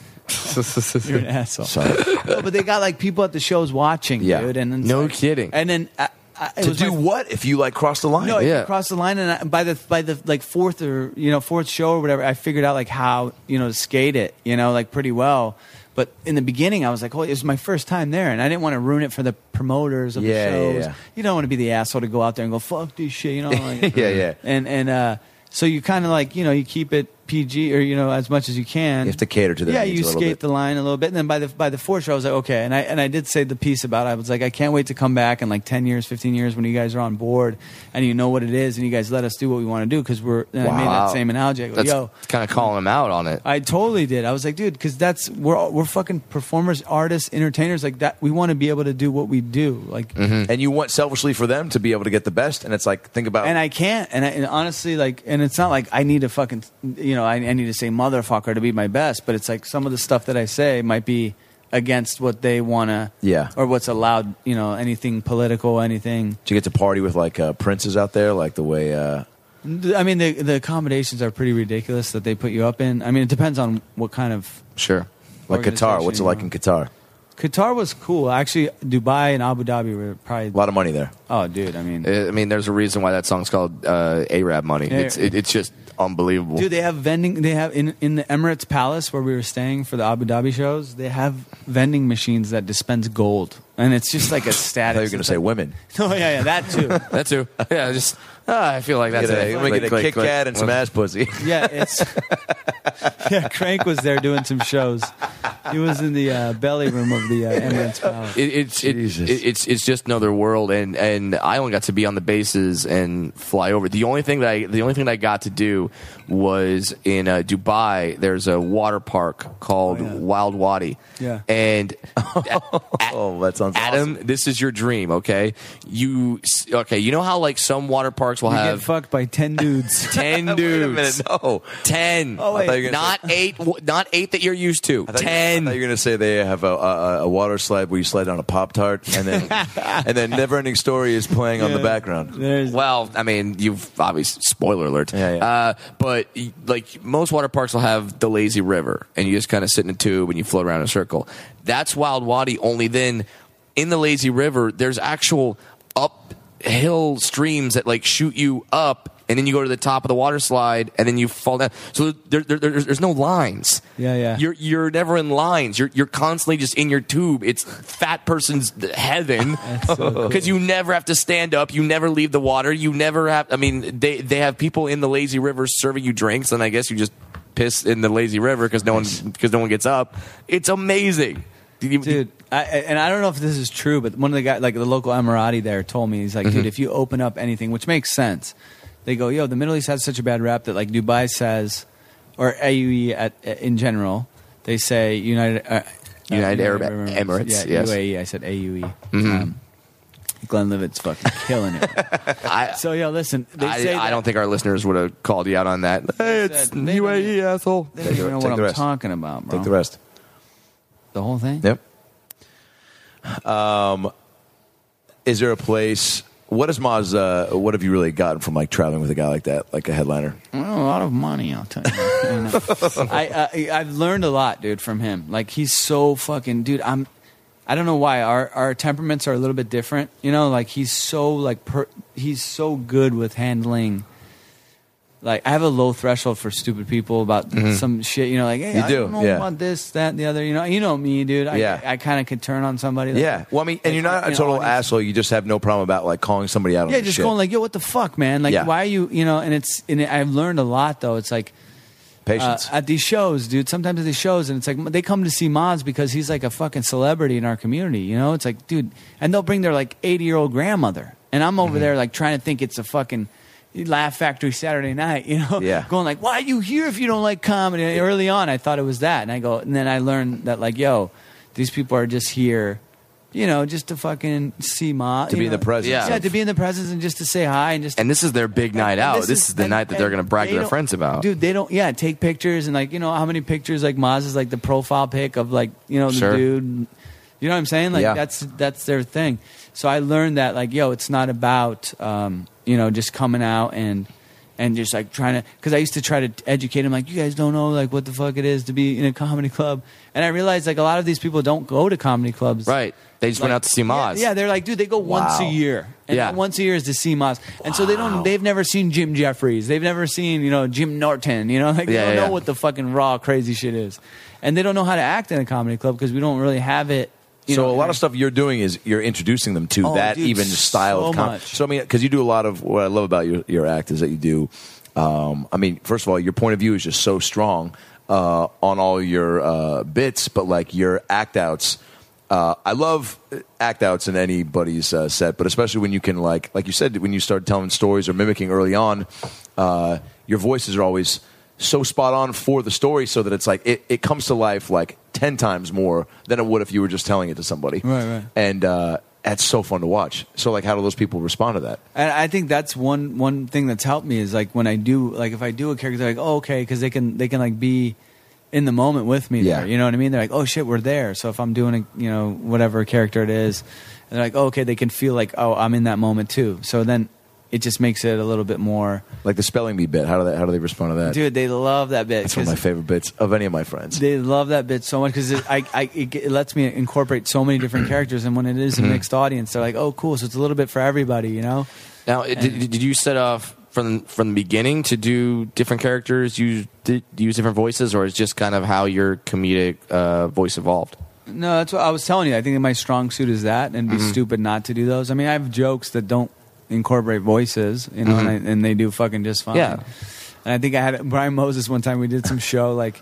[SPEAKER 4] you're an asshole.
[SPEAKER 1] Sorry.
[SPEAKER 4] No, but they got like people at the shows watching,
[SPEAKER 1] Yeah.
[SPEAKER 4] dude. And it's
[SPEAKER 3] No
[SPEAKER 4] like-
[SPEAKER 3] kidding.
[SPEAKER 4] And then I, I, it
[SPEAKER 1] to
[SPEAKER 4] was
[SPEAKER 1] do
[SPEAKER 4] my-
[SPEAKER 1] what if you like cross the line?
[SPEAKER 4] No,
[SPEAKER 3] Yeah.
[SPEAKER 4] yeah. across the line, and I, by the by the like fourth or you know fourth show or whatever, I figured out like how you know to skate it, you know, like pretty well. But in the beginning, I was like, "Oh, it was my first time there," and I didn't want to ruin it for the promoters of
[SPEAKER 1] Yeah,
[SPEAKER 4] the
[SPEAKER 1] yeah,
[SPEAKER 4] shows.
[SPEAKER 1] yeah.
[SPEAKER 4] You don't want to be the asshole to go out there and go, "Fuck this shit," you know? Like,
[SPEAKER 1] Yeah, yeah.
[SPEAKER 4] And and uh, so you kind of like you know you keep it PG or you know as much as you can.
[SPEAKER 1] You have to cater to their
[SPEAKER 4] Yeah,
[SPEAKER 1] needs a
[SPEAKER 4] you
[SPEAKER 1] little
[SPEAKER 4] skate
[SPEAKER 1] bit.
[SPEAKER 4] the line a little bit, and then by the by the fourth show, I was like, okay, and I and I did say the piece about it. I was like, I can't wait to come back in like ten years, fifteen years when you guys are on board and you know what it is, and you guys let us do what we want to do because we're. And I made
[SPEAKER 3] Wow.
[SPEAKER 4] that same analogy. I go,
[SPEAKER 3] That's
[SPEAKER 4] Yo,
[SPEAKER 3] kind of calling him out on it.
[SPEAKER 4] I totally did. I was like, dude, because that's we're all, we're fucking performers, artists, entertainers like that. We want to be able to do what we do, like,
[SPEAKER 3] Mm.
[SPEAKER 1] Mm-hmm. and you want selfishly for them to be able to get the best. And it's like, think about
[SPEAKER 4] and I can't. And, I, and honestly, like, and it's not like I need to fucking, you know, I, I need to say motherfucker to be my best, but it's like some of the stuff that I say might be against what they wanna,
[SPEAKER 1] Yeah.
[SPEAKER 4] or what's allowed, you know, anything political, anything.
[SPEAKER 1] Do you get to party with like uh, princes out there, like the way? Uh,
[SPEAKER 4] I mean, the the accommodations are pretty ridiculous that they put you up in. I mean, it depends on what kind of
[SPEAKER 3] Sure.
[SPEAKER 1] like Qatar. What's it
[SPEAKER 4] Organization,
[SPEAKER 1] like
[SPEAKER 4] yeah.
[SPEAKER 1] in Qatar?
[SPEAKER 4] Qatar was cool. Actually, Dubai and Abu Dhabi were probably.
[SPEAKER 1] A lot of money there.
[SPEAKER 4] Oh, dude! I mean,
[SPEAKER 3] I I mean, there's a reason why that song's called uh, "Arab Money."
[SPEAKER 4] Yeah.
[SPEAKER 3] It's it, it's just unbelievable.
[SPEAKER 4] Dude, they have vending. They have in in the Emirates Palace where we were staying for the Abu Dhabi shows. They have vending machines that dispense gold, and it's just like a
[SPEAKER 1] I thought
[SPEAKER 4] status.
[SPEAKER 1] you were going to say
[SPEAKER 4] It's
[SPEAKER 1] women.
[SPEAKER 4] like- oh yeah, yeah, that too.
[SPEAKER 3] that too. Yeah, just ah, I feel like that's
[SPEAKER 1] Get a-
[SPEAKER 3] it.
[SPEAKER 1] let me get a
[SPEAKER 3] Click,
[SPEAKER 1] Kit
[SPEAKER 3] click,
[SPEAKER 1] Kat and some
[SPEAKER 3] click.
[SPEAKER 1] ass pussy.
[SPEAKER 4] Yeah, it's yeah. Crank was there doing some shows. He was in the uh, belly room of the uh, Emirates Palace.
[SPEAKER 3] It, it's it,
[SPEAKER 1] Jesus.
[SPEAKER 3] it- it's it's just another world, and and I only got to be on the bases and fly over. The only thing that I the only thing that I got to do was in uh, Dubai. There's a water park called
[SPEAKER 4] Oh, yeah.
[SPEAKER 3] Wild Wadi.
[SPEAKER 4] Yeah.
[SPEAKER 3] and
[SPEAKER 1] oh, that sounds
[SPEAKER 3] Adam, this is your dream. Okay, you s- okay? You know how like some water parks will
[SPEAKER 4] You get
[SPEAKER 3] have
[SPEAKER 4] fucked by ten dudes.
[SPEAKER 3] ten
[SPEAKER 1] Awesome. Wait a minute.
[SPEAKER 3] dudes,
[SPEAKER 1] No.
[SPEAKER 3] ten.
[SPEAKER 4] Oh, wait. I thought you
[SPEAKER 1] were gonna
[SPEAKER 3] not eight. w- Not eight that you're used to.
[SPEAKER 1] I thought you-
[SPEAKER 3] ten.
[SPEAKER 1] I thought you were going to say they have a, a, a water slide where you slide down a pop tart, and then and then Never Ending Story is playing on the background.
[SPEAKER 4] There's
[SPEAKER 3] Well, I mean, you've obviously spoiler alert.
[SPEAKER 1] Yeah, yeah.
[SPEAKER 3] Uh, but y- like most water parks will have the lazy river, and you just kind of sit in a tube and you float around in a circle. That's Wild Wadi. Only then, in the lazy river, there's actual uphill streams that like shoot you up, and then you go to the top of the water slide, and then you fall down. So there, there, there's, there's no lines.
[SPEAKER 4] Yeah, yeah.
[SPEAKER 3] You're you're never in lines. You're you're constantly just in your tube. It's fat person's heaven
[SPEAKER 4] so cool.
[SPEAKER 3] because you never have to stand up. You never leave the water. You never have. I mean, they they have people in the lazy river serving you drinks, and I guess you just piss in the lazy river because no one because no one gets up. It's amazing, You-
[SPEAKER 4] dude. I, I- and I don't know if this is true, but one of the guys, like the local Emirati there, told me he's like,
[SPEAKER 3] Mm-hmm.
[SPEAKER 4] dude, if you open up anything, which makes sense, they go, yo, the Middle East has such a bad rap that like Dubai says, or AUE at, in general, they say United uh,
[SPEAKER 3] United Arab Emirates,
[SPEAKER 4] yeah,
[SPEAKER 3] yes. Mm-hmm.
[SPEAKER 4] UAE. I said AUE. Um, Glenn Livet's fucking killing it.
[SPEAKER 3] I
[SPEAKER 4] so yo, listen, they
[SPEAKER 3] I,
[SPEAKER 4] say
[SPEAKER 3] I
[SPEAKER 4] that-
[SPEAKER 3] don't think our listeners would have called you out on that. Hey, it's
[SPEAKER 4] They don't
[SPEAKER 3] UAE
[SPEAKER 4] even-
[SPEAKER 3] asshole.
[SPEAKER 4] They don't
[SPEAKER 1] Take the-
[SPEAKER 4] even know
[SPEAKER 1] take
[SPEAKER 4] what
[SPEAKER 1] the
[SPEAKER 4] I'm
[SPEAKER 1] rest.
[SPEAKER 4] talking about, bro.
[SPEAKER 1] Take the rest.
[SPEAKER 4] The whole thing.
[SPEAKER 1] Yep. Um, is there a place? What is Maz? Uh, what have you really gotten from like traveling with a guy like that, like a headliner?
[SPEAKER 4] Well, a lot of money, I'll tell you. You know. I, I I've learned a lot, dude, from him. Like he's so fucking, dude. I'm, I don't know why our our temperaments are a little bit different. You know, like he's so like per, he's so good with handling. Like I have a low threshold for stupid people about some shit. You know, like hey,
[SPEAKER 1] Mm-hmm. You
[SPEAKER 4] I
[SPEAKER 1] do,
[SPEAKER 4] don't know
[SPEAKER 1] yeah.
[SPEAKER 4] about this, that, and the other. You know, you know me, dude. I,
[SPEAKER 1] Yeah.
[SPEAKER 4] I, kind of could turn on somebody. Like,
[SPEAKER 1] Yeah. Well, I mean, and you're not
[SPEAKER 4] you
[SPEAKER 1] a
[SPEAKER 4] know,
[SPEAKER 1] total
[SPEAKER 4] audience-
[SPEAKER 1] asshole. You just have no problem about like calling somebody out. on
[SPEAKER 4] yeah,
[SPEAKER 1] their
[SPEAKER 4] just uh,
[SPEAKER 1] shit.
[SPEAKER 4] going like, yo, what the fuck, man? Like,
[SPEAKER 1] Yeah.
[SPEAKER 4] why are you, you know? And it's, and I've learned a lot though. It's like,
[SPEAKER 1] patience.
[SPEAKER 4] uh, at these shows, dude. Sometimes at these shows, and it's like they come to see Mods because he's like a fucking celebrity in our community. You know, it's like, dude, and they'll bring their like eighty year old grandmother, and I'm
[SPEAKER 1] Mm-hmm.
[SPEAKER 4] over there like trying to think it's a fucking Laugh Factory Saturday night. You know,
[SPEAKER 1] Yeah.
[SPEAKER 4] going like, why are you here if you don't like comedy? And early on, I thought it was that, and I go, and then I learned that like, yo, these people are just here. You know, just to fucking see Mods.
[SPEAKER 1] To be in the presence
[SPEAKER 4] Yeah.
[SPEAKER 3] of-
[SPEAKER 4] to be in the presence and just to say hi and just to
[SPEAKER 3] And this is their big night
[SPEAKER 4] and
[SPEAKER 3] out. This, is, the
[SPEAKER 4] and-
[SPEAKER 3] night that they're
[SPEAKER 4] and
[SPEAKER 3] going to brag
[SPEAKER 4] they
[SPEAKER 3] to their
[SPEAKER 4] don't-
[SPEAKER 3] friends about.
[SPEAKER 4] Dude, they don't. Yeah, take pictures and like you know how many pictures like Maz is like the profile pic of like you know the
[SPEAKER 3] Sure.
[SPEAKER 4] dude. You know what I'm saying? Like
[SPEAKER 1] Yeah.
[SPEAKER 4] that's that's their thing. So I learned that like yo, it's not about um, you know just coming out and and just like trying to because I used to try to educate him like you guys don't know like what the fuck it is to be in a comedy club, and I realized like a lot of these people don't go to comedy clubs,
[SPEAKER 3] Right. They just went
[SPEAKER 4] like-
[SPEAKER 3] out to see Moz.
[SPEAKER 4] Yeah, yeah, they're like, dude, they go once a
[SPEAKER 1] Wow.
[SPEAKER 4] year. And
[SPEAKER 3] Yeah.
[SPEAKER 4] that once a year is to see Moss. And so they don't they've never seen Jim Jeffries. They've never seen, you know, Jim Norton, you know, like they
[SPEAKER 3] Yeah,
[SPEAKER 4] don't
[SPEAKER 3] yeah,
[SPEAKER 4] know
[SPEAKER 3] yeah.
[SPEAKER 4] what the fucking raw crazy shit is. And they don't know how to act in a comedy club because we don't really have it. You
[SPEAKER 1] so
[SPEAKER 4] know,
[SPEAKER 1] a lot of stuff you're doing is you're introducing them to
[SPEAKER 4] Oh,
[SPEAKER 1] that
[SPEAKER 4] dude,
[SPEAKER 1] even style
[SPEAKER 4] so
[SPEAKER 1] of comedy.
[SPEAKER 4] much.
[SPEAKER 1] So I mean, because you do a lot of what I love about your your act is that you do. Um, I mean, first of all, your point of view is just so strong uh, on all your uh, bits, but like your act outs. Uh, I love act outs in anybody's uh, set, but especially when you can like like you said when you start telling stories or mimicking early on, uh, your voices are always so spot on for the story so that it's like it, it comes to life like 10 times more than it would if you were just telling it to somebody
[SPEAKER 4] Right, right.
[SPEAKER 1] and uh, that's so fun to watch so like how do those people respond to that
[SPEAKER 4] And I think that's one one thing that's helped me is like when I do like if I do a character, they're like, oh okay, because they can they can like be in the moment with me.
[SPEAKER 1] Yeah.
[SPEAKER 4] There, you know what I mean? They're like, oh shit, we're there. So if I'm doing a you know whatever character it is, and they're like, oh, okay, they can feel like oh I'm in that moment too. So then it just makes it a little bit more.
[SPEAKER 1] like the spelling bee bit how do they how do they respond to that
[SPEAKER 4] Dude, they love that bit.
[SPEAKER 1] that's one of
[SPEAKER 4] 'cause
[SPEAKER 1] my favorite bits of any of my friends
[SPEAKER 4] They love that bit so much because it, I, I, it, g- it lets me incorporate so many different characters, and when it
[SPEAKER 1] Mm-hmm.
[SPEAKER 4] is a mixed audience, they're like, "Oh, cool!" So it's a little bit for everybody, you know.
[SPEAKER 3] Now, did, did did you set off from from the beginning to do different characters, use did, use different voices, or is just kind of how your comedic uh, voice evolved?
[SPEAKER 4] No, that's what I was telling you. I think my strong suit is that, and
[SPEAKER 1] Mm-hmm.
[SPEAKER 4] be stupid not to do those. I mean, I have jokes that don't incorporate voices, you know,
[SPEAKER 1] Mm-hmm.
[SPEAKER 4] and, I, and they do fucking just fine.
[SPEAKER 3] Yeah.
[SPEAKER 4] And I think I had Brian Moses one time. We did some show like.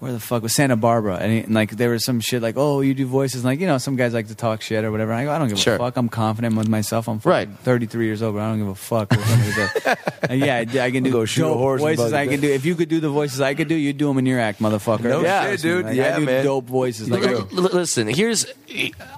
[SPEAKER 4] Where the fuck was Santa Barbara? And, he, and like there was some shit like, oh, you do voices. And like you know, some guys like to talk shit or whatever. And I go, I don't give
[SPEAKER 3] Sure.
[SPEAKER 4] a fuck. I'm confident with myself. I'm fucking
[SPEAKER 3] Right.
[SPEAKER 4] 33 years old, but I don't give a fuck. What somebody does. And yeah, I, d- I can do
[SPEAKER 1] Go shoot a
[SPEAKER 4] dope
[SPEAKER 1] horse and
[SPEAKER 4] voices.
[SPEAKER 1] bug
[SPEAKER 4] I
[SPEAKER 1] it.
[SPEAKER 4] can do. If you could do the voices I could do, you do them in your act, motherfucker.
[SPEAKER 1] No
[SPEAKER 4] yeah,
[SPEAKER 1] shit, dude.
[SPEAKER 4] Like,
[SPEAKER 1] Yeah,
[SPEAKER 4] I do
[SPEAKER 1] man.
[SPEAKER 4] Dope voices. Like, I-
[SPEAKER 3] L- l- listen, here's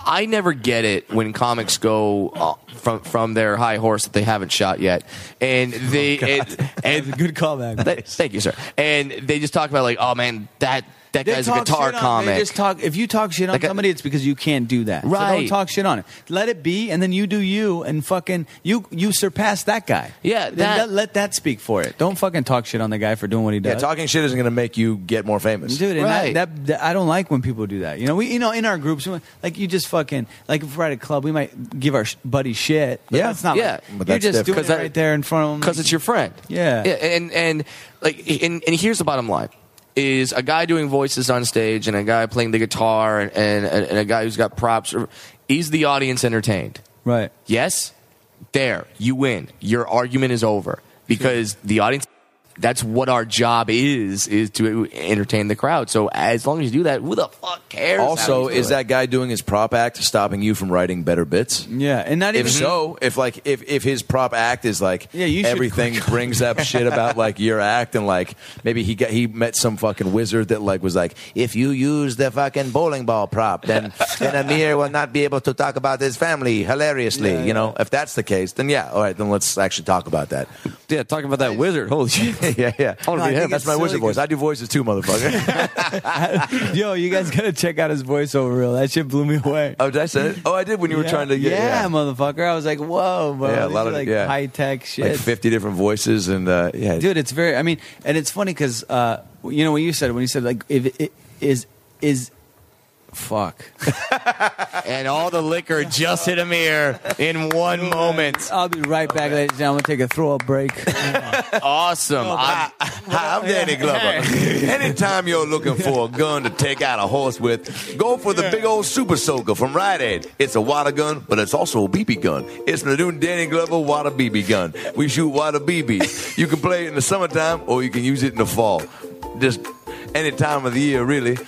[SPEAKER 3] I never get it when comics go uh, from from their high horse that they haven't shot yet,
[SPEAKER 4] Oh,
[SPEAKER 3] and they and, and
[SPEAKER 4] good callback.
[SPEAKER 3] Th- thank you, sir. And they just talk about like, oh man, that that
[SPEAKER 4] They
[SPEAKER 3] guy's a
[SPEAKER 4] talk
[SPEAKER 3] guitar
[SPEAKER 4] shit on-
[SPEAKER 3] comic.
[SPEAKER 4] They just talk. If you talk shit on
[SPEAKER 3] Like a-
[SPEAKER 4] somebody, it's because you can't do that. So don't
[SPEAKER 3] Right.
[SPEAKER 4] talk shit on it. Let it be, and then you do you, and fucking you you surpass that guy.
[SPEAKER 3] Yeah,
[SPEAKER 4] Then
[SPEAKER 3] that-
[SPEAKER 4] let, let that speak for it. Don't fucking talk shit on the guy for doing what he
[SPEAKER 1] yeah
[SPEAKER 4] does.
[SPEAKER 1] talking shit isn't going to make you get more famous
[SPEAKER 4] uh, Dude, and that,
[SPEAKER 3] Right.
[SPEAKER 4] that, that- I don't like when people do that. You know, we you know in our groups, we- like you just fucking like if we're at a club, we might give our sh- buddy shit. But
[SPEAKER 1] Yeah.
[SPEAKER 4] that's not.
[SPEAKER 3] Yeah.
[SPEAKER 4] like-
[SPEAKER 1] But
[SPEAKER 4] you're
[SPEAKER 1] that's
[SPEAKER 4] just doing
[SPEAKER 1] different.
[SPEAKER 4] it
[SPEAKER 3] 'Cause that-
[SPEAKER 4] right there in front of him
[SPEAKER 3] because it's your friend.
[SPEAKER 4] Yeah.
[SPEAKER 3] Yeah. And and like and, and here's the bottom line is a guy doing voices on stage and a guy playing the guitar and and, and a guy who's got props. or- Is the audience entertained?
[SPEAKER 4] right.
[SPEAKER 3] Yes. There, you win. Your argument is over because the audience. That's what our job is: is to entertain the crowd. So as long as you do that, who the fuck cares? how
[SPEAKER 1] also
[SPEAKER 3] he's
[SPEAKER 1] is
[SPEAKER 3] doing?
[SPEAKER 1] that guy doing his prop act stopping you from writing better bits
[SPEAKER 4] Yeah, and not
[SPEAKER 1] if
[SPEAKER 4] even
[SPEAKER 1] so, if like if if his prop act is like
[SPEAKER 4] Yeah, you should
[SPEAKER 1] everything brings up shit about like your act and like maybe he got he met some fucking wizard that like was like if you use the fucking bowling ball prop then then Amir will not be able to talk about his family hilariously
[SPEAKER 4] Yeah,
[SPEAKER 1] you know if that's the case then yeah all right then let's actually talk about that
[SPEAKER 7] Yeah, talking about that wizard. Holy shit.
[SPEAKER 1] yeah yeah
[SPEAKER 7] I wanna be
[SPEAKER 1] No,
[SPEAKER 7] him.
[SPEAKER 1] that's
[SPEAKER 7] It's
[SPEAKER 1] my
[SPEAKER 7] silly
[SPEAKER 1] wizard voice I do voices too motherfucker
[SPEAKER 4] Yo, you guys gotta check out his voiceover reel. That shit blew me away.
[SPEAKER 1] oh did I say it oh I did when you were
[SPEAKER 4] yeah.
[SPEAKER 1] trying to get
[SPEAKER 4] yeah, motherfucker. I was like, whoa, bro.
[SPEAKER 1] Yeah, a
[SPEAKER 4] These
[SPEAKER 1] lot
[SPEAKER 4] are,
[SPEAKER 1] of-
[SPEAKER 4] like
[SPEAKER 1] yeah.
[SPEAKER 4] high tech shit.
[SPEAKER 1] like fifty different voices and uh, yeah
[SPEAKER 4] Dude, it's very. I mean, and it's funny because uh, you know what you said when you said like if it, it is is. Fuck.
[SPEAKER 3] And all the liquor just hit Amir in one moment.
[SPEAKER 4] I'll be right back, ladies and gentlemen. I'm gonna take a throw up break.
[SPEAKER 3] Awesome. I'm-
[SPEAKER 1] Hi, I'm Danny Glover. Anytime you're looking for a gun to take out a horse with, go for the big old Super Soaker from Rite Aid. It's a water gun, but it's also a BB gun. It's the new Danny Glover water BB gun. We shoot water BBs. You can play it in the summertime or you can use it in the fall. Just any time of the year, really.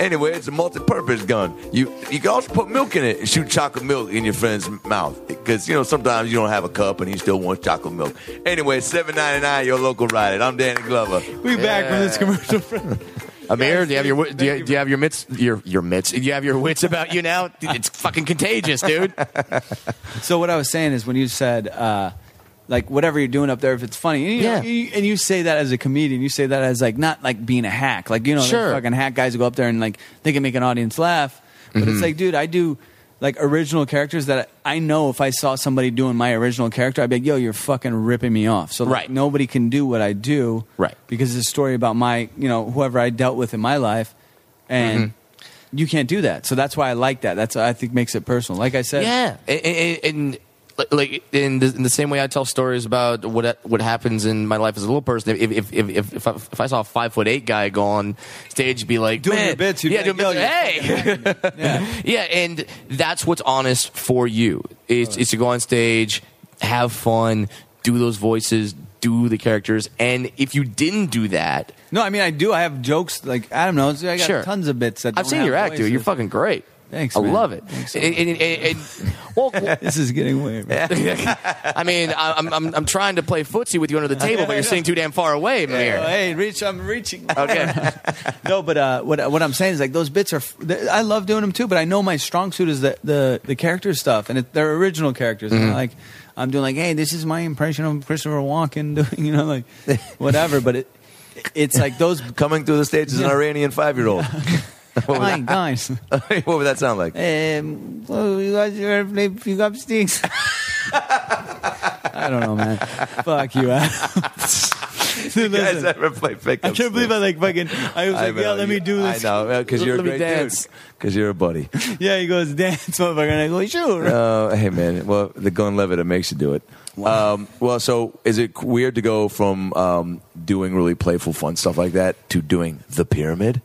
[SPEAKER 1] Anyway, it's a multi-purpose gun. You you can also put milk in it and shoot chocolate milk in your friend's mouth because you know sometimes you don't have a cup and he still wants chocolate milk. Anyway, seven ninety nine your local ride. I'm Danny Glover.
[SPEAKER 4] we back from this commercial.
[SPEAKER 3] Amir, do you have your wi- do you, do you have your mitts your your mitts? Do you have your wits about you now? It's fucking contagious, dude.
[SPEAKER 4] So what I was saying is when you said. Uh, like whatever you're doing up there, if it's funny, and you, know,
[SPEAKER 3] Yeah.
[SPEAKER 4] you- and you say that as a comedian, you say that as like not like being a hack, like you know, there's
[SPEAKER 3] Sure. Mm-hmm.
[SPEAKER 4] fucking hack guys who go up there and like they can make an audience laugh, but it's like, dude, I do like original characters that I know if I saw somebody doing my original character, I'd be like, "Yo, you're fucking ripping me off." So like,
[SPEAKER 3] Right.
[SPEAKER 4] nobody can do what I do,
[SPEAKER 3] Right.
[SPEAKER 4] Because it's a story about my, you know, whoever I dealt with in my life, and
[SPEAKER 3] Mm-hmm.
[SPEAKER 4] you can't do that. So that's why I like that. That's I think makes it personal. Like I said,
[SPEAKER 3] Yeah, and, and, and li- like in the, in the same way I tell stories about what what happens in my life as a little person. If if if if, if, I, if I saw a five foot eight guy go on stage, be like
[SPEAKER 4] Doing
[SPEAKER 3] "Man,
[SPEAKER 4] your bits, you'd be
[SPEAKER 3] yeah,
[SPEAKER 4] like,
[SPEAKER 3] doing
[SPEAKER 4] "Yo,
[SPEAKER 3] bits, hey, yeah. and that's what's honest for you. It's it's to go on stage, have fun, do those voices, do the characters, and if you didn't do that,
[SPEAKER 4] no, I mean I do. I have jokes. Like I don't know. I got
[SPEAKER 3] Sure.
[SPEAKER 4] tons of bits. That
[SPEAKER 3] I've
[SPEAKER 4] don't
[SPEAKER 3] seen
[SPEAKER 4] have
[SPEAKER 3] your act, dude.
[SPEAKER 4] voices.
[SPEAKER 3] You're fucking great.
[SPEAKER 4] Thanks,
[SPEAKER 3] I
[SPEAKER 4] man.
[SPEAKER 3] love it.
[SPEAKER 4] Thanks.
[SPEAKER 3] And- and- and- and- well,
[SPEAKER 4] This is getting weird. man.
[SPEAKER 3] I mean, I- I'm, I'm, I'm trying to play footsie with you under the table, but you're sitting too damn far away,
[SPEAKER 4] Oh,
[SPEAKER 3] Mayor.
[SPEAKER 4] hey, reach! I'm reaching.
[SPEAKER 3] Okay.
[SPEAKER 4] no, but uh, what what I'm saying is like those bits are. f- th- I love doing them too, but I know my strong suit is the the, the character stuff, and it, they're original characters.
[SPEAKER 3] Mm-hmm.
[SPEAKER 4] And like I'm doing like, hey, this is my impression of Christopher Walken doing, you know, like whatever. But it it's like those.
[SPEAKER 1] Coming through the stage is an
[SPEAKER 4] Yeah.
[SPEAKER 1] Iranian five year old.
[SPEAKER 4] Hi guys,
[SPEAKER 1] what would that sound like?
[SPEAKER 4] um, well, you guys ever play pick up sticks? I don't know, man. Fuck you. Adam. Dude,
[SPEAKER 1] You guys
[SPEAKER 4] listen.
[SPEAKER 1] ever play pickup?
[SPEAKER 4] I can't believe I like fucking. I was
[SPEAKER 1] I
[SPEAKER 4] like,
[SPEAKER 1] know,
[SPEAKER 4] yeah, let me
[SPEAKER 1] you-
[SPEAKER 4] do this.
[SPEAKER 1] I know because you're a
[SPEAKER 3] Let me
[SPEAKER 1] great
[SPEAKER 3] dance.
[SPEAKER 1] dance. Because you're a buddy.
[SPEAKER 4] Yeah, he goes dance, motherfucker, and I go sure.
[SPEAKER 1] Uh, hey man, well the gun Levitt makes you do it. Um, well, so is it weird to go from um, doing really playful, fun stuff like that to doing the pyramid?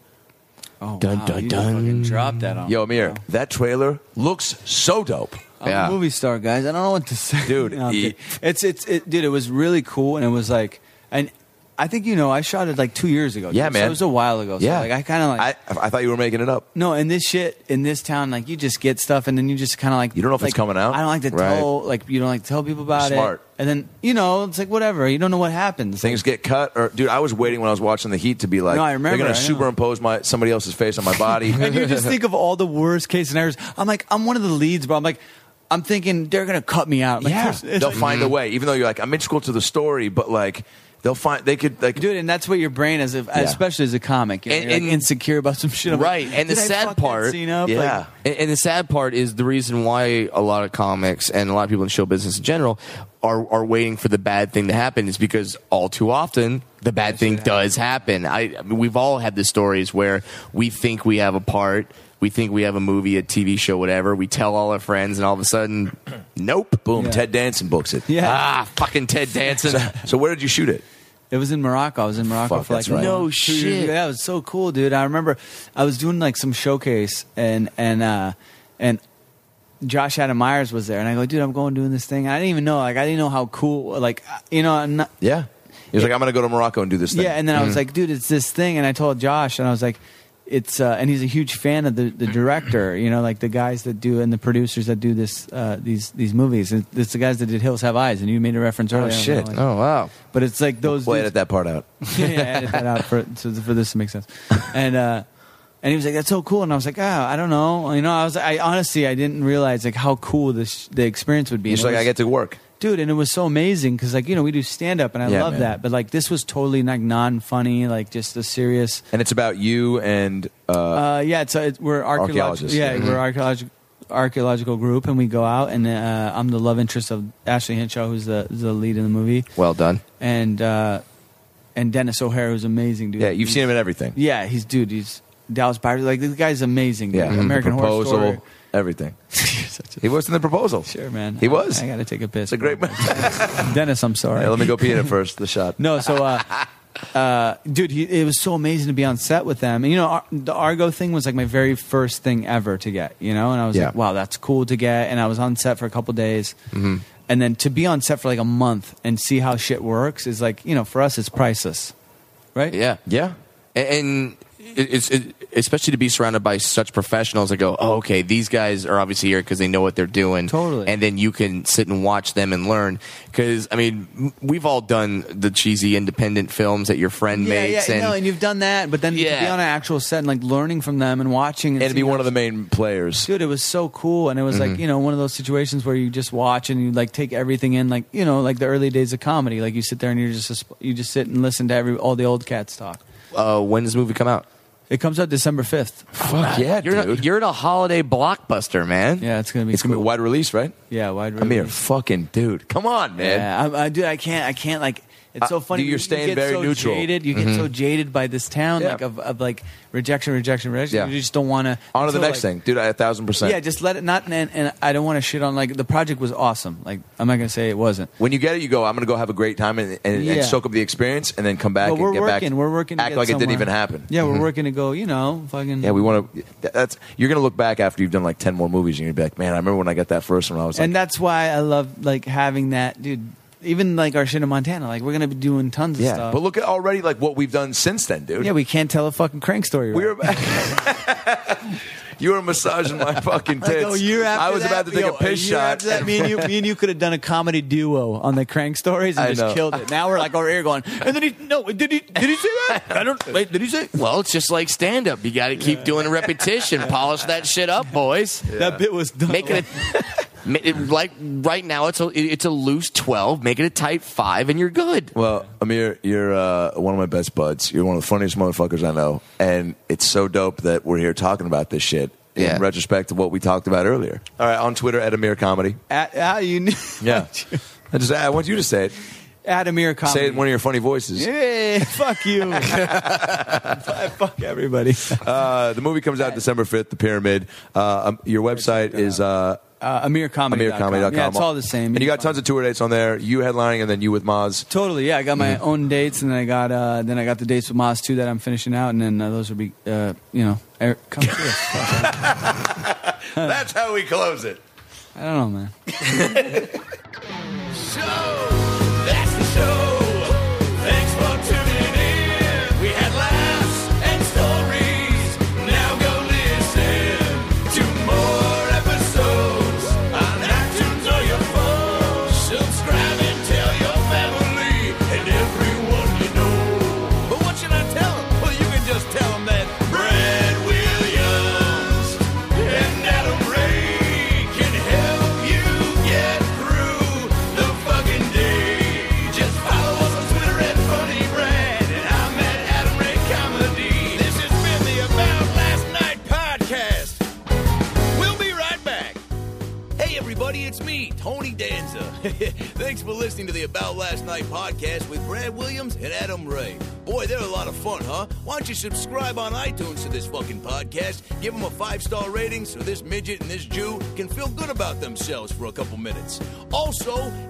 [SPEAKER 4] Oh,
[SPEAKER 3] Dun,
[SPEAKER 4] wow,
[SPEAKER 3] dun,
[SPEAKER 4] you just
[SPEAKER 3] dun.
[SPEAKER 4] fucking dropped that on.
[SPEAKER 1] Yo,
[SPEAKER 4] me.
[SPEAKER 1] Amir, that trailer looks so dope.
[SPEAKER 4] I'm
[SPEAKER 3] Yeah.
[SPEAKER 4] a movie star, guys. I don't know what to say,
[SPEAKER 1] Dude,
[SPEAKER 4] I'm
[SPEAKER 1] he-
[SPEAKER 4] kidding. it's it's it, dude. It was really cool, and it was like, and I think you know, I shot it like two years ago.
[SPEAKER 1] Yeah,
[SPEAKER 4] dude, So
[SPEAKER 1] man.
[SPEAKER 4] it was a while ago. So
[SPEAKER 1] yeah,
[SPEAKER 4] like I kind of like
[SPEAKER 1] I, I thought you were making it up.
[SPEAKER 4] no, in this shit in this town, like you just get stuff, and then you just kind of like
[SPEAKER 1] You don't know if it's
[SPEAKER 4] like,
[SPEAKER 1] coming out?
[SPEAKER 4] I don't like to
[SPEAKER 1] Right.
[SPEAKER 4] tell, like you don't like to tell people about
[SPEAKER 1] Smart.
[SPEAKER 4] it, and then you know, it's like whatever. You don't know what happens.
[SPEAKER 1] Things get cut, or dude, I was waiting when I was watching the Heat to be like,
[SPEAKER 4] No, I remember,
[SPEAKER 1] they're
[SPEAKER 4] I
[SPEAKER 1] gonna
[SPEAKER 4] know.
[SPEAKER 1] superimpose my somebody else's face on my body.
[SPEAKER 4] and you just think of all the worst case scenarios. I'm like, I'm one of the leads, bro. I'm like, I'm thinking they're gonna cut me out. Like,
[SPEAKER 1] yeah,
[SPEAKER 4] it's- it's
[SPEAKER 1] they'll
[SPEAKER 4] like-
[SPEAKER 1] find a way. Even though you're like, I'm integral to the story, but like, they'll find they could like
[SPEAKER 4] dude, and that's what your brain is, if, especially as a comic, you know,
[SPEAKER 3] And-
[SPEAKER 4] you're, like,
[SPEAKER 3] and-
[SPEAKER 4] insecure about some shit. I'm like,
[SPEAKER 3] Right, and the
[SPEAKER 4] did I
[SPEAKER 3] sad
[SPEAKER 4] fuck that
[SPEAKER 3] part-
[SPEAKER 4] scene up?
[SPEAKER 1] Yeah.
[SPEAKER 4] Like,
[SPEAKER 3] And, and the sad part is the reason why a lot of comics and a lot of people in show business in general are, are waiting for the bad thing to happen is because all too often the bad thing does happen. I, I mean, we've all had the stories where we think we have a part, we think we have a movie, a TV show, whatever. We tell all our friends, and all of a sudden, nope.
[SPEAKER 1] boom.
[SPEAKER 4] Yeah.
[SPEAKER 1] Ted Danson books it.
[SPEAKER 4] Yeah.
[SPEAKER 3] Ah, fucking Ted Danson.
[SPEAKER 1] So where did you shoot it?
[SPEAKER 4] It was in Morocco. I was in Morocco
[SPEAKER 1] Fuck,
[SPEAKER 4] for like
[SPEAKER 1] that's right.
[SPEAKER 3] No
[SPEAKER 4] two years
[SPEAKER 3] shit.
[SPEAKER 4] ago. That was so cool, dude. I remember I was doing like some showcase and and uh and Josh Adam Myers was there and I go, dude, I'm going doing this thing. I didn't even know, like I didn't know how cool like you know, I'm not
[SPEAKER 1] Yeah, he was like, I'm gonna go to Morocco and do this thing.
[SPEAKER 4] Yeah, and then I was like, dude, it's this thing, and I told Josh, and I was like, it's, uh, and he's a huge fan of the, the director, you know, like the guys that do and the producers that do this uh, these these movies. And It's the guys that did Hills Have Eyes, and you made a reference earlier.
[SPEAKER 1] shit.
[SPEAKER 4] Like-
[SPEAKER 3] Oh wow!
[SPEAKER 4] But it's like those.
[SPEAKER 1] we'll
[SPEAKER 4] dudes-
[SPEAKER 1] edit that part out.
[SPEAKER 4] yeah, yeah, edit that out for so for this to make sense. And uh, and he was like, "That's so cool," and I was like, "Oh, I don't know." You know, I was, I honestly, I didn't realize like how cool this the experience would be.
[SPEAKER 1] He's
[SPEAKER 4] And it
[SPEAKER 1] like, I
[SPEAKER 4] was-
[SPEAKER 1] get to work.
[SPEAKER 4] dude and it was so amazing because like you know we do stand up and i
[SPEAKER 1] Yeah, man.
[SPEAKER 4] love that but like this was totally like non-funny like just a serious
[SPEAKER 1] And it's about you and uh,
[SPEAKER 4] uh yeah it's, it's we're archaeological
[SPEAKER 1] Archaeologists,
[SPEAKER 4] yeah,
[SPEAKER 1] yeah.
[SPEAKER 4] we're archaeological archaeological group and we go out and uh, i'm the love interest of ashley hinshaw who's the, the lead in the movie
[SPEAKER 3] Well done.
[SPEAKER 4] and uh and dennis o'hara who's amazing dude
[SPEAKER 1] yeah, you've seen him in everything.
[SPEAKER 4] yeah he's dude he's dallas Buyers. like this guy's amazing dude.
[SPEAKER 1] Yeah, The
[SPEAKER 4] american horror
[SPEAKER 1] proposal,
[SPEAKER 4] story
[SPEAKER 1] everything.
[SPEAKER 4] You're such a
[SPEAKER 1] He was in the proposal.
[SPEAKER 4] sure man
[SPEAKER 1] He was.
[SPEAKER 4] i, gotta take a piss
[SPEAKER 1] It's a great. yeah,
[SPEAKER 4] dennis i'm sorry
[SPEAKER 1] let me go pee in it first. The shot.
[SPEAKER 4] No, so uh, uh, dude, he, it was so amazing to be on set with them. And you know, Ar- the Argo thing was like my very first thing ever to get. You know, and I was
[SPEAKER 1] Yeah. Mm-hmm.
[SPEAKER 4] like, wow, that's cool to get. And I was on set for a couple days, and then to be on set for like a month and see how shit works is like, you know, for us, it's priceless, right?
[SPEAKER 3] Yeah,
[SPEAKER 1] Yeah.
[SPEAKER 3] and, and it- it's it, especially to be surrounded by such professionals that go, oh, okay, these guys are obviously here because they know what they're doing.
[SPEAKER 4] Totally.
[SPEAKER 3] And then you can sit and watch them and learn. Because I mean, m- we've all done the cheesy independent films that your friend
[SPEAKER 4] Yeah, yeah,
[SPEAKER 3] makes,
[SPEAKER 4] and,
[SPEAKER 3] and
[SPEAKER 4] no, and you've done that, but then to be
[SPEAKER 3] Yeah.
[SPEAKER 4] on an actual set and like learning from them and watching and
[SPEAKER 1] And to be
[SPEAKER 4] seeing
[SPEAKER 1] one
[SPEAKER 4] how
[SPEAKER 1] of the main players.
[SPEAKER 4] dude it was so cool and it was
[SPEAKER 8] Mm-hmm.
[SPEAKER 4] like you know one of those situations where you just watch and you like take everything in like you know like the early days of comedy like you sit there and you're just you just sit and listen to every all the old cats talk
[SPEAKER 3] uh, when does the movie come out?
[SPEAKER 4] It comes out December fifth.
[SPEAKER 8] Fuck yeah,
[SPEAKER 3] You're in, a,
[SPEAKER 8] dude.
[SPEAKER 3] you're in a holiday blockbuster, man.
[SPEAKER 4] Yeah, it's gonna be.
[SPEAKER 8] it's gonna be
[SPEAKER 4] cool.
[SPEAKER 8] a wide release, right?
[SPEAKER 4] Yeah, wide
[SPEAKER 8] I mean,
[SPEAKER 4] release.
[SPEAKER 8] fucking dude. Come on, man.
[SPEAKER 4] Yeah, I'm, I, dude, I can't. I can't. Like, it's so
[SPEAKER 8] Uh,
[SPEAKER 4] funny.
[SPEAKER 8] dude, you're staying
[SPEAKER 4] you get
[SPEAKER 8] very
[SPEAKER 4] so
[SPEAKER 8] neutral. Mm-hmm.
[SPEAKER 4] Jaded. You get so jaded by this town,
[SPEAKER 8] Yeah.
[SPEAKER 4] like of, of like rejection, rejection, rejection.
[SPEAKER 8] Yeah.
[SPEAKER 4] You just don't want to.
[SPEAKER 8] On to the next thing, dude. I a thousand percent.
[SPEAKER 4] Yeah, just let it not. And, and I don't want to shit on like the project was awesome. Like, I'm not gonna say it wasn't.
[SPEAKER 8] when you get it, you go. I'm gonna go have a great time and, and,
[SPEAKER 4] Yeah.
[SPEAKER 8] and soak up the experience, and then come back
[SPEAKER 4] But
[SPEAKER 8] and
[SPEAKER 4] we're
[SPEAKER 8] get
[SPEAKER 4] working.
[SPEAKER 8] back.
[SPEAKER 4] We're working. To
[SPEAKER 8] Act
[SPEAKER 4] get
[SPEAKER 8] like it didn't
[SPEAKER 4] somewhere.
[SPEAKER 8] even happen. Mm-hmm.
[SPEAKER 4] Yeah, we're working to go. You know, fucking.
[SPEAKER 8] Yeah, we want to. That's you're gonna look back after you've done like ten more movies, and you're gonna be like, man, I remember when I got that first one. I was like,
[SPEAKER 4] and that's why I love like having that, dude. Even like our shit in Montana, like we're gonna be doing tons of
[SPEAKER 8] yeah.
[SPEAKER 4] stuff.
[SPEAKER 8] But look at already like what we've done since then, dude.
[SPEAKER 4] yeah, we can't tell a fucking crank story.
[SPEAKER 8] We
[SPEAKER 4] right?
[SPEAKER 8] were. you were massaging my fucking tits.
[SPEAKER 4] Like oh, a year after
[SPEAKER 8] I was
[SPEAKER 4] that-
[SPEAKER 8] about to take
[SPEAKER 4] yo,
[SPEAKER 8] a piss
[SPEAKER 4] year
[SPEAKER 8] shot.
[SPEAKER 4] After that, me and you, me and you could have done a comedy duo on the crank stories and
[SPEAKER 8] I
[SPEAKER 4] just
[SPEAKER 8] know.
[SPEAKER 4] killed it. Now we're like over here going, and then he no, did he did he say that? I don't wait, did he say
[SPEAKER 3] Well, it's just like stand up. You got to keep doing a repetition. Polish that shit up, boys.
[SPEAKER 4] that bit was done?
[SPEAKER 3] Make it a ma- it- like right now. It's a it's a loose twelve. Make it a tight five, and you're good.
[SPEAKER 8] Well, Amir, you're uh, one of my best buds. You're one of the funniest motherfuckers I know, and it's so dope that we're here talking about this shit in
[SPEAKER 3] Yeah.
[SPEAKER 8] retrospect to what we talked about earlier. All right, on Twitter at Amir Comedy.
[SPEAKER 4] at, at, you knew-
[SPEAKER 8] Yeah, I just I want you to say it.
[SPEAKER 4] at Amir comedy.
[SPEAKER 8] Say it in one of your funny voices.
[SPEAKER 4] yeah, fuck you. Fuck- fuck everybody.
[SPEAKER 8] Uh, the movie comes out December fifth. The Pyramid. Uh, um, your website is. Uh,
[SPEAKER 4] Uh, AmirComedy.com.
[SPEAKER 8] AmirComedy.com.
[SPEAKER 4] Yeah, it's all the same.
[SPEAKER 8] And you
[SPEAKER 4] can
[SPEAKER 8] got
[SPEAKER 4] find
[SPEAKER 8] tons of tour dates on there. You headlining, and then you with Moz.
[SPEAKER 4] Totally, yeah. I got my
[SPEAKER 8] Mm-hmm.
[SPEAKER 4] own dates, and then I got uh, then I got the dates with Moz too that I'm finishing out, and then uh, those would be uh, you know er- come through.
[SPEAKER 8] That's how we close it.
[SPEAKER 4] I don't know, man.
[SPEAKER 1] show. That's the show. Thanks for tuning in. We had laughs and stories. Now go listen to more episodes on iTunes or your phone. Subscribe and tell your family and everyone you know. But what should I tell them? Well, you can just tell them that Brad Williams and Adam Ray can help you get through the fucking day. Just follow us on Twitter at Funny Brad, and I'm at Adam Ray Comedy. This has been the About Last Night podcast. We'll be right back. Hey, everybody, it's me, Tony Danza. Thanks for listening to the About Last Night podcast with Brad Williams and Adam Ray. Boy, they're a lot of fun, huh? Why don't you subscribe on iTunes to this fucking podcast? Give them a five star rating so this midget and this Jew can feel good about themselves for a couple minutes. Also,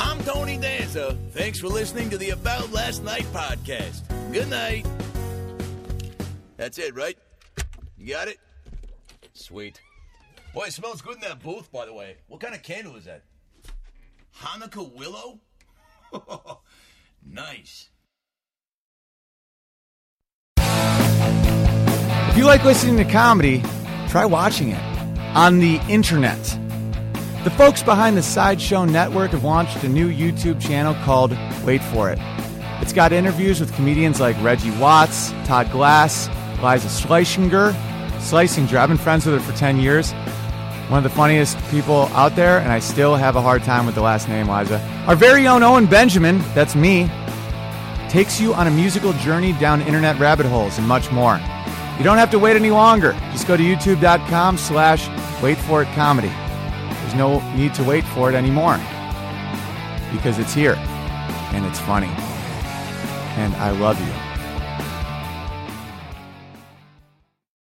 [SPEAKER 1] I'm Tony Danza. Thanks for listening to the About Last Night podcast. Good night. That's it, right? You got it? Sweet. Boy, it smells good in that booth, by the way. What kind of candle is that? Hanukkah willow? nice.
[SPEAKER 4] If you like listening to comedy, try watching it on the internet. The folks behind the Sideshow Network have launched a new YouTube channel called Wait For It. It's got interviews with comedians like Reggie Watts, Todd Glass, Liza Schleichinger, Schlesinger. I've been friends with her for 10 years. One of the funniest people out there, and I still have a hard time with the last name, Liza. Our very own Owen Benjamin, that's me, takes you on a musical journey down internet rabbit holes and much more. You don't have to wait any longer. Just go to youtube.com slash wait for it comedy. There's no need to wait for it anymore because it's here and it's funny. And I love you.